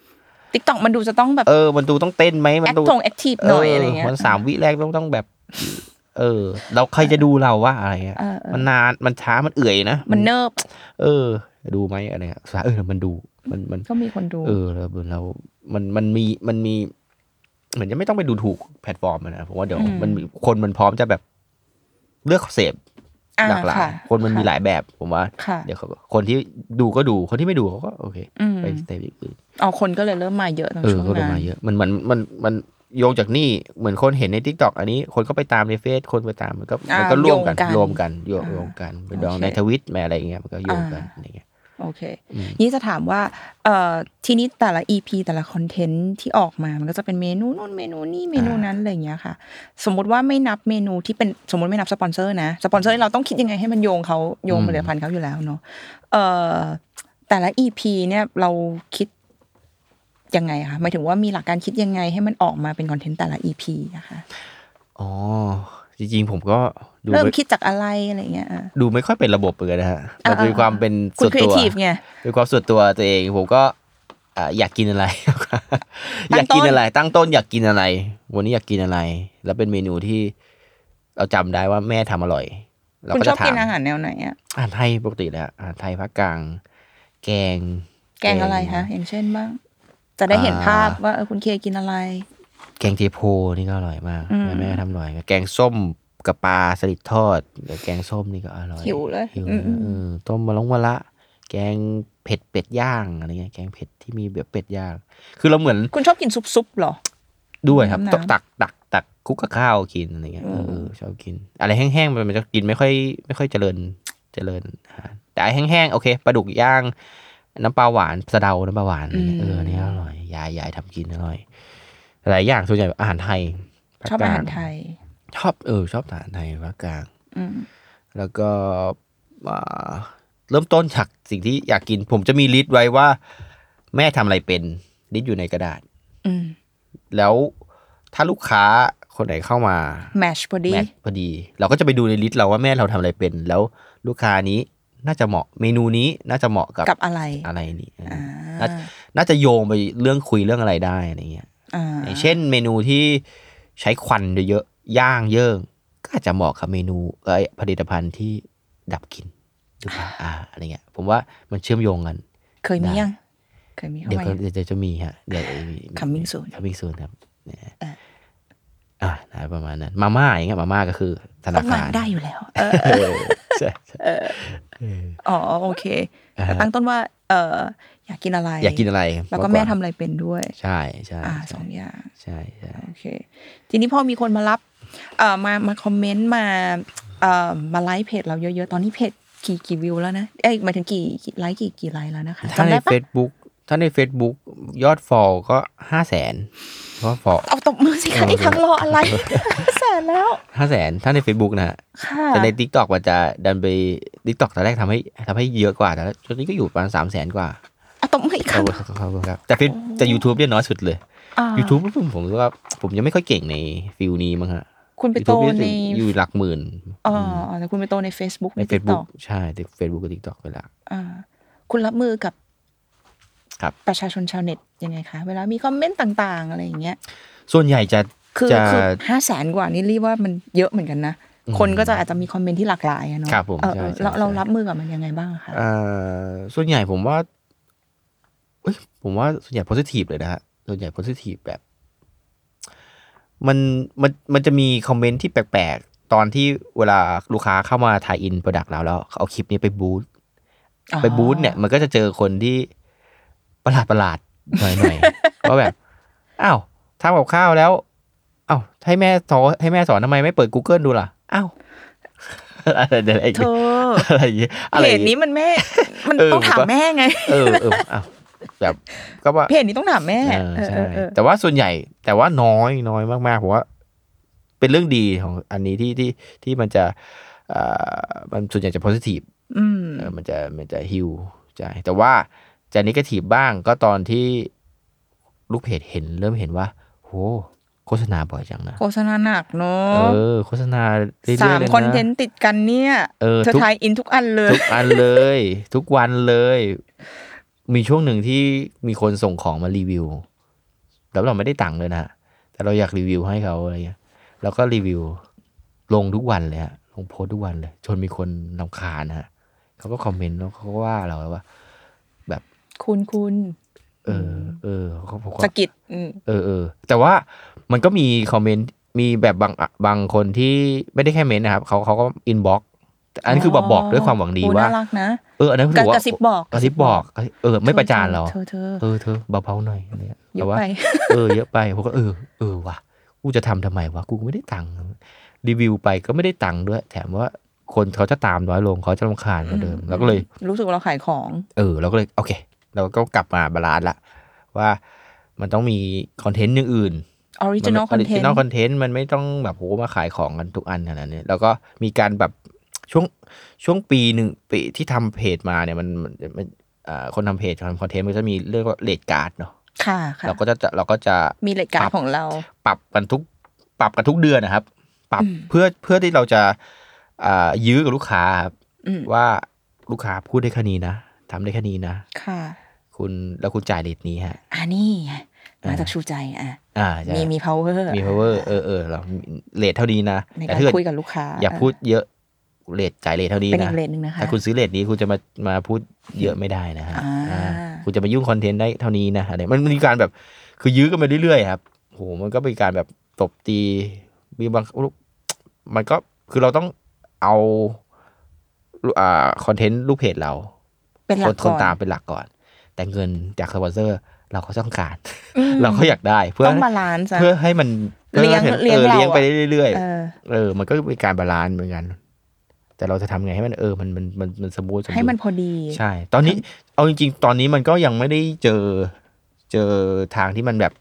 Speaker 3: t ิ k กต k อกมันดูจะต้องแบบ
Speaker 2: เออมันดูต้องเต้นไหมมั
Speaker 3: แอน ค
Speaker 2: ดู
Speaker 3: ทงแอคทีฟหน่อยอะไรเงี้ย
Speaker 2: มันสามวิแรกต้องต้องแบบ เออ เราใครจะดูเราว่าอะไรเงี้ย
Speaker 3: เออเออ
Speaker 2: มันนานมันช้ามันเอื่อยนะ
Speaker 3: มันเนิบ
Speaker 2: เออ ดูไหมอะไรเงี้ยสุดท้ายเออมันดูมันมัน
Speaker 3: ก็มีคนดู
Speaker 2: เออเราเรา มันมันมีมันมี เหมือนจะไม่ต้องไปดูถูกแพลตฟอร์มมันนะผมว่าเดี๋ยว
Speaker 3: อืม
Speaker 2: มันมีคนมันพร้อมจะแบบเลือกเสพ
Speaker 1: อ่า
Speaker 2: หลากหลาย
Speaker 1: ค่ะ
Speaker 2: คนมัน
Speaker 1: ค่ะ
Speaker 2: มีหลายแบบผมว่า
Speaker 1: ค่ะ
Speaker 2: เดี๋ยวเขาก็คนที่ดูก็ดูคนที่ไม่ดูเขาก็โอเค
Speaker 1: อืม
Speaker 2: ไปสเตปอื่น
Speaker 1: เอาคนก็เลยเริ่มมาเยอะตรง
Speaker 2: เออ
Speaker 1: ช่วง
Speaker 2: ก็ลง
Speaker 1: นั้น
Speaker 2: มาเยอะมันมันมันมันโยงจากนี่เหมือนคนเห็นในทิกตอกอันนี้ คนก็ไปตามในเฟซคนไปตามมันก็
Speaker 1: ามั
Speaker 2: มันก็ร่วมกัน
Speaker 1: โยงกัน
Speaker 2: รวมกันโยง
Speaker 1: อ่า
Speaker 2: โยงกันไปดอง
Speaker 1: โอเค
Speaker 2: ในทวิตแม่อะไรอย่างเงี้ยมันก็โยงกัน
Speaker 1: อ่า
Speaker 2: อะไรเงี้ย
Speaker 1: โอเค
Speaker 2: อืม
Speaker 1: นี่จะถามว่าเอ่อทีนี้แต่ละ EP แต่ละคอนเทนต์ที่ออกมา มันก็จะเป็นเมนูนู่นเมนูนี่เมนูนั้นอะไรอย่างเงี้ยค่ะ สมมติว่าไม่นับเมนูที่เป็นสมมติไม่นับสปอนเซอร์นะ สปอนเซอร์เราต้องคิดยังไงให้มันโยงเขาโยงผลิตภัณฑ์เขาอยู่แล้วเนาะเอ่อแต่ละ EP เนี่ยเราคิดยังไงคะหมายถึงว่ามีหลักการคิดยังไงให้มันออกมาเป็นคอนเทนต์แต่ละ EP นะคะ
Speaker 2: อ๋อจริงๆผมก็ดู
Speaker 1: เริ่ม
Speaker 2: ไม่
Speaker 1: คิดจากอะไรอะไรอย่างเงี้ยอ่ะ
Speaker 2: ดูไม่ค่อยเป็นระบบเลยนะฮะมัน
Speaker 1: อ่า
Speaker 2: มี
Speaker 1: อ่า
Speaker 2: ความเป็น
Speaker 1: คุณ
Speaker 2: ส่วน
Speaker 1: ครีเอ
Speaker 2: ตัว
Speaker 1: ทีฟไง
Speaker 2: เป็นความส่วนตัวตัวเองผมก็อ่าอยากกินอะไร
Speaker 1: ตั้
Speaker 2: อยาง ก
Speaker 1: ต้น
Speaker 2: กินอะไร ตั้งต้นอยากกินอะไร วันนี้อยากกินอะไร แล้วเป็นเมนูที่เราจำได้ว่าแม่ทำอร่อยเรา
Speaker 1: คุณ
Speaker 2: ก็
Speaker 1: ช
Speaker 2: จะ
Speaker 1: อบกิ
Speaker 2: ถาม
Speaker 1: นอาหารแนวไหนอ่ะ
Speaker 2: อาหารไทยปกติแหละอาหารไทยภาคกลาง แกง
Speaker 1: แกงอะไรคะอย่างเช่นบ้าง จะได้เห็นภาพว่าเออคุณเคกินอะไร
Speaker 2: แกงเทโพนี่ก็อร่อยมาก
Speaker 1: อืม
Speaker 2: แม่แม่ทำอร่อยแกงส้มกับปลาสลิดทอดหรือแกงส้มนี่ก็อร่อย
Speaker 1: หิวเลย
Speaker 2: หิว
Speaker 1: อืม
Speaker 2: นะ
Speaker 1: อืม
Speaker 2: เออต้มมะลงมะละ แกงเผ็ดเป็ดย่างอะไรเงี้ยแกงเผ็ดที่มีแบบเป็ดย่าง คือเราเหมือน
Speaker 1: คุณชอบกินซุปซุปๆเหรอ
Speaker 2: ด้วยครับ
Speaker 1: น้ำ
Speaker 2: ต้อง
Speaker 1: น้ำ
Speaker 2: ตักตักตักคลุกกับข้าวกินอะไรเงี้ย
Speaker 1: อืม
Speaker 2: เออชอบกิน อะไรแห้งๆมันมันจะกินไม่ค่อย ไม่ค่อยเจริญเจริญอาหารแต่ไอ้แห้งๆโอเคปลาดุกย่าง น้ำปลาหวานสะเดาน้ำปลาหวานอะไรเงี้ยเออเนี่ยอร่อยยายยายทำกินอร่อยหลายอย่างส่วนใหญ่อาหารไทยภค
Speaker 1: ชอบอาหาร
Speaker 2: กลง
Speaker 1: ไทย
Speaker 2: ชอบเออชอบอาหารไทยภาคกลาง
Speaker 1: อืม
Speaker 2: แล้วก็อ่าเริ่มต้นจากสิ่งที่อยากกิน ผมจะมีลิสต์ไว้ว่า แม่ทำอะไรเป็นลิสต์อยู่ในกระดาษ
Speaker 1: อืม
Speaker 2: แล้วถ้าลูกค้าคนไหนเข้ามา
Speaker 1: แมชพอดี
Speaker 2: แมทพอดี เราก็จะไปดูในลิสต์เราว่าแม่เราทำอะไรเป็น แล้วลูกค้านี้น่าจะเหมาะเมนูนี้น่าจะเหมาะกับ
Speaker 1: กับอะไร
Speaker 2: อะไรนี่เออ
Speaker 1: อ่า
Speaker 2: น่าน่าจะโยงไปเรื่องคุยเรื่องอะไรได้อะไรเงี้ย
Speaker 1: อ่า
Speaker 2: อย่างเช่นเมนูที่ใช้ควันเยอะๆย่างเยิ่งก็อาจจะเหมาะกับเมนูเอ้ยผลิตภัณฑ์ที่ดับกลิ่นหรือเปล่าอ่าอะไรเงี้ยผมว่ามันเชื่อมโยงกัน
Speaker 1: เคยมียัง เคยมีเข้า
Speaker 2: เดี๋ยว
Speaker 1: มา
Speaker 2: ก็
Speaker 1: ยัง
Speaker 2: เดี๋ยวจะมีฮะเดี๋ยว
Speaker 1: Coming soon
Speaker 2: คัมมิ่งซูนครับเนี่ย
Speaker 1: เออ
Speaker 2: อ่านะประมาณนั้นมาม่าอย่างเงี้ยมาม่าก็คือธนา
Speaker 1: ก็มา
Speaker 2: คาร
Speaker 1: ได้อยู่แล้ว เออ
Speaker 2: เออใช่ใช่เออ
Speaker 1: อ๋อโอเค
Speaker 2: อ่าฮะ
Speaker 1: ตั้งต้นว่า เอออยากกินอะไร
Speaker 2: อยากกินอะไร
Speaker 1: แล้วก็แม่ทำอะไรเป็นด้วย
Speaker 2: ใช่ใช่
Speaker 1: อ่า
Speaker 2: ใช่
Speaker 1: สองอย่าง
Speaker 2: ใช่ใช่
Speaker 1: โอเค ทีนี้พอมีคนมารับ เอ่อมามาคอมเมนต์มาเอ่อมาไลค์เพจเราเยอะๆ ตอนนี้เพจกี่กี่วิวแล้วนะเอ้ยหมายถึงกี่กี่ไลค์กี่กี่ไลค์แล้วนะคะ
Speaker 2: ถ้า
Speaker 1: จำ
Speaker 2: ใน
Speaker 1: ได้ปะ
Speaker 2: Facebook ถ้าใน Facebook ยอดฟอลก็ห้าแสนยอดฟอล
Speaker 1: เอาตบมือสิคะ
Speaker 2: เอา
Speaker 1: ไอ้ทำรออะไร แสนแล้ว
Speaker 2: ห้าแสนถ้าใน Facebook นะฮะ
Speaker 1: ค่ะ
Speaker 2: แต่ใน t ิ k t o k มันจะดันไป t ิ k t o k ตอนแรกทำให้ทำให้เยอะกว่าแต่ตอนนี้ก็อยู่ประมาณสามแสนกว่า
Speaker 1: เอาตบมืออีก
Speaker 2: ข
Speaker 1: ครั้
Speaker 2: อบ
Speaker 1: ง
Speaker 2: คุณครับขอบคุณครับแต่ Face- แต่ YouTube เนี่ยน้อยสุดเลย
Speaker 1: อ่า
Speaker 2: YouTube ผมผมว่าผมยังไม่ค่อยเก่งในฟิลนี้มั้งฮะ
Speaker 1: คุณไปโต
Speaker 2: YouTube
Speaker 1: ใน
Speaker 2: อยู่หลักหมื่น
Speaker 1: เอ่อแต่คุณไปโตใน Facebook
Speaker 2: ใน
Speaker 1: ใน t ิ k t o
Speaker 2: Facebook
Speaker 1: k
Speaker 2: ใช่เฟซบุ๊กกับทิกตอกไปละ
Speaker 1: อ่าคุณรับมือกับ
Speaker 2: ครับ
Speaker 1: ประชาชนชาวเน็ตยังไงคะ เวลามีคอมเมนต์ต่าง ๆ อะไรอย่างเงี้ย
Speaker 2: ส่วนใหญ่จะ
Speaker 1: คือ
Speaker 2: จะ
Speaker 1: คือห้าแสนกว่านี่รีบว่ามันเยอะเหมือนกันนะ
Speaker 2: อืม
Speaker 1: คนก็จะอาจจะมีคอมเมนต์ที่หลากหลายอะเนาะ
Speaker 2: ครับผม
Speaker 1: เออ
Speaker 2: ใช่
Speaker 1: เออ
Speaker 2: ใช่
Speaker 1: เรา
Speaker 2: ใช่
Speaker 1: เรารับมือกับมันยังไงบ้างอะคะ
Speaker 2: เอ่อส่วนใหญ่ผมว่าเอ้ยผมว่าส่วนใหญ่ positive เลยนะฮะ ส่วนใหญ่ positive แบบ มันมันมันจะมีคอมเมนต์ที่แปลกๆ ตอนที่เวลาลูกค้าเข้ามาทายอินโปรดักต์เราแล้วเขาเอาคลิปนี้ไปบูธ ไปบูธเนี่ยมันก็จะเจอคนที่ประหลาดประหลาดๆหน่อยหน่อยๆ ว่าแบบ อ้าวทำกับข้าวแล้ว อ้าวให้แม่สอนให้แม่สอนทำไมไม่เปิด Google ดูล่ะ อ้าว อะไรอะไรอย่าง
Speaker 1: เธ
Speaker 2: เงี้ย
Speaker 1: อ
Speaker 2: อะไรอย่างเงี้ยอะไร
Speaker 1: เพ
Speaker 2: อ
Speaker 1: จ
Speaker 2: ย่างเงี้
Speaker 1: นี้
Speaker 2: ย
Speaker 1: มัน แม่ มัน
Speaker 2: เออ
Speaker 1: ต้องถาม
Speaker 2: ผมก็
Speaker 1: แม่ไง
Speaker 2: เออเอออ้าวแบบก็ว่า
Speaker 1: เพจนี้ต้องถามแม่
Speaker 2: เออใช่
Speaker 1: เออเออเออ
Speaker 2: แต่ว่าส่วนใหญ่แต่ว่าน้อยน้อยมากๆผมว่า เป็นเรื่องดีของอันนี้ที่ที่ที่มันจะเอ่อมันส่วนใหญ่จะ positive
Speaker 1: อืม
Speaker 2: เออมันจะมันจะฮิวใจแต่ว่าจะนิเกทีฟบ้างก็ตอนที่ลูกเพจเห็นเริ่มเห็นว่าโหโฆษณาบ่อยจังนะ
Speaker 1: โฆษณาหนักเนาะ
Speaker 2: เออโฆษณาเรื่อยๆ
Speaker 1: สาม
Speaker 2: เลยะ
Speaker 1: คอนเทนต์ติดกันเนี่ย
Speaker 2: เออ
Speaker 1: เธอ
Speaker 2: ทุก
Speaker 1: ทายอินทุกอันเลย
Speaker 2: ทุกอันเลย ทุกวันเลย มีช่วงหนึ่งที่มีคนส่งของมารีวิว แล้วเราไม่ได้ตังค์เลยนะฮะแต่เราอยากรีวิวให้เขาอะไรเงี้ยแล้วก็รีวิว ลงทุกวันเลยฮะลงโพสต์ทุกวันเลยจนมีคนรำคาญนะฮะเขาก็คอมเมนต์แล้วเขาก็ว่าเราแล้วว่า
Speaker 1: คุณคุณ
Speaker 2: เออเออเขาบอก
Speaker 1: สะ
Speaker 2: ว่า
Speaker 1: กิดอืม
Speaker 2: เออเออแต่ว่ามันก็มีคอมเมนต์มีแบบบางบางคนที่ไม่ได้แค่เมนต์นะครับเขาเขาก็อินบ็อก อันนั้นคือแบบบอกด้วยความหวังดี
Speaker 1: โอ้
Speaker 2: ว่า
Speaker 1: น่ารักนะ
Speaker 2: เอออันนั้นคือก
Speaker 1: ระ
Speaker 2: ว่าก
Speaker 1: ระซิบบอก
Speaker 2: กระซิบบอกเออ ไม่ประจานเรา
Speaker 1: เธอเธอ
Speaker 2: เออเธอเบาๆหน่อยอะไรเงี้ย
Speaker 1: เย
Speaker 2: แต่
Speaker 1: อะ
Speaker 2: ว่า
Speaker 1: ไป
Speaker 2: เออเยอะไปผมก็เออเออว่ะกูจะทำทำไมวะกูไม่ได้ตังค์รีวิวไปก็ไม่ได้ตังค์ด้วย แถมว่าคนเขาจะตามน้อยลงเขาจะรำคาญกว่าเดิม
Speaker 1: อืม
Speaker 2: เราก็เลย
Speaker 1: รู้สึกว่าเราขายของ
Speaker 2: เออเราก็เลยโอเค เราก็กลับมาบาลานซ์ละว่ามันต้องมีคอนเทนต์อย่างอื่น
Speaker 1: ออริจินอลคอนเทน
Speaker 2: ออริจินอลค
Speaker 1: ต์
Speaker 2: อนเทนต์มันไม่ต้องแบบโหมาขายของกันทุกอันขนาดนี้แล้วก็มีการแบบช่วงช่วงปีหนึ่งปีที่ทำเพจมาเนี่ยมันมันมันอ่าคนทำเพจทำคอนเทนต์มันก็จะมีเรื่องว่าเลดการ์ดเนาะ
Speaker 1: ค่ะค่ะ
Speaker 2: เราก็จะเราก็จะ
Speaker 1: มีรายการของเรา
Speaker 2: ปรับกันทุกปรับกันทุกเดือนนะครับ ปรับ
Speaker 1: อืม
Speaker 2: เพื่อเพื่อที่เราจะอ่ายื้อกับลูกค้าครับ
Speaker 1: อืม
Speaker 2: ว่าลูกค้าพูดได้แค่นี้นะทำได้แค่นี้นะ
Speaker 1: ค่ะ
Speaker 2: คุณแล้วคุณจ่ายเลทนี้ฮะ
Speaker 1: อ่านี่ไง
Speaker 2: อ่าม
Speaker 1: มาจากชูใจอ่ะ
Speaker 2: อ่าใช่
Speaker 1: มีมี power
Speaker 2: มี power เออเออเราเลทเท่านี้นะ
Speaker 1: ใน
Speaker 2: แต่
Speaker 1: การ
Speaker 2: ถ้าเกิด
Speaker 1: คุยกับลูกค้า
Speaker 2: อย่าพูดเยอะเลทจ่ายเลทเท่านี้
Speaker 1: เป็นอี
Speaker 2: นะ
Speaker 1: กเลนหนึ่งนะคะ
Speaker 2: ถ้าคุณซื้อเลทนี้คุณจะมามาพูดเยอะไม่ได้นะฮะ
Speaker 1: อ่า
Speaker 2: อ่าคุณจะมายุ่งคอนเทนต์ได้เท่านี้นะอะไรมันมีการแบบคือยื้อกันไปเรื่อยๆครับโหมันก็เป็นการแบบตบตีมีบางมันก็คือเราต้องเอาอ่าคอนเทนต์ลูกเพจเรา
Speaker 1: เป็นห
Speaker 2: ค
Speaker 1: ลั
Speaker 2: น
Speaker 1: ก
Speaker 2: คน
Speaker 1: ก่อน
Speaker 2: ตามเป็นหลักก่อน แต่เงินจากสปอนเซอร์ เราก็ต้องการ เราก็อยากได้เพื่อ
Speaker 1: ต้องบาลานซ์อะ
Speaker 2: เพื่อให้มัน
Speaker 1: เลี้ยง
Speaker 2: พื่อให้
Speaker 1: เลี้ยง
Speaker 2: มันออ
Speaker 1: เรา
Speaker 2: เลี้ยงไป
Speaker 1: อะ
Speaker 2: เรื่อย
Speaker 1: เออ
Speaker 2: ๆเออ มันก็มีการบาลานซ์เหมือนกัน แต่เราจะทำไงให้มันเออมันมันมันมันสมูทสมดุล
Speaker 1: ให้มันพอดี
Speaker 2: ใช่ ตอนนี้เอาจริง ๆ ตอนนี้มันก็ยังไม่ได้เจอเจอทางที่มันแบบ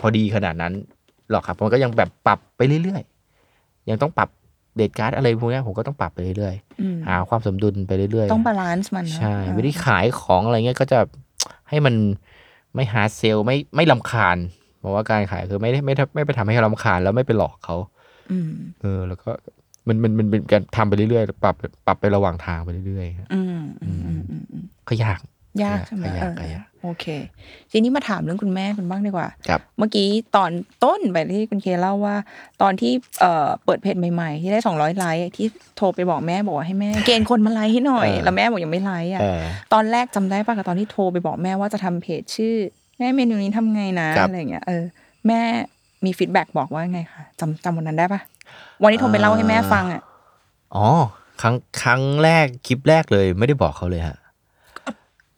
Speaker 2: พอดีขนาดนั้นหรอกครับมันก็ยังแบบปรับไปเรื่อยๆยังต้องปรับเดทการ์ดอะไรพวกเนี้ยผมก็ต้องปรับไปเรื่อย
Speaker 1: อืม
Speaker 2: ๆหาความสมดุลไปเรื่อยๆ
Speaker 1: ต้องบาลานซ์มันนะ
Speaker 2: ใช่ ไม่ได้ขายของอะไรเงี้ยก็จะให้มันไม่หาเซลล์ไม่ไม่ลำคาญบอกว่าการขายคือไม่ได้ไม่ทำไม่ไปทำให้เขาลำคาญแล้วไม่ไปหลอกเขา
Speaker 1: อืม
Speaker 2: เออ แล้วก็มันมันมันเป็นการทำไปเรื่อยๆปรับปรับไประหว่างทางไปเรื่อยๆครับ
Speaker 1: อืมอืมอืมอืมอืม
Speaker 2: ก็ยาก
Speaker 1: ยากใช่ไหม
Speaker 2: ก็ยาก
Speaker 1: เออ
Speaker 2: ก็ยาก
Speaker 1: โอเค ทีนี้มาถามเรื่องคุณแม่คุณบ้างดีกว่า
Speaker 2: ครับ
Speaker 1: เมื่อกี้ตอนต้นแบบที่คุณเคเล่าว่า ตอนที่เอ่อเปิดเพจใหม่ ๆ ที่ได้สองร้อยไลค์ที่โทรไปบอกแม่บอกว่าให้แม่ เกณฑ์คนมาไลค์ให้หน่อย
Speaker 2: เออ
Speaker 1: แล้วแม่บอกยังไม่ไลค์อ่ะ
Speaker 2: เออ
Speaker 1: ตอนแรกจำได้ปะกับตอนที่โทรไปบอกแม่ว่าจะทำเพจชื่อ แม่เมนูนี้ทำไงนะครับ อะไรอย่างเงี้ยเออแม่มีฟีดแบ็กบอกว่าไงคะจำจำวันนั้นได้ปะวันที่โทรไปเล่าให้แม่ฟังอ่ะ
Speaker 2: อ๋อครั้งครั้งแรกคลิปแรกเลยไม่ได้บอกเขาเลยฮะ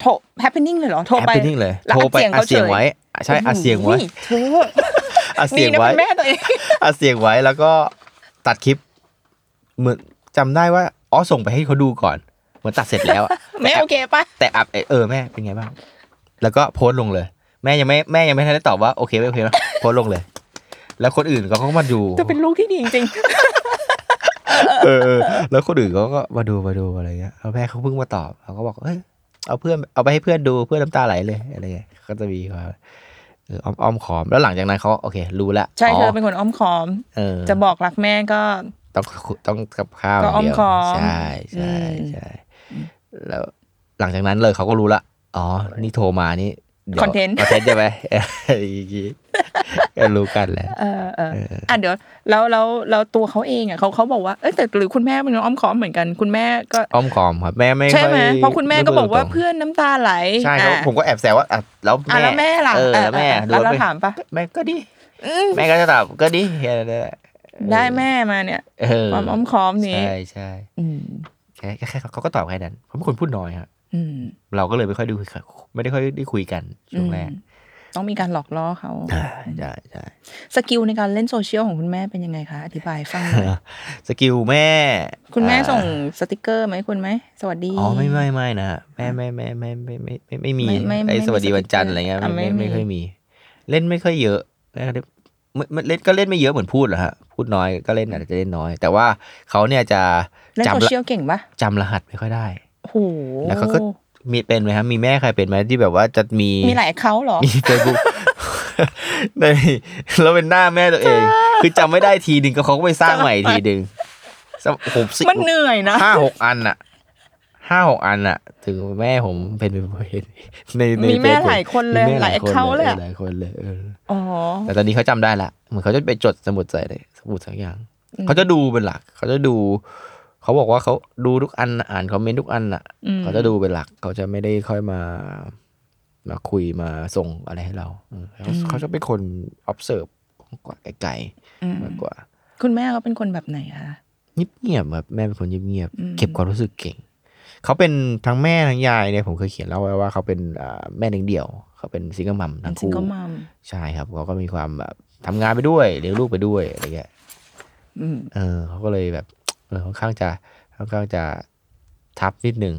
Speaker 1: โทรแฮปปี้นิ่งเลยเหรอโทรไป
Speaker 2: แอปนิ่งเลย
Speaker 1: แล้ว
Speaker 2: โทรไป
Speaker 1: อั
Speaker 2: อัด
Speaker 1: ดเสี
Speaker 2: เสี
Speaker 1: ย
Speaker 2: ย
Speaker 1: งเขาเฉ
Speaker 2: ง
Speaker 1: ย
Speaker 2: ไว้ใช่อัดเสียงไว้
Speaker 1: โอ้โหเธอ
Speaker 2: อัดเสียงไว้
Speaker 1: นี่นะเป็นแม่ตัวเอง
Speaker 2: อัดเสียงไว้แล้วก็ตัดคลิป เหมือนจำได้ว่าอ๋อส่งไปให้เขาดูก่อน เหมือนตัดเสร็จแล้วอะ
Speaker 1: แม่โอเคปะ
Speaker 2: แต่อับเออแม่เป็นไงบ้าง แล้วก็โพสต์ลงเลย แม่ยังไม่แม่ยังไม่ทันได้ตอบว่าโอเคไม่โอเคนะโพสต์ลงเลย แล้วคนอื่นเขาก็มาดู
Speaker 1: จะเป็นลูกที่ดีจริง
Speaker 2: เออเออแล้วคนอื่นเขาก็มาดูมาดูอะไรเงี้ยแล้วแม่เขาเพิ่งมาตอบเขาก็บอกเอ้ยเอาเพื่อนเอาไปให้เพื่อนดูเพื่อนน้ำตาไหลเลยอะไรเงี้ยก็จะมีความเอออ้อมอ้อมขอมแล้วหลังจากนั้นเขาโอเค รู้ละ
Speaker 1: ๆ ใช่เธอ
Speaker 2: อ
Speaker 1: เป็นคนอ้อมค้อม
Speaker 2: เออ
Speaker 1: จะบอกรักแม่ก็
Speaker 2: ต้องต้องกับข้าว
Speaker 1: ก็อ้อม
Speaker 2: ย่างเดียว
Speaker 1: ค้อม
Speaker 2: ใช่ใช่
Speaker 1: อืม
Speaker 2: ใช่แล้วหลังจากนั้นเลยเขาก็รู้ละอ๋อ นี่โทรมานี่ดี๋ยว
Speaker 1: คอนเทนต์
Speaker 2: คอนเทนต์ใช่ไหม เอออย่างงี้ก็รู้กันแหละ
Speaker 1: เออเอออ่ะเดี๋ยวแล้วแล้วแล้วตัวเขาเองอ่ะเขาเขาบอกว่าเอ้ยแต่หรือคุณแม่เป็นคนอ้อมค้อมเหมือนกันคุณแม่ก็
Speaker 2: อ้อมค้อมครับแม่ไม่
Speaker 1: ใช่ไหม
Speaker 2: อย
Speaker 1: เพราะคุณแม่ก็บอกว่า
Speaker 2: ไม่ค่ยตรง
Speaker 1: เพื่อนน้ำตาไหล
Speaker 2: ใช่ครับ
Speaker 1: อ่ะ
Speaker 2: ผมก็แอบแซวว่าอ่ะแล้ว
Speaker 1: อ่ะแล้วแม่ล่ะ
Speaker 2: เออแล้วแม่
Speaker 1: เออ
Speaker 2: ดู
Speaker 1: แล้วเรา
Speaker 2: แม่
Speaker 1: ถามปะ
Speaker 2: แม่ก็ดี
Speaker 1: อืม
Speaker 2: แม่ก็จะตอบก็ดีแค่นั้นแหละ
Speaker 1: ได้แม่มาเนี่ย
Speaker 2: เออ
Speaker 1: ความอ้อมค้อมนี้
Speaker 2: ใช่ใช่
Speaker 1: อืม
Speaker 2: แค่แค่เขาก็ตอบแค่นั้นผมเป็นคนพูดน้อยครับ
Speaker 1: อืม
Speaker 2: เราก็เลยไม่ค่อยได้คุยไม่ได้ค่อยได้คุยกันช่วงแรก
Speaker 1: อืมต้องมีการหลอกล่อเขา
Speaker 2: ใช่ใช่ใช่
Speaker 1: สกิลในการเล่นโซเชียลของคุณแม่เป็นยังไงคะอธิบายให้ฟังหน่อย
Speaker 2: สกิลแม่
Speaker 1: คุณแม่ส่ง
Speaker 2: อ่า
Speaker 1: สติกเกอร์ไหมาให้คุณไหม สวัสดี
Speaker 2: อ๋อไม่ไม่ไม่นะแม่แม่แม่แม่ไม่ไม่ไม่ไม่มี
Speaker 1: ไม่ไม่
Speaker 2: ไอ้
Speaker 1: ไม่มี
Speaker 2: สวัสดีวันจันทร์อะไรเงี้ยไม่
Speaker 1: อ่ะไม่
Speaker 2: ไม่
Speaker 1: มี
Speaker 2: ไม่เคยมี เล่นไม่ค่อยเยอะนะครับไม่ไม่เล่นก็เล่นไม่เยอะเหมือนพูดเหรอฮะพูดน้อยก็เล่นอาจจะเล่นน้อย แต่ว่าเขาเนี่ยจะ
Speaker 1: เล่นโซ
Speaker 2: จำละ
Speaker 1: เชียลเก่งปะ
Speaker 2: จำรหัสไม่ค่อยได้
Speaker 1: โอ้โห
Speaker 2: แล้วเขาก็มีเป็นไหมครับมีแม่ใครเป็นไหมที่แบบว่าจะมี
Speaker 1: มีหลายเขาเหรอ
Speaker 2: มีเฟซบุ๊ก ในแล้วเป็นหน้าแม่ตัวเอง คือจำไม่ได้ทีหนึ่งก็เขาก็ไปสร้างใหม่ทีหนึ่งสำผมสิ
Speaker 1: มันเหนื่อยนะ
Speaker 2: ห้าหกอันอะห้าหกอันอะถึงแม่ผมเป็นเป็นเป็น ในใน
Speaker 1: มีแม่
Speaker 2: เฟซผ
Speaker 1: หลายคนเลย
Speaker 2: มีแม่
Speaker 1: หลาย account เลยอะ
Speaker 2: หลายคนเลยเออ
Speaker 1: อ๋อ
Speaker 2: แต่ตอนนี้เขาจำได้ละเหมือนเขาจะไปจดสมุดใส่เลยสมุดสักอย่าง เขาจะดูเป็นหลัก เขาจะดู เขาบอกว่าเขาดูทุกอันน่ะอ่านคอมเมนต์ทุกอันอะ
Speaker 1: อืม
Speaker 2: เขาจะดูเป็นหลัก เขาจะไม่ได้ค่อยมา มาคุยมาส่งอะไรให้เราอืมเขาเขาจะเป็นคน observe กว่าไกล
Speaker 1: อืม
Speaker 2: ๆมากกว่า
Speaker 1: คุณแม่เขาเป็นคนแบบไหนคะ
Speaker 2: เงียบๆแบบแม่เป็นคนเงียบ
Speaker 1: อืม
Speaker 2: ๆเก็บความรู้สึกเก่ง เขาเป็นทั้งแม่ทั้งยายเนี่ยผมเคยเขียนเล่าไว้ว่าเขาเป็นอ่าแม่เลี้ยงเดี่ยว เขาเป็นซิงเกิลมัม
Speaker 1: เป็
Speaker 2: ทั้
Speaker 1: น
Speaker 2: ง
Speaker 1: ซิง
Speaker 2: คู่
Speaker 1: เกิลมัม
Speaker 2: ใช่ครับเขาก็มีความแบบทำงานไปด้วยเลี้ยงลูกไปด้วยอะไรเงี้ย
Speaker 1: อืม
Speaker 2: เออเขาก็เลยแบบ เออค่อนข้างจะค่อนข้างจะทับนิดนึง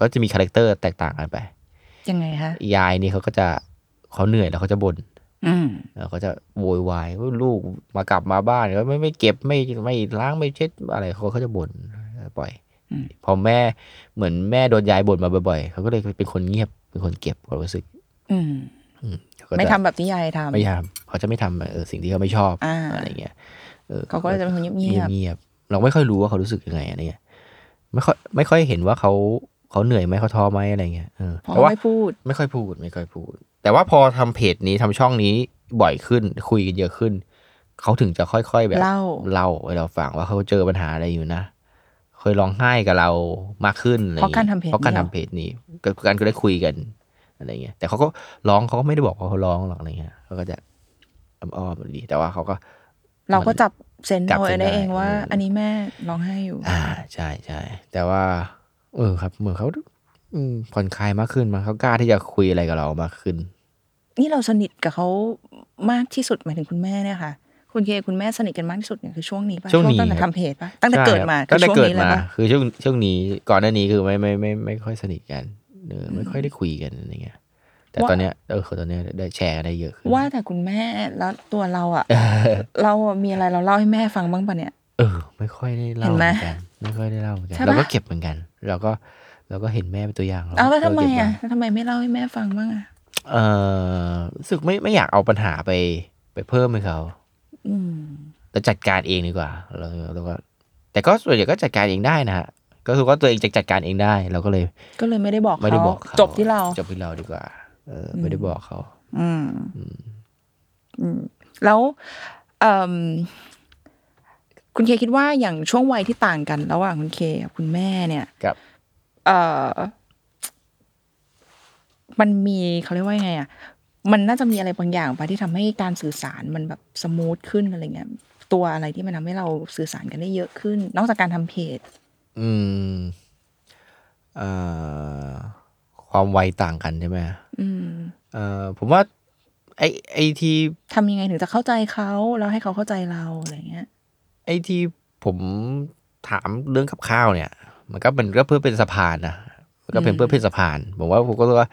Speaker 2: ก็จะมีคาแรคเตอร์แตกต่างกันไป
Speaker 1: ยังไงคะ
Speaker 2: ยายนี่เขาก็จะเขาเหนื่อยแล้วเขาจะบน่น
Speaker 1: อืม
Speaker 2: แล้วเขาจะโวยวายว่าลูกมากลับมาบ้านก็ไม่ไม่เก็บไม่ไม่ล้างไม่เช็ดอะไรเขาเขาจะบน่นปล่อย
Speaker 1: อืม
Speaker 2: พอแม่เหมือนแม่โดนยายบ่นมาบ่อยๆเขาก็เลยเป็นคนเงียบเป็นคนเก็บความรู้สึก
Speaker 1: อืม
Speaker 2: อืมเขาก็จะ
Speaker 1: ไม่ทำแบบที่ยายทำ
Speaker 2: ไม่ทำเขาจะไม่ทำเออสิ่งที่เขาไม่ชอบ
Speaker 1: อ่า
Speaker 2: ไรเงี้ยเออ
Speaker 1: เขาก็จะเป็นคน
Speaker 2: เ
Speaker 1: เงียบ
Speaker 2: งียบๆเราไม่ค่อยรู้ว่าเขารู้สึกยังไงอะไรเงี้ยไม่ค่อยไม่ค่อยเห็นว่าเขาเขาเหนื่อยไหมเขาท้อไหมอะไรเงี้ยเออ
Speaker 1: ๆเพราะ
Speaker 2: แต่ว่า
Speaker 1: ไม่พูด
Speaker 2: ไม่ค่อยพูดไม่ค่อยพูด แต่ว่าพอทำเพจนี้ทำช่องนี้บ่อยขึ้น คุยกันเยอะขึ้น เขาถึงจะค่อยๆแบบ
Speaker 1: เล่า
Speaker 2: เล่าให้เราฟังว่าเขาเจอปัญหาอะไรอยู่นะเคยร้องไห้กับเรามากขึ้นอะไรงี้ย
Speaker 1: เพราะการทำเพจ
Speaker 2: เพราะการ
Speaker 1: เนี่ย
Speaker 2: ทำเพจนี้ก็การก็ได้คุยกันอะไรเงี้ยแต่เขาก็ร้องเขาก็ไม่ได้บอกว่าเขาร้องหรอกอะไรเงี้ยเขาก็จะอ้อมๆดี แต่ว่าเขาก็
Speaker 1: เราก็จับเซน
Speaker 2: จับ
Speaker 1: เอา
Speaker 2: เซน
Speaker 1: ได้เอง
Speaker 2: ได้
Speaker 1: ว่า
Speaker 2: เอออั
Speaker 1: อันนี้แม่ร้องไห้อยู่
Speaker 2: อ่าใช่ใช่แต่ว่า เออครับ เหมือนเขาอืมผ่อนคลายมากขึ้นมั้งเขากล้าที่จะคุยอะไรกับเรามากขึ้น
Speaker 1: นี่เราสนิทกับเขามากที่สุดหมายถึงคุณแม่เนี่ยค่ะ คุณเคคุณแม่สนิทกันมากที่สุดเนี่ยคือช่วงนี้ป่ะ
Speaker 2: ช่วงนี้
Speaker 1: ตั้งแต่ทำเพจป่ะตั้งแต่เกิดมา
Speaker 2: ตั้งแต่
Speaker 1: คือ
Speaker 2: เกิ
Speaker 1: ช่วงนี้
Speaker 2: ด
Speaker 1: เลย
Speaker 2: มา
Speaker 1: ป่ะ
Speaker 2: คือช่วงช่วงนี้ก่อนหน้านี้คือไม่ไม่ไม่ไม่ค่อยสนิทกันเออไม่ค่อยได้คุยกันอะไรเงี้ยแต่ตอนเนี้ยเออคือตอนเนี้ยได้แชร์กันได้เยอะขึ้น
Speaker 1: ว่าแต่คุณแม่แล้วตัวเราอ่ะ
Speaker 2: เออ
Speaker 1: เราอะมีอะไรเราเล่าให้แม่ฟังบ้างป่ะเนี่ย
Speaker 2: เออ ไม่ค่อยได้เล่า
Speaker 1: เห็น
Speaker 2: เห
Speaker 1: ไหม
Speaker 2: มือนกันไม่ค่อยได้เล่าเหมือนกัน
Speaker 1: ใช่ปะ
Speaker 2: เราก็เก็บเหมือนกัน เราก็เราก็เห็นแม่เป็นตัวอย่าง
Speaker 1: เอาแล้วทำไม
Speaker 2: เราเก็บ
Speaker 1: อ่ะ
Speaker 2: ย่าง
Speaker 1: แล้วทำไมไม่เล่าให้แม่ฟังบ้างอ่ะ
Speaker 2: เออรู้สึกไม่ไม่อยากเอาปัญหาไปไปเพิ่มให้เขา
Speaker 1: อืม
Speaker 2: เราจัดการเองดีกว่าเราเราก็แต่ก็ส่วนใหญ่ก็จัดการเองได้นะฮะก็คือว่าตัวเองจะจัดการเองได้ เราก็เลย
Speaker 1: ก็เลยไม่ได้บอก
Speaker 2: ไม่ได้
Speaker 1: เขา
Speaker 2: บอกเขา
Speaker 1: จบที่เรา
Speaker 2: จบที่เราดีกว่า เอออไม่ได้บอกเขา
Speaker 1: อืมอืมแล้วเอิ่มคุณเคคิดว่าอย่างช่วงวัยที่ต่างกัน ระหว่างคุณเคกับคุณแม่เนี่ย
Speaker 2: ครับ
Speaker 1: เออมันมีเขาเรียกว่ายังไงอ่ะมันน่าจะมีอะไรบางอย่างปะที่ทำให้การสื่อสารมันแบบสมูทขึ้นอะไรเงี้ย ตัวอะไรที่มันทำให้เราสื่อสารกันได้เยอะขึ้น นอกจากการทำเพจ
Speaker 2: อืมเอ่อความวัยต่างกันใช่ไหม
Speaker 1: อืม
Speaker 2: เอ่อผมว่า ไอไอที่
Speaker 1: ทำยังไงถึงจะเข้าใจเขาแล้วให้เขาเข้าใจเราอะไรเงี้ย
Speaker 2: ไอ้ที่ผมถามเรื่องกับข้าวเนี่ย มันก็เป็นก็เพื่อเป็นสะพานนะมันก็เป็นเพื่อเป็นสะพานผมว่าผมก็รู้ว่า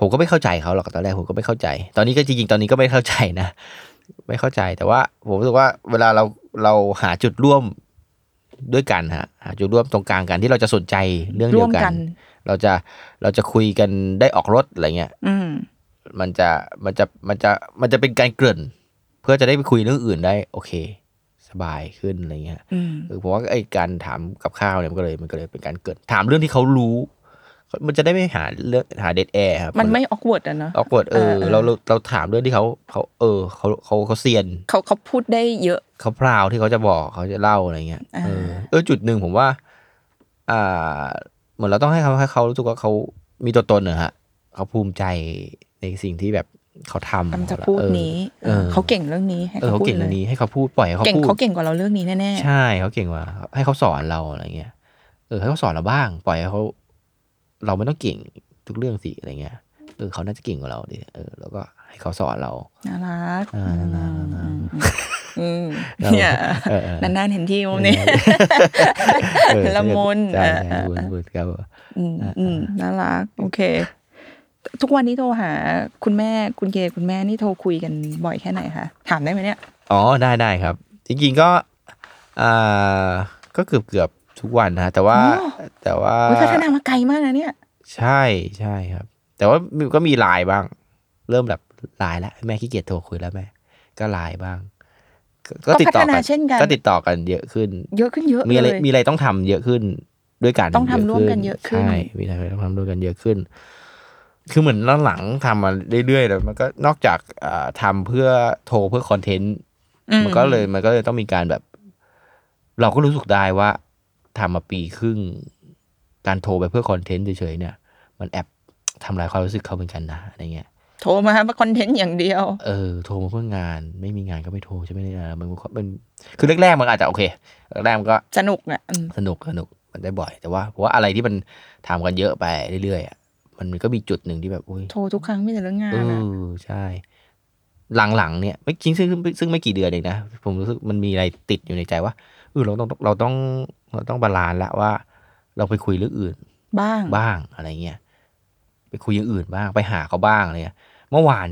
Speaker 2: ผมก็ไม่เข้าใจเขาหรอกตอนแรกผมก็ไม่เข้าใจ ตอนนี้ก็จริงๆตอนนี้ก็ไม่เข้าใจนะ ไม่เข้าใจแต่ว่า ผมรู้สึกว่าเวลาเราเราหาจุดร่วมด้วยกันฮะหาจุดร่วมตรงกลางกันที่เราจะสนใจเรื่องเดียวกั
Speaker 1: ร่วมกัน น
Speaker 2: เราจะเราจะคุยกันได้ออกรถอะไรเงี้ย
Speaker 1: อืม
Speaker 2: มันจะมันจะมันจะมันจะเป็นการเกริ่น เพื่อจะได้ไปคุยเรื่องอื่นได้ โอเค สบายขึ้นอะไรเงี้ย
Speaker 1: อืม
Speaker 2: คือผมว่าไอ้การถามกับข้าวเนี่ยมันก็เลยมันก็เลยเป็นการเกิดถามเรื่องที่เขารู้ มันจะได้ไม่หาเรื่องหาเดทแอร์ครับ
Speaker 1: มันไม่ออกเวิร์ดอะเนาะ
Speaker 2: ออกเวิร์ดเออ
Speaker 1: เออ
Speaker 2: เราเราเราถามเรื่องที่เขาเขาเออเขาเขาเขาเซียน
Speaker 1: เขาเขาพูดได้เยอะ
Speaker 2: เขาพราวที่เขาจะบอกเขาจะเล่าอะไรเงี้ย
Speaker 1: อ่า
Speaker 2: เออเออจุดหนึ่งผมว่า อ่า เหมือนเราต้องให้เขาให้เขารู้สึกว่าเขามีตัวตนเหรอฮะเขาภูมิใจในสิ่งที่แบบเขาทำ
Speaker 1: กำจะพูด
Speaker 2: เออ
Speaker 1: นี้
Speaker 2: เออ
Speaker 1: เขาเก่งเรื่องนี้ให้
Speaker 2: เออ
Speaker 1: เขา
Speaker 2: เขา
Speaker 1: พูด
Speaker 2: เก่ง
Speaker 1: เล
Speaker 2: เรื่อย งนี้ให้เขาพูดปล่อยให้เขา
Speaker 1: เก่ง
Speaker 2: พูด
Speaker 1: เขาเก่งกว่าเราเรื่องนี้แน่
Speaker 2: ใช่เขาเก่งกว่าครับให้เขาสอนเราอะไรเงี้ยเออให้เขาสอนเราบ้าง ปล่อยให้เขา เราไม่ต้องเก่งทุกเรื่องสิอะไรเงี้ยเออเขาน่าจะเก่งกว่าเราดิเออแล้วก็ให้เขาสอนเรา
Speaker 1: ๆน่ารัก
Speaker 2: อ่าน่ารักน่ารัก
Speaker 1: อืมเนี่ย
Speaker 2: เออเออน
Speaker 1: านๆเห็นที่มุมนี้
Speaker 2: เออ
Speaker 1: ละมุน
Speaker 2: ใช่
Speaker 1: เอ
Speaker 2: ใช่
Speaker 1: อ
Speaker 2: มุนมุนครับ
Speaker 1: อืมอืมน่ารัก โอเค ทุกวันนี้โทรหา คุณแม่คุณเกคุณแม่นี่โทรคุยกันบ่อยแค่ไหนคะถามได้ไหมเนี่ย
Speaker 2: อ๋อได้ได้ครับ จริงๆก็อ่าก็เกือบเกือบๆทุกวันนะแต่ว่า
Speaker 1: อ๋อ
Speaker 2: แต่ว่า
Speaker 1: โอ้ยพัฒนามาไกลมากนะเนี่ย
Speaker 2: ใช่ใช่ครับ แต่ว่ามีก็มีไลน์บ้าง เริ่มแบบไลน์แล้วแม่ขี้เกียจโทรคุยแล้วแม่ ก็ไลน์บ้าง ก็ก็ติดต่อ
Speaker 1: ก็พัฒ
Speaker 2: กั
Speaker 1: นาเช่นกัน
Speaker 2: ก็ติดต่อกันเยอะขึ้น
Speaker 1: เยอะขึ้นเยอะ
Speaker 2: มีอะไร
Speaker 1: เลย
Speaker 2: มีอะไรต้องทำเยอะขึ้นด้วยกัน
Speaker 1: ต้องทำร่วมกันเยอะขึ้น
Speaker 2: ใช่มีอะไรต้องทำร่วมกันเยอะขึ้น คือเหมือนหลังๆทำมาเรื่อยๆแล้วมันก็นอกจากอ่าทำาเพื่อโทรเพื่อคอนเทนต์
Speaker 1: อื
Speaker 2: มันก็เลยมันก็เลยต้องมีการแบบ เราก็รู้สึกได้ว่าทำมาปีครึ่ง การโทรไปเพื่อคอนเทนต์เฉยๆเนี่ย มันแอบทำลายความรู้สึกเขาเหมือนกันนะอะไรเงี้ย
Speaker 1: โทรมามาคอนเทนต์อย่างเดียว
Speaker 2: เออโทรมาเพื่องานไม่มีงานก็ไม่โทรใช่ไหมเนี่ยมันก็เป็นคือแรกๆมันอาจจะโอเคแรกๆมันก็
Speaker 1: สนุกอ่ะอืม
Speaker 2: สนุกสนุกมันได้บ่อย แต่ว่าผมว่าอะไรที่มันทำกันเยอะไปเรื่อยๆอ่ะมันก็มีจุดหนึ่งที่แบบอุ้ย
Speaker 1: โทรทุกครั้งไมแต่ได้เรื่องงาน
Speaker 2: เอ
Speaker 1: อะ
Speaker 2: อใช่ หลังๆเนี่ยไม่จริงซึ่งซึ่งซึ่งไม่กี่เดือนเองนะผมรู้สึกมันมีอะไรติดอยู่ในใจว่าเออเราต้องเราต้องเราต้องบาลานซ์ละว่า เราไปคุยเรื่องอื่น
Speaker 1: บ้าง
Speaker 2: บ้างอะไรเงี้ยไปคุยอย่างอื่นบ้างไปหาเขาบ้างอะไรเนี่ยเมื่อวาน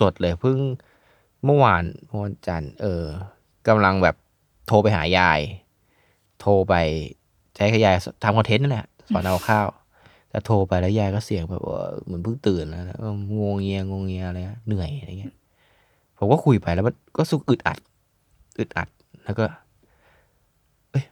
Speaker 2: สดๆเลยเพิ่งเมื่อวานเมื่อวันจันทร์เออกำลังแบบโทรไปหายาย โทรไปใช้ขยายทำคอนเทนต์นั่นแหละสอนเอาข้าวแต่โทรไปแล้วยายก็เสียงแบบเออเหมือนเพิ่งตื่นแล้วนะเอองวงเงียงวงเงียอะไรนะเหนื่อยอะไรเงี้ยผมก็คุยไปแล้วมันก็รู้สุกอึดอัดอึดอัดแล้วก็ เอ้ย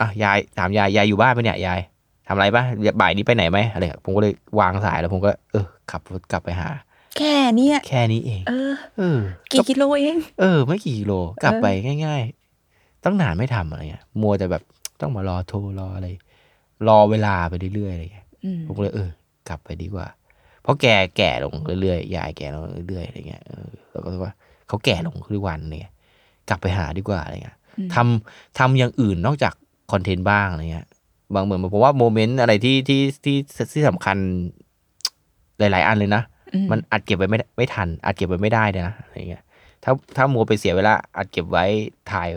Speaker 2: อ่ะยายถามยายยายอยู่บ้านไหมเนี่ยยายทำอะไรปะบ่ายนี้ไปไหนไหมอะไรอะผมก็เลยวางสายแล้วผมก็เออขับรถกลับไปหา
Speaker 1: แค่เนี้ย
Speaker 2: แค่นี้เอง
Speaker 1: เออ
Speaker 2: เออ
Speaker 1: กี่กิโลเอง
Speaker 2: เออไม่กี่กิโลกลับไปง่ายๆ ตั้งนานไม่ทำอะไรเงี้ยมัวแต่แบบต้องมารอโทรรออะไร รอเวลาไปเรื่อยๆอะไรเงี้ย
Speaker 1: อืม
Speaker 2: ผมก็เลยเออ กลับไปดีกว่า เพราะแกแก่ลงเรื่อยๆยายแก่ลงเรื่อยๆอะไรเงี้ยเออแล้วก็รู้สึกว่าเขาแก่ลงทุกวันเนี่ยกลับไปหาดีกว่าอะไรเงี้ยทำทำอย่างอื่นนอกจากคอนเทนต์บ้างอะไรเงี้ยบางเหมือนผมว่าโมเมนต์อะไรที่ที่ที่ที่สำคัญ หลาย ๆ อันเลยนะ
Speaker 1: อื
Speaker 2: มันอัดเก็บไว้ไม่ได้ไม่ทันอัดเก็บไว้ไม่ได้เลยนะอะไรเงี้ยถ้าถ้ามัวไปเสียเวลาอัดเก็บไว้ถ่าย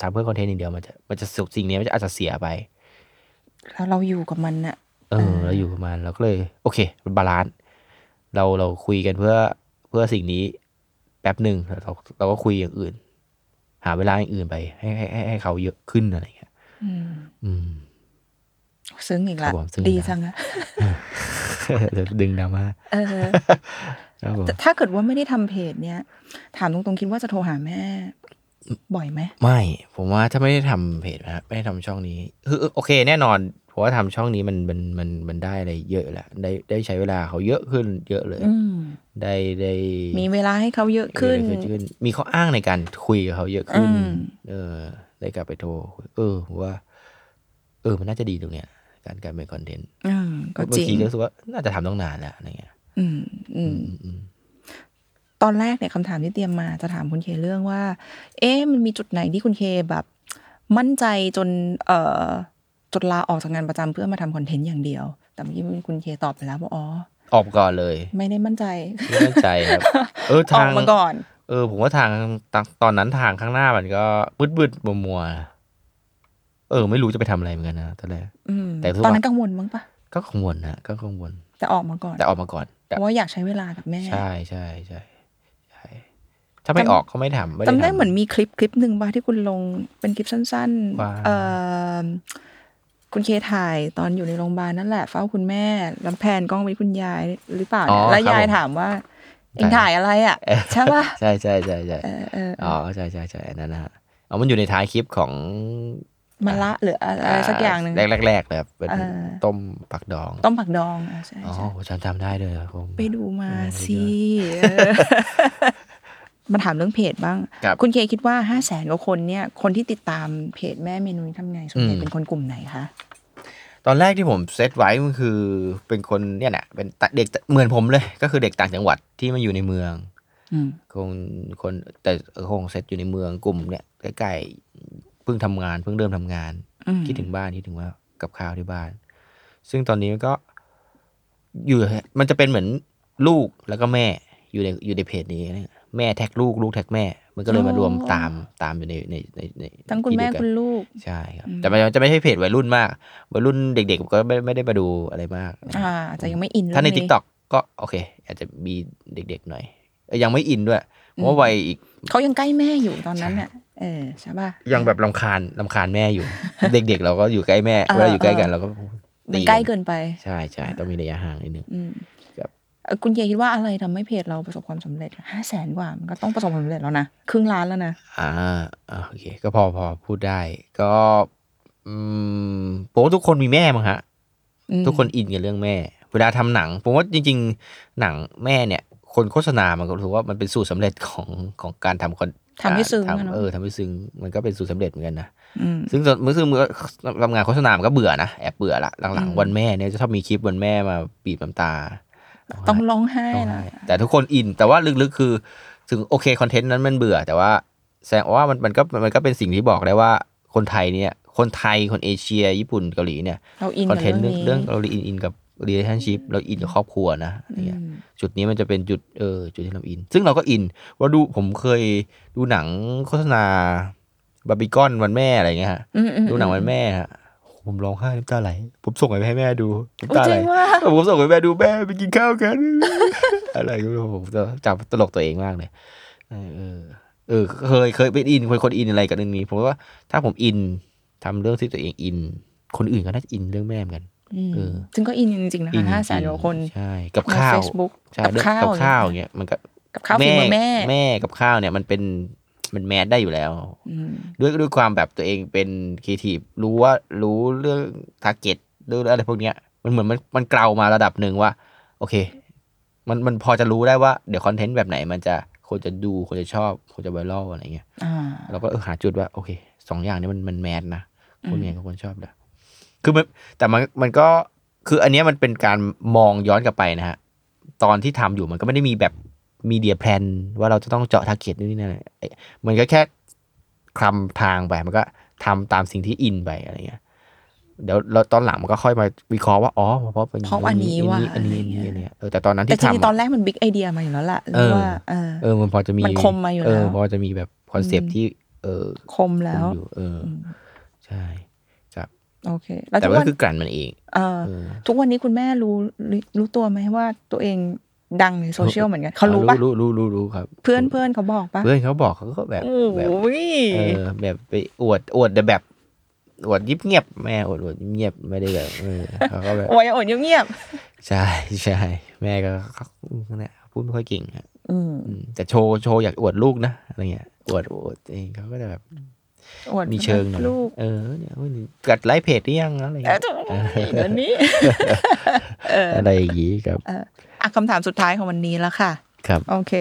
Speaker 2: ทำเพื่อคอนเทนต์อย่างเดียวมันจะมันจะสุสิ่งนี้มันจะอาจจะเสียไป
Speaker 1: แล้วเราอยู่กับมันอะ
Speaker 2: เออเราอยู่ประมาณเราก็เลย โอเคบาลานซ์เราเราคุยกันเพื่อเพื่อสิ่งนี้แป๊บหนึ่งแล้วเราเราก็คุยอย่างอื่น หาเวลาอย่างอื่นไป ให้ให้ให้ให้เขาเยอะขึ้นอะไรเงี้ย
Speaker 1: อืม
Speaker 2: อืม
Speaker 1: ซึ้งอีก
Speaker 2: ครั
Speaker 1: ละ
Speaker 2: บผมซึ้งอีกละ
Speaker 1: ดีจังอะ
Speaker 2: เดี๋ยวดึงดราม่า
Speaker 1: เออ
Speaker 2: ครับผม
Speaker 1: แต่ถ้าเกิดว่าไม่ได้ทำเพจเนี้ยถามตรงๆคิดว่าจะโทรหาแม่ บ่อยไหม
Speaker 2: ไม่ผมว่าถ้าไม่ได้ทำเพจนะฮะไม่ได้ทำช่องนี้คือโอเค แน่นอนผมว่าทำช่องนี้มันมันมันมันได้อะไรเยอะแหละได้ได้ใช้เวลาเขาเยอะขึ้น เยอะเลย
Speaker 1: อืม
Speaker 2: ได้ได้
Speaker 1: มีเวลาให้เขาเยอะขึ้น
Speaker 2: มีอะไรเกิดขึ้น มีข้ออ้างในการคุยกับเขาเยอะขึ้น
Speaker 1: อืม
Speaker 2: เออ ได้กลับไปโทรคุยเออผมว่า เออ มันน่าจะดีตรงเนี้ย การการเป็นคอนเทนต์
Speaker 1: อืมก็
Speaker 2: บา
Speaker 1: จ
Speaker 2: ง
Speaker 1: ริง
Speaker 2: ทีก็รู้สึกว่าน่าจะทำต้องนานแล้วอะไรเงี้ย
Speaker 1: อืมอืม
Speaker 2: อืม
Speaker 1: ตอนแรกเนี่ยคำถามที่เตรียมมาจะถามคุณเคเรื่องว่า เอ๊ะมันมีจุดไหนที่คุณเคแบบ มั่นใจจน เอ่อจนลาออกจากงานประจำเพื่อมาทำคอนเทนต์อย่างเดียว แต่เมื่อกี้คุณเคตอบไปแล้วว่าอ๋อ
Speaker 2: ออกก่อนเลย
Speaker 1: ไม่ได้มั่นใจ
Speaker 2: ไม่แน่ใจครับเออ
Speaker 1: อ
Speaker 2: ทา
Speaker 1: อง กมาก่อน
Speaker 2: เออ ผมว่าทางตอนตอนนั้นทางข้างหน้ามันก็บืดบืดมัวมัวๆเออ ไม่รู้จะไปทำอะไรเหมือนกันนะตอนแรก
Speaker 1: อืม
Speaker 2: แต่ทุกวัน
Speaker 1: ตอนนั้นกังวลมั้งปะ
Speaker 2: ก็กังวลนะก็กังวล
Speaker 1: แต่ออกมาก่อน
Speaker 2: แต่ออกมาก่อนแต่
Speaker 1: เพราะว่าอยากใช้เวลากับแม่
Speaker 2: ใช่ใช่ใช่ใช่ถ้าไม่
Speaker 1: จำ
Speaker 2: ออกก็ไม่ทำไม่ได้
Speaker 1: จำได้
Speaker 2: ทำ
Speaker 1: เหมือนมีคลิปคลิปหนึ่งป่ะที่คุณลงเป็นคลิปสั้น
Speaker 2: ว่า
Speaker 1: ๆ เอ่อคุณเคถ่ายตอนอยู่ในโรงพยาบาลนั่นแหละ เฝ้าคุณแม่แล้วแพนกล้องไปคุณยายหรือเปล่าเนี่ย
Speaker 2: อ๋อ
Speaker 1: แล้ว
Speaker 2: ครับ
Speaker 1: ยาย
Speaker 2: ผม
Speaker 1: ถามว่าเองถ่ายอะไรอ่ะ
Speaker 2: เออ
Speaker 1: ใช่ป่ะ
Speaker 2: ใช่ใช่ใช่ใช่
Speaker 1: เออเออเอ
Speaker 2: อ๋อ
Speaker 1: อ
Speaker 2: ใช่ใช่ใช่อันนั้นนะฮะเอามันอยู่ในท้ายคลิปของ
Speaker 1: มาละหรืออะไรสักอย่างหนึ่ง
Speaker 2: แรกแรกๆเลยครับเป็น
Speaker 1: เออ
Speaker 2: ต้มผักดอง
Speaker 1: ต้มผักดองอ่ะใช่
Speaker 2: อ๋อ
Speaker 1: ใช่
Speaker 2: โหจำจำได้เลยครับผม
Speaker 1: ไปดูมา
Speaker 2: เออ
Speaker 1: สิเออ มาถามเรื่องเพจบ้าง
Speaker 2: ครับ
Speaker 1: คุณเคคิดว่าห้าแสนกว่าคนเนี่ย คนที่ติดตามเพจแม่เมนูนี้ทำไงส่วนใหญ่
Speaker 2: อืม
Speaker 1: เป็นคนกลุ่มไหนคะ
Speaker 2: ตอนแรกที่ผมเซตไว้มันคือเป็นคนเนี่ยแหละเป็นเด็กเหมือนผมเลย ก็คือเด็กต่างจังหวัดที่มาอยู่ในเมือง
Speaker 1: อืม
Speaker 2: คงคนแต่คงเซตอยู่ในเมืองกลุ่มเนี่ยใกล้ๆเพิ่งทำงานเพิ่งเริ่มทำงาน
Speaker 1: อืม
Speaker 2: คิดถึงบ้านคิดถึงว่ากับข้าวที่บ้าน ซึ่งตอนนี้ก็ อยู่มันจะเป็นเหมือนลูกแล้วก็แม่อยู่ในอยู่ในเพจนี้นะแม่แท็กลูกลูกแท็กแม่ มันก็เลย
Speaker 1: อ๋อ
Speaker 2: มารวมตามตามอยู่ในในในใน
Speaker 1: ทั้งคุณแม่
Speaker 2: ที่เดียวกัน
Speaker 1: คุณลูก
Speaker 2: ใช่ครับ
Speaker 1: อืม
Speaker 2: แต่มันจะไม่ใช่เพจวัยรุ่นมากวัยรุ่นเด็กๆก็ไม่ไม่ได้มาดูอะไรมาก
Speaker 1: อ่าอาจจะยังไม่อิน
Speaker 2: ถ้าใน
Speaker 1: เรื่
Speaker 2: ทิ
Speaker 1: ง
Speaker 2: กตอกก็โอเค อาจจะมีเด็กๆหน่อยเอ้ยยังไม่อินด้วยเพราะว่า
Speaker 1: อืม
Speaker 2: วัยอีก
Speaker 1: เขายังใกล้แม่อยู่ตอนนั้นน่ะ เออใช่ป่ะ
Speaker 2: ยังแบบลำคาญลำคาญแม่อยู่ เด็กๆ เราก็อยู่ใกล้แม่
Speaker 1: เออ
Speaker 2: เวลาอยู่ใกล้กัน
Speaker 1: เออ
Speaker 2: เราก็
Speaker 1: มันใกล้เกินไป
Speaker 2: ใช่ใช่ต้องมีระยะห่างนิดนึง
Speaker 1: อืม
Speaker 2: ครับ
Speaker 1: เอ่อคุณเยคิดว่าอะไรทำให้เพจเราประสบความสำเร็จห้าแสนกว่ามันก็ต้องประสบความสำเร็จแล้วนะ ครึ่งล้านแล้วนะ
Speaker 2: อ่าอ่าโอเค ก็พอพอพูดได้ ก็อืมผมว่าทุกคนมีแม่มั้งฮะ
Speaker 1: อืม
Speaker 2: ทุกคนอินกับเรื่องแม่ เวลาทำหนัง ผมว่าจริง ๆ หนังแม่เนี่ย คนโฆษณามันก็ถือว่ามันเป็นสูตรสำเร็จของของการทำคอน
Speaker 1: ทำให้ซึ้งอะเนอะ
Speaker 2: ทำเออทำให้ซึ้งมันก็เป็นสูตรสำเร็จเหมือนกันนะ
Speaker 1: อืม
Speaker 2: ซึ่งส่วนซึ่งมือทำงานโฆษณามันก็เบื่อนะ แอบเบื่อละหลัง
Speaker 1: อืม
Speaker 2: ๆวันแม่เนี่ยจะชอบมีคลิปวันแม่มาบีบน้ำตา
Speaker 1: ต้องร้องไห้
Speaker 2: ต้อง
Speaker 1: ละ
Speaker 2: ให้แต่ทุกคนอิน แต่ว่าลึกๆ คือถึงโอเคคอนเทนต์นั้นมันเบื่อ แต่ว่าแสดงว่ามันมันก็มันก็เป็นสิ่งที่บอกได้ว่าคนไทยเนี่ย คนไทยคนเอเชีย ญี่ปุ่นเกาหลีเนี่ย
Speaker 1: เราอิน
Speaker 2: ค
Speaker 1: กั
Speaker 2: อน
Speaker 1: บ
Speaker 2: เทนต์
Speaker 1: เรื่อง
Speaker 2: เรื่อง
Speaker 1: นี้
Speaker 2: เราอินอินกับ relationship เราอินกับครอบครัวนะอะไรเงี้ย
Speaker 1: อืม
Speaker 2: จุดนี้มันจะเป็นจุดเออจุดที่เราอิน ซึ่งเราก็อินว่าดูผมเคยดูหนังโฆษณาบาร์บีคอนวันแม่อะไรเงี้ยฮะ
Speaker 1: อืมอืม
Speaker 2: ดูหนังวันแม่ฮะผมร้องไห้น้ำตาไหล ผมส่งไปให้แม่ดูน้ำ
Speaker 1: อุ๊ย
Speaker 2: ตา
Speaker 1: จ
Speaker 2: ไหล
Speaker 1: ริงว่า
Speaker 2: ผมส่งไปให้แม่ดูแม่ไปกินข้าวกัน อะไรก็ไม่รู้ผมจะจำตลกตัวเองมากเลย เออ เออเออเคยเคยเป็นอินคนคนอินอะไรกับเรื่องนี้ผมว่าถ้าผมอินทำเรื่องที่ตัวเองอิน คนอื่นก็น่าจะอินเรื่องแม่เหมือนกัน เออ
Speaker 1: ซึ่งก็อินจริงๆนะ
Speaker 2: อิ
Speaker 1: คะห้าแสน
Speaker 2: จริง
Speaker 1: กว่าคน
Speaker 2: ใช่กับ
Speaker 1: ใน
Speaker 2: ข้าว
Speaker 1: Facebook
Speaker 2: ใช่
Speaker 1: กับ
Speaker 2: เรื่อง
Speaker 1: ข้าว
Speaker 2: กับข้าวอย่างเงี้ยมันก็
Speaker 1: กับข้าวฝีมือแม่
Speaker 2: แม่กับข้าวเนี่ยมันเป็นมันแมสได้อยู่แล้ว
Speaker 1: อืม
Speaker 2: ด้วยด้วยความแบบตัวเองเป็นครีเอทีฟรู้ว่ารู้เรื่องทาร์เก็ตเรื่องอะไรพวกเนี้ยมันเหมือนมันมันเกลามาระดับหนึ่งว่า โอเค มันมันพอจะรู้ได้ว่าเดี๋ยวคอนเทนต์แบบไหน มันจะคนจะดูคนจะชอบคนจะไวรัลอะไรเงี้ย
Speaker 1: อ่า
Speaker 2: เราก็เออหาจุดว่า โอเคสองอย่างนี้มันมันแมทนะคน
Speaker 1: อืม
Speaker 2: เห็นกับคนชอบนะคือมันแต่มันมันก็คืออันเนี้ยมันเป็นการมองย้อนกลับไปนะฮะ ตอนที่ทำอยู่มันก็ไม่ได้มีแบบมีเดียแพลนว่าเราจะต้องเจาะทาร์เก็ตนู่นนี่นั่นเอ้ยมันก็แค่คลำทางไป มันก็ทำตามสิ่งที่อินไปอะไรเงี้ยเดี๋ยวเราตอนหลังมันก็ค่อยมาวิเคราะห์ว่าอ๋อเพราะเป็น
Speaker 1: เพราะอันนี้ว่ะ
Speaker 2: อันนี้อันนี้
Speaker 1: อะไรเงี้ย
Speaker 2: อันนี้เออแต่ตอนนั้น
Speaker 1: แต่
Speaker 2: ที่
Speaker 1: จริงๆ
Speaker 2: ทำ
Speaker 1: ตอ
Speaker 2: อะ
Speaker 1: นแรกมันบิ๊กไอเดียมาอยู่แล้วล่ะห
Speaker 2: เอ
Speaker 1: รือ
Speaker 2: อ
Speaker 1: ว่าเออ
Speaker 2: เออมันพอจะมี
Speaker 1: มันคมมาอยู่
Speaker 2: เออ
Speaker 1: แล้ว
Speaker 2: พอจะมีแบบคอนเซปที่เออ
Speaker 1: คมแล้ว
Speaker 2: คุมอยู่ เอออ
Speaker 1: ม
Speaker 2: ใช่ครับ
Speaker 1: โอเค แล้ว
Speaker 2: แต่
Speaker 1: ทุก
Speaker 2: ว่า
Speaker 1: วัน
Speaker 2: คือกลั่นมันเอง
Speaker 1: เออ
Speaker 2: เออ
Speaker 1: ทุกวันนี้คุณแม่รู้รู้รู้ตัวไหมว่าตัวเองดังในโซเชียลเหมือนกันเขารู้ปะ
Speaker 2: รู้รู้รู้รู้ครับ
Speaker 1: เพื่อนเพื่อนเขาบอกปะ
Speaker 2: เพื่อนเขาบอกเขาก็แบบ
Speaker 1: โอ้
Speaker 2: แบบ
Speaker 1: ย
Speaker 2: เออแบบไปอวดอวดแต่แบบอวดยิบเงียบๆแม่อวดอวดยิบเงียบๆไม่ได้แบบเออเขาก็แบบ
Speaker 1: โอ้ยโอ้ยเงียบ
Speaker 2: ใช่ใช่แม่ก็เขาเนี่ยพูดไม่ค่อยเก่งอะ
Speaker 1: ๆอืม
Speaker 2: อืมแต่โชว์โชว์อยากอวดลูกนะอะไรเงี้ยอวดอวดเองเขาก็จะแบบ
Speaker 1: อวด
Speaker 2: มีเชิงหน่อย
Speaker 1: ลูก
Speaker 2: เออเนี่ยอุ๊ยกัดไลฟ์เพจหรือยังอะไร
Speaker 1: เออ
Speaker 2: เงี้ย
Speaker 1: จะโอ้ยเดี๋ยวนี้ เออ
Speaker 2: อะไรอย่างงี้ครับ
Speaker 1: อ่ะคำถามสุดท้ายของวันนี้แล้วค่ะ
Speaker 2: ครับ
Speaker 1: โอเค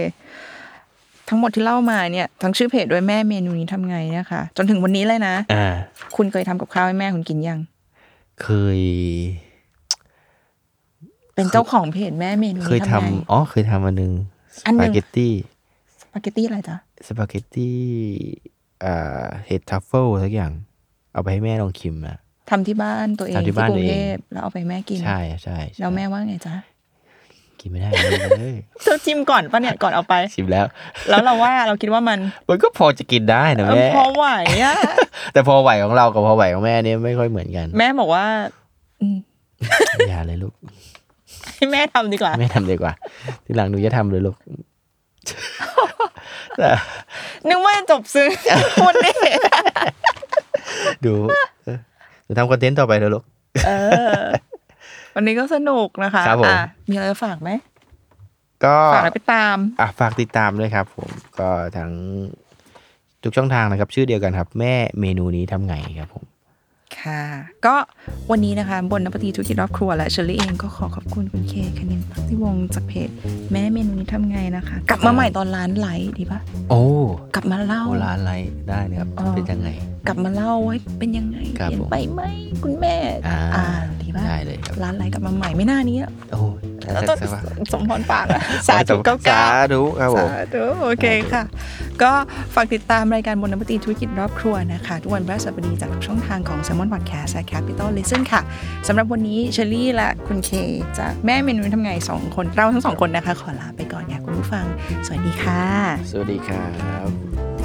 Speaker 1: ทั้งหมดที่เล่ามาเนี่ย ทั้งชื่อเพจด้วยแม่เมนูนี้ทำไงเนะคะ จนถึงวันนี้เลยนะ
Speaker 2: อ่า
Speaker 1: คุณเคยทำกับข้าวให้แม่คุณกินยัง
Speaker 2: เคย
Speaker 1: เป็นเจ้าของเพจแม่เมนู
Speaker 2: เคย
Speaker 1: นี้ทำ
Speaker 2: ทำ
Speaker 1: ไง
Speaker 2: อ๋อเคยทำอันหนึงส
Speaker 1: อันหนึ่
Speaker 2: ปาง เกตตี้
Speaker 1: สปาเกตตี้อะไรจ๊ะ
Speaker 2: สปาเกตตี้อ่าเห็ดทัฟเฟิลสักอย่าง เอาไปให้แม่ลองชิมนะ
Speaker 1: ทำที่บ้านตัวเอง
Speaker 2: ทำที่
Speaker 1: ที่
Speaker 2: บ้าน
Speaker 1: กรุ
Speaker 2: ตัว
Speaker 1: ง
Speaker 2: เอง
Speaker 1: เทพแล้วเอาไปให้แม่กิน
Speaker 2: ใช่ใช่ใช่
Speaker 1: แล้วแม่ว่าไงจ๊ะ
Speaker 2: กินไม่ได้เลย
Speaker 1: เธอชิมก่อนปะเนี่ยก่อนเอาไป
Speaker 2: ชิมแล้ว
Speaker 1: แล้วเราว่าเราคิดว่ามัน
Speaker 2: มันก็พอจะกินได้นะ
Speaker 1: เออ
Speaker 2: แม่
Speaker 1: พอไหวอะ
Speaker 2: แต่พอไหวของเรากับพอไหวของแม่เนี่ยไม่ค่อยเหมือนกัน
Speaker 1: แม่บอกว่าอืม
Speaker 2: อย่าเลยลูก
Speaker 1: ให้แม่ทำดีกว่า
Speaker 2: ไม่ทำดีกว่า ทีหลังหนูจะทำเลยลูก แต่
Speaker 1: นึกว่าจบ ซึ้งคุณนี่
Speaker 2: ดูเออหนูทำคอนเทนต์ต่อไปเลยลูก
Speaker 1: เออ วันนี้ก็สนุกนะคะ
Speaker 2: ครับผม
Speaker 1: อ่ะมีอะไรฝากไหม
Speaker 2: ก็
Speaker 1: ฝากอะไรไปตาม
Speaker 2: อ่ะฝากติดตามด้วยครับผมก็ทั้งทุกช่องทางนะครับ ชื่อเดียวกันครับ แม่เมนูนี้ทำไงครับผม
Speaker 1: ค่ะ ก็วันนี้นะคะ บนนปฏิธุรกิจรอบครัวและเชอรี่เองก็ขอขอบคุณคุณเคคณินพักติวงศ์จากเพจแม่เมนูนี้ทำไงนะคะ กลับมาใหม่ตอนร้านไลท์ดีปะ
Speaker 2: โอ้
Speaker 1: กลับมาเล่า
Speaker 2: โอลานไรได้นะครับ
Speaker 1: อ๋อ
Speaker 2: เป็นยังไง
Speaker 1: กลับมาเล่าว่าเป็นยังไง
Speaker 2: ครั
Speaker 1: เป
Speaker 2: บ
Speaker 1: ลี่ยนไป
Speaker 2: ผม
Speaker 1: ไหมคุณแม่
Speaker 2: อ่า
Speaker 1: อ่าดีปะ
Speaker 2: ได้เลยครับ
Speaker 1: ร้านไลท์กลับมาใหม่ไม่น่านี้อะ
Speaker 2: โอ้ย
Speaker 1: แล้วต้น
Speaker 2: สาธุ
Speaker 1: สมพรปากอะสาธุเก้า
Speaker 2: สา
Speaker 1: เก้า
Speaker 2: ธุครับผม
Speaker 1: สาธุโอเคค่ะ ก็ฝากติดตามรายการบนน้ำปตีธุรกิจรอบครัวนะคะ ทุกวันพฤหัสบดีจากทุกช่องทางของ s ซ l m o n Podcast และ Capital Listen ค่ะสำหรับวันนี้เชอรี่และคุณเคจากแม่เมนูทำไงสองคน เราทั้งสองคนนะคะ ขอลาไปก่อนค่ะคุณผู้ฟัง สวัสดีค่ะ
Speaker 2: สวัสดีครับ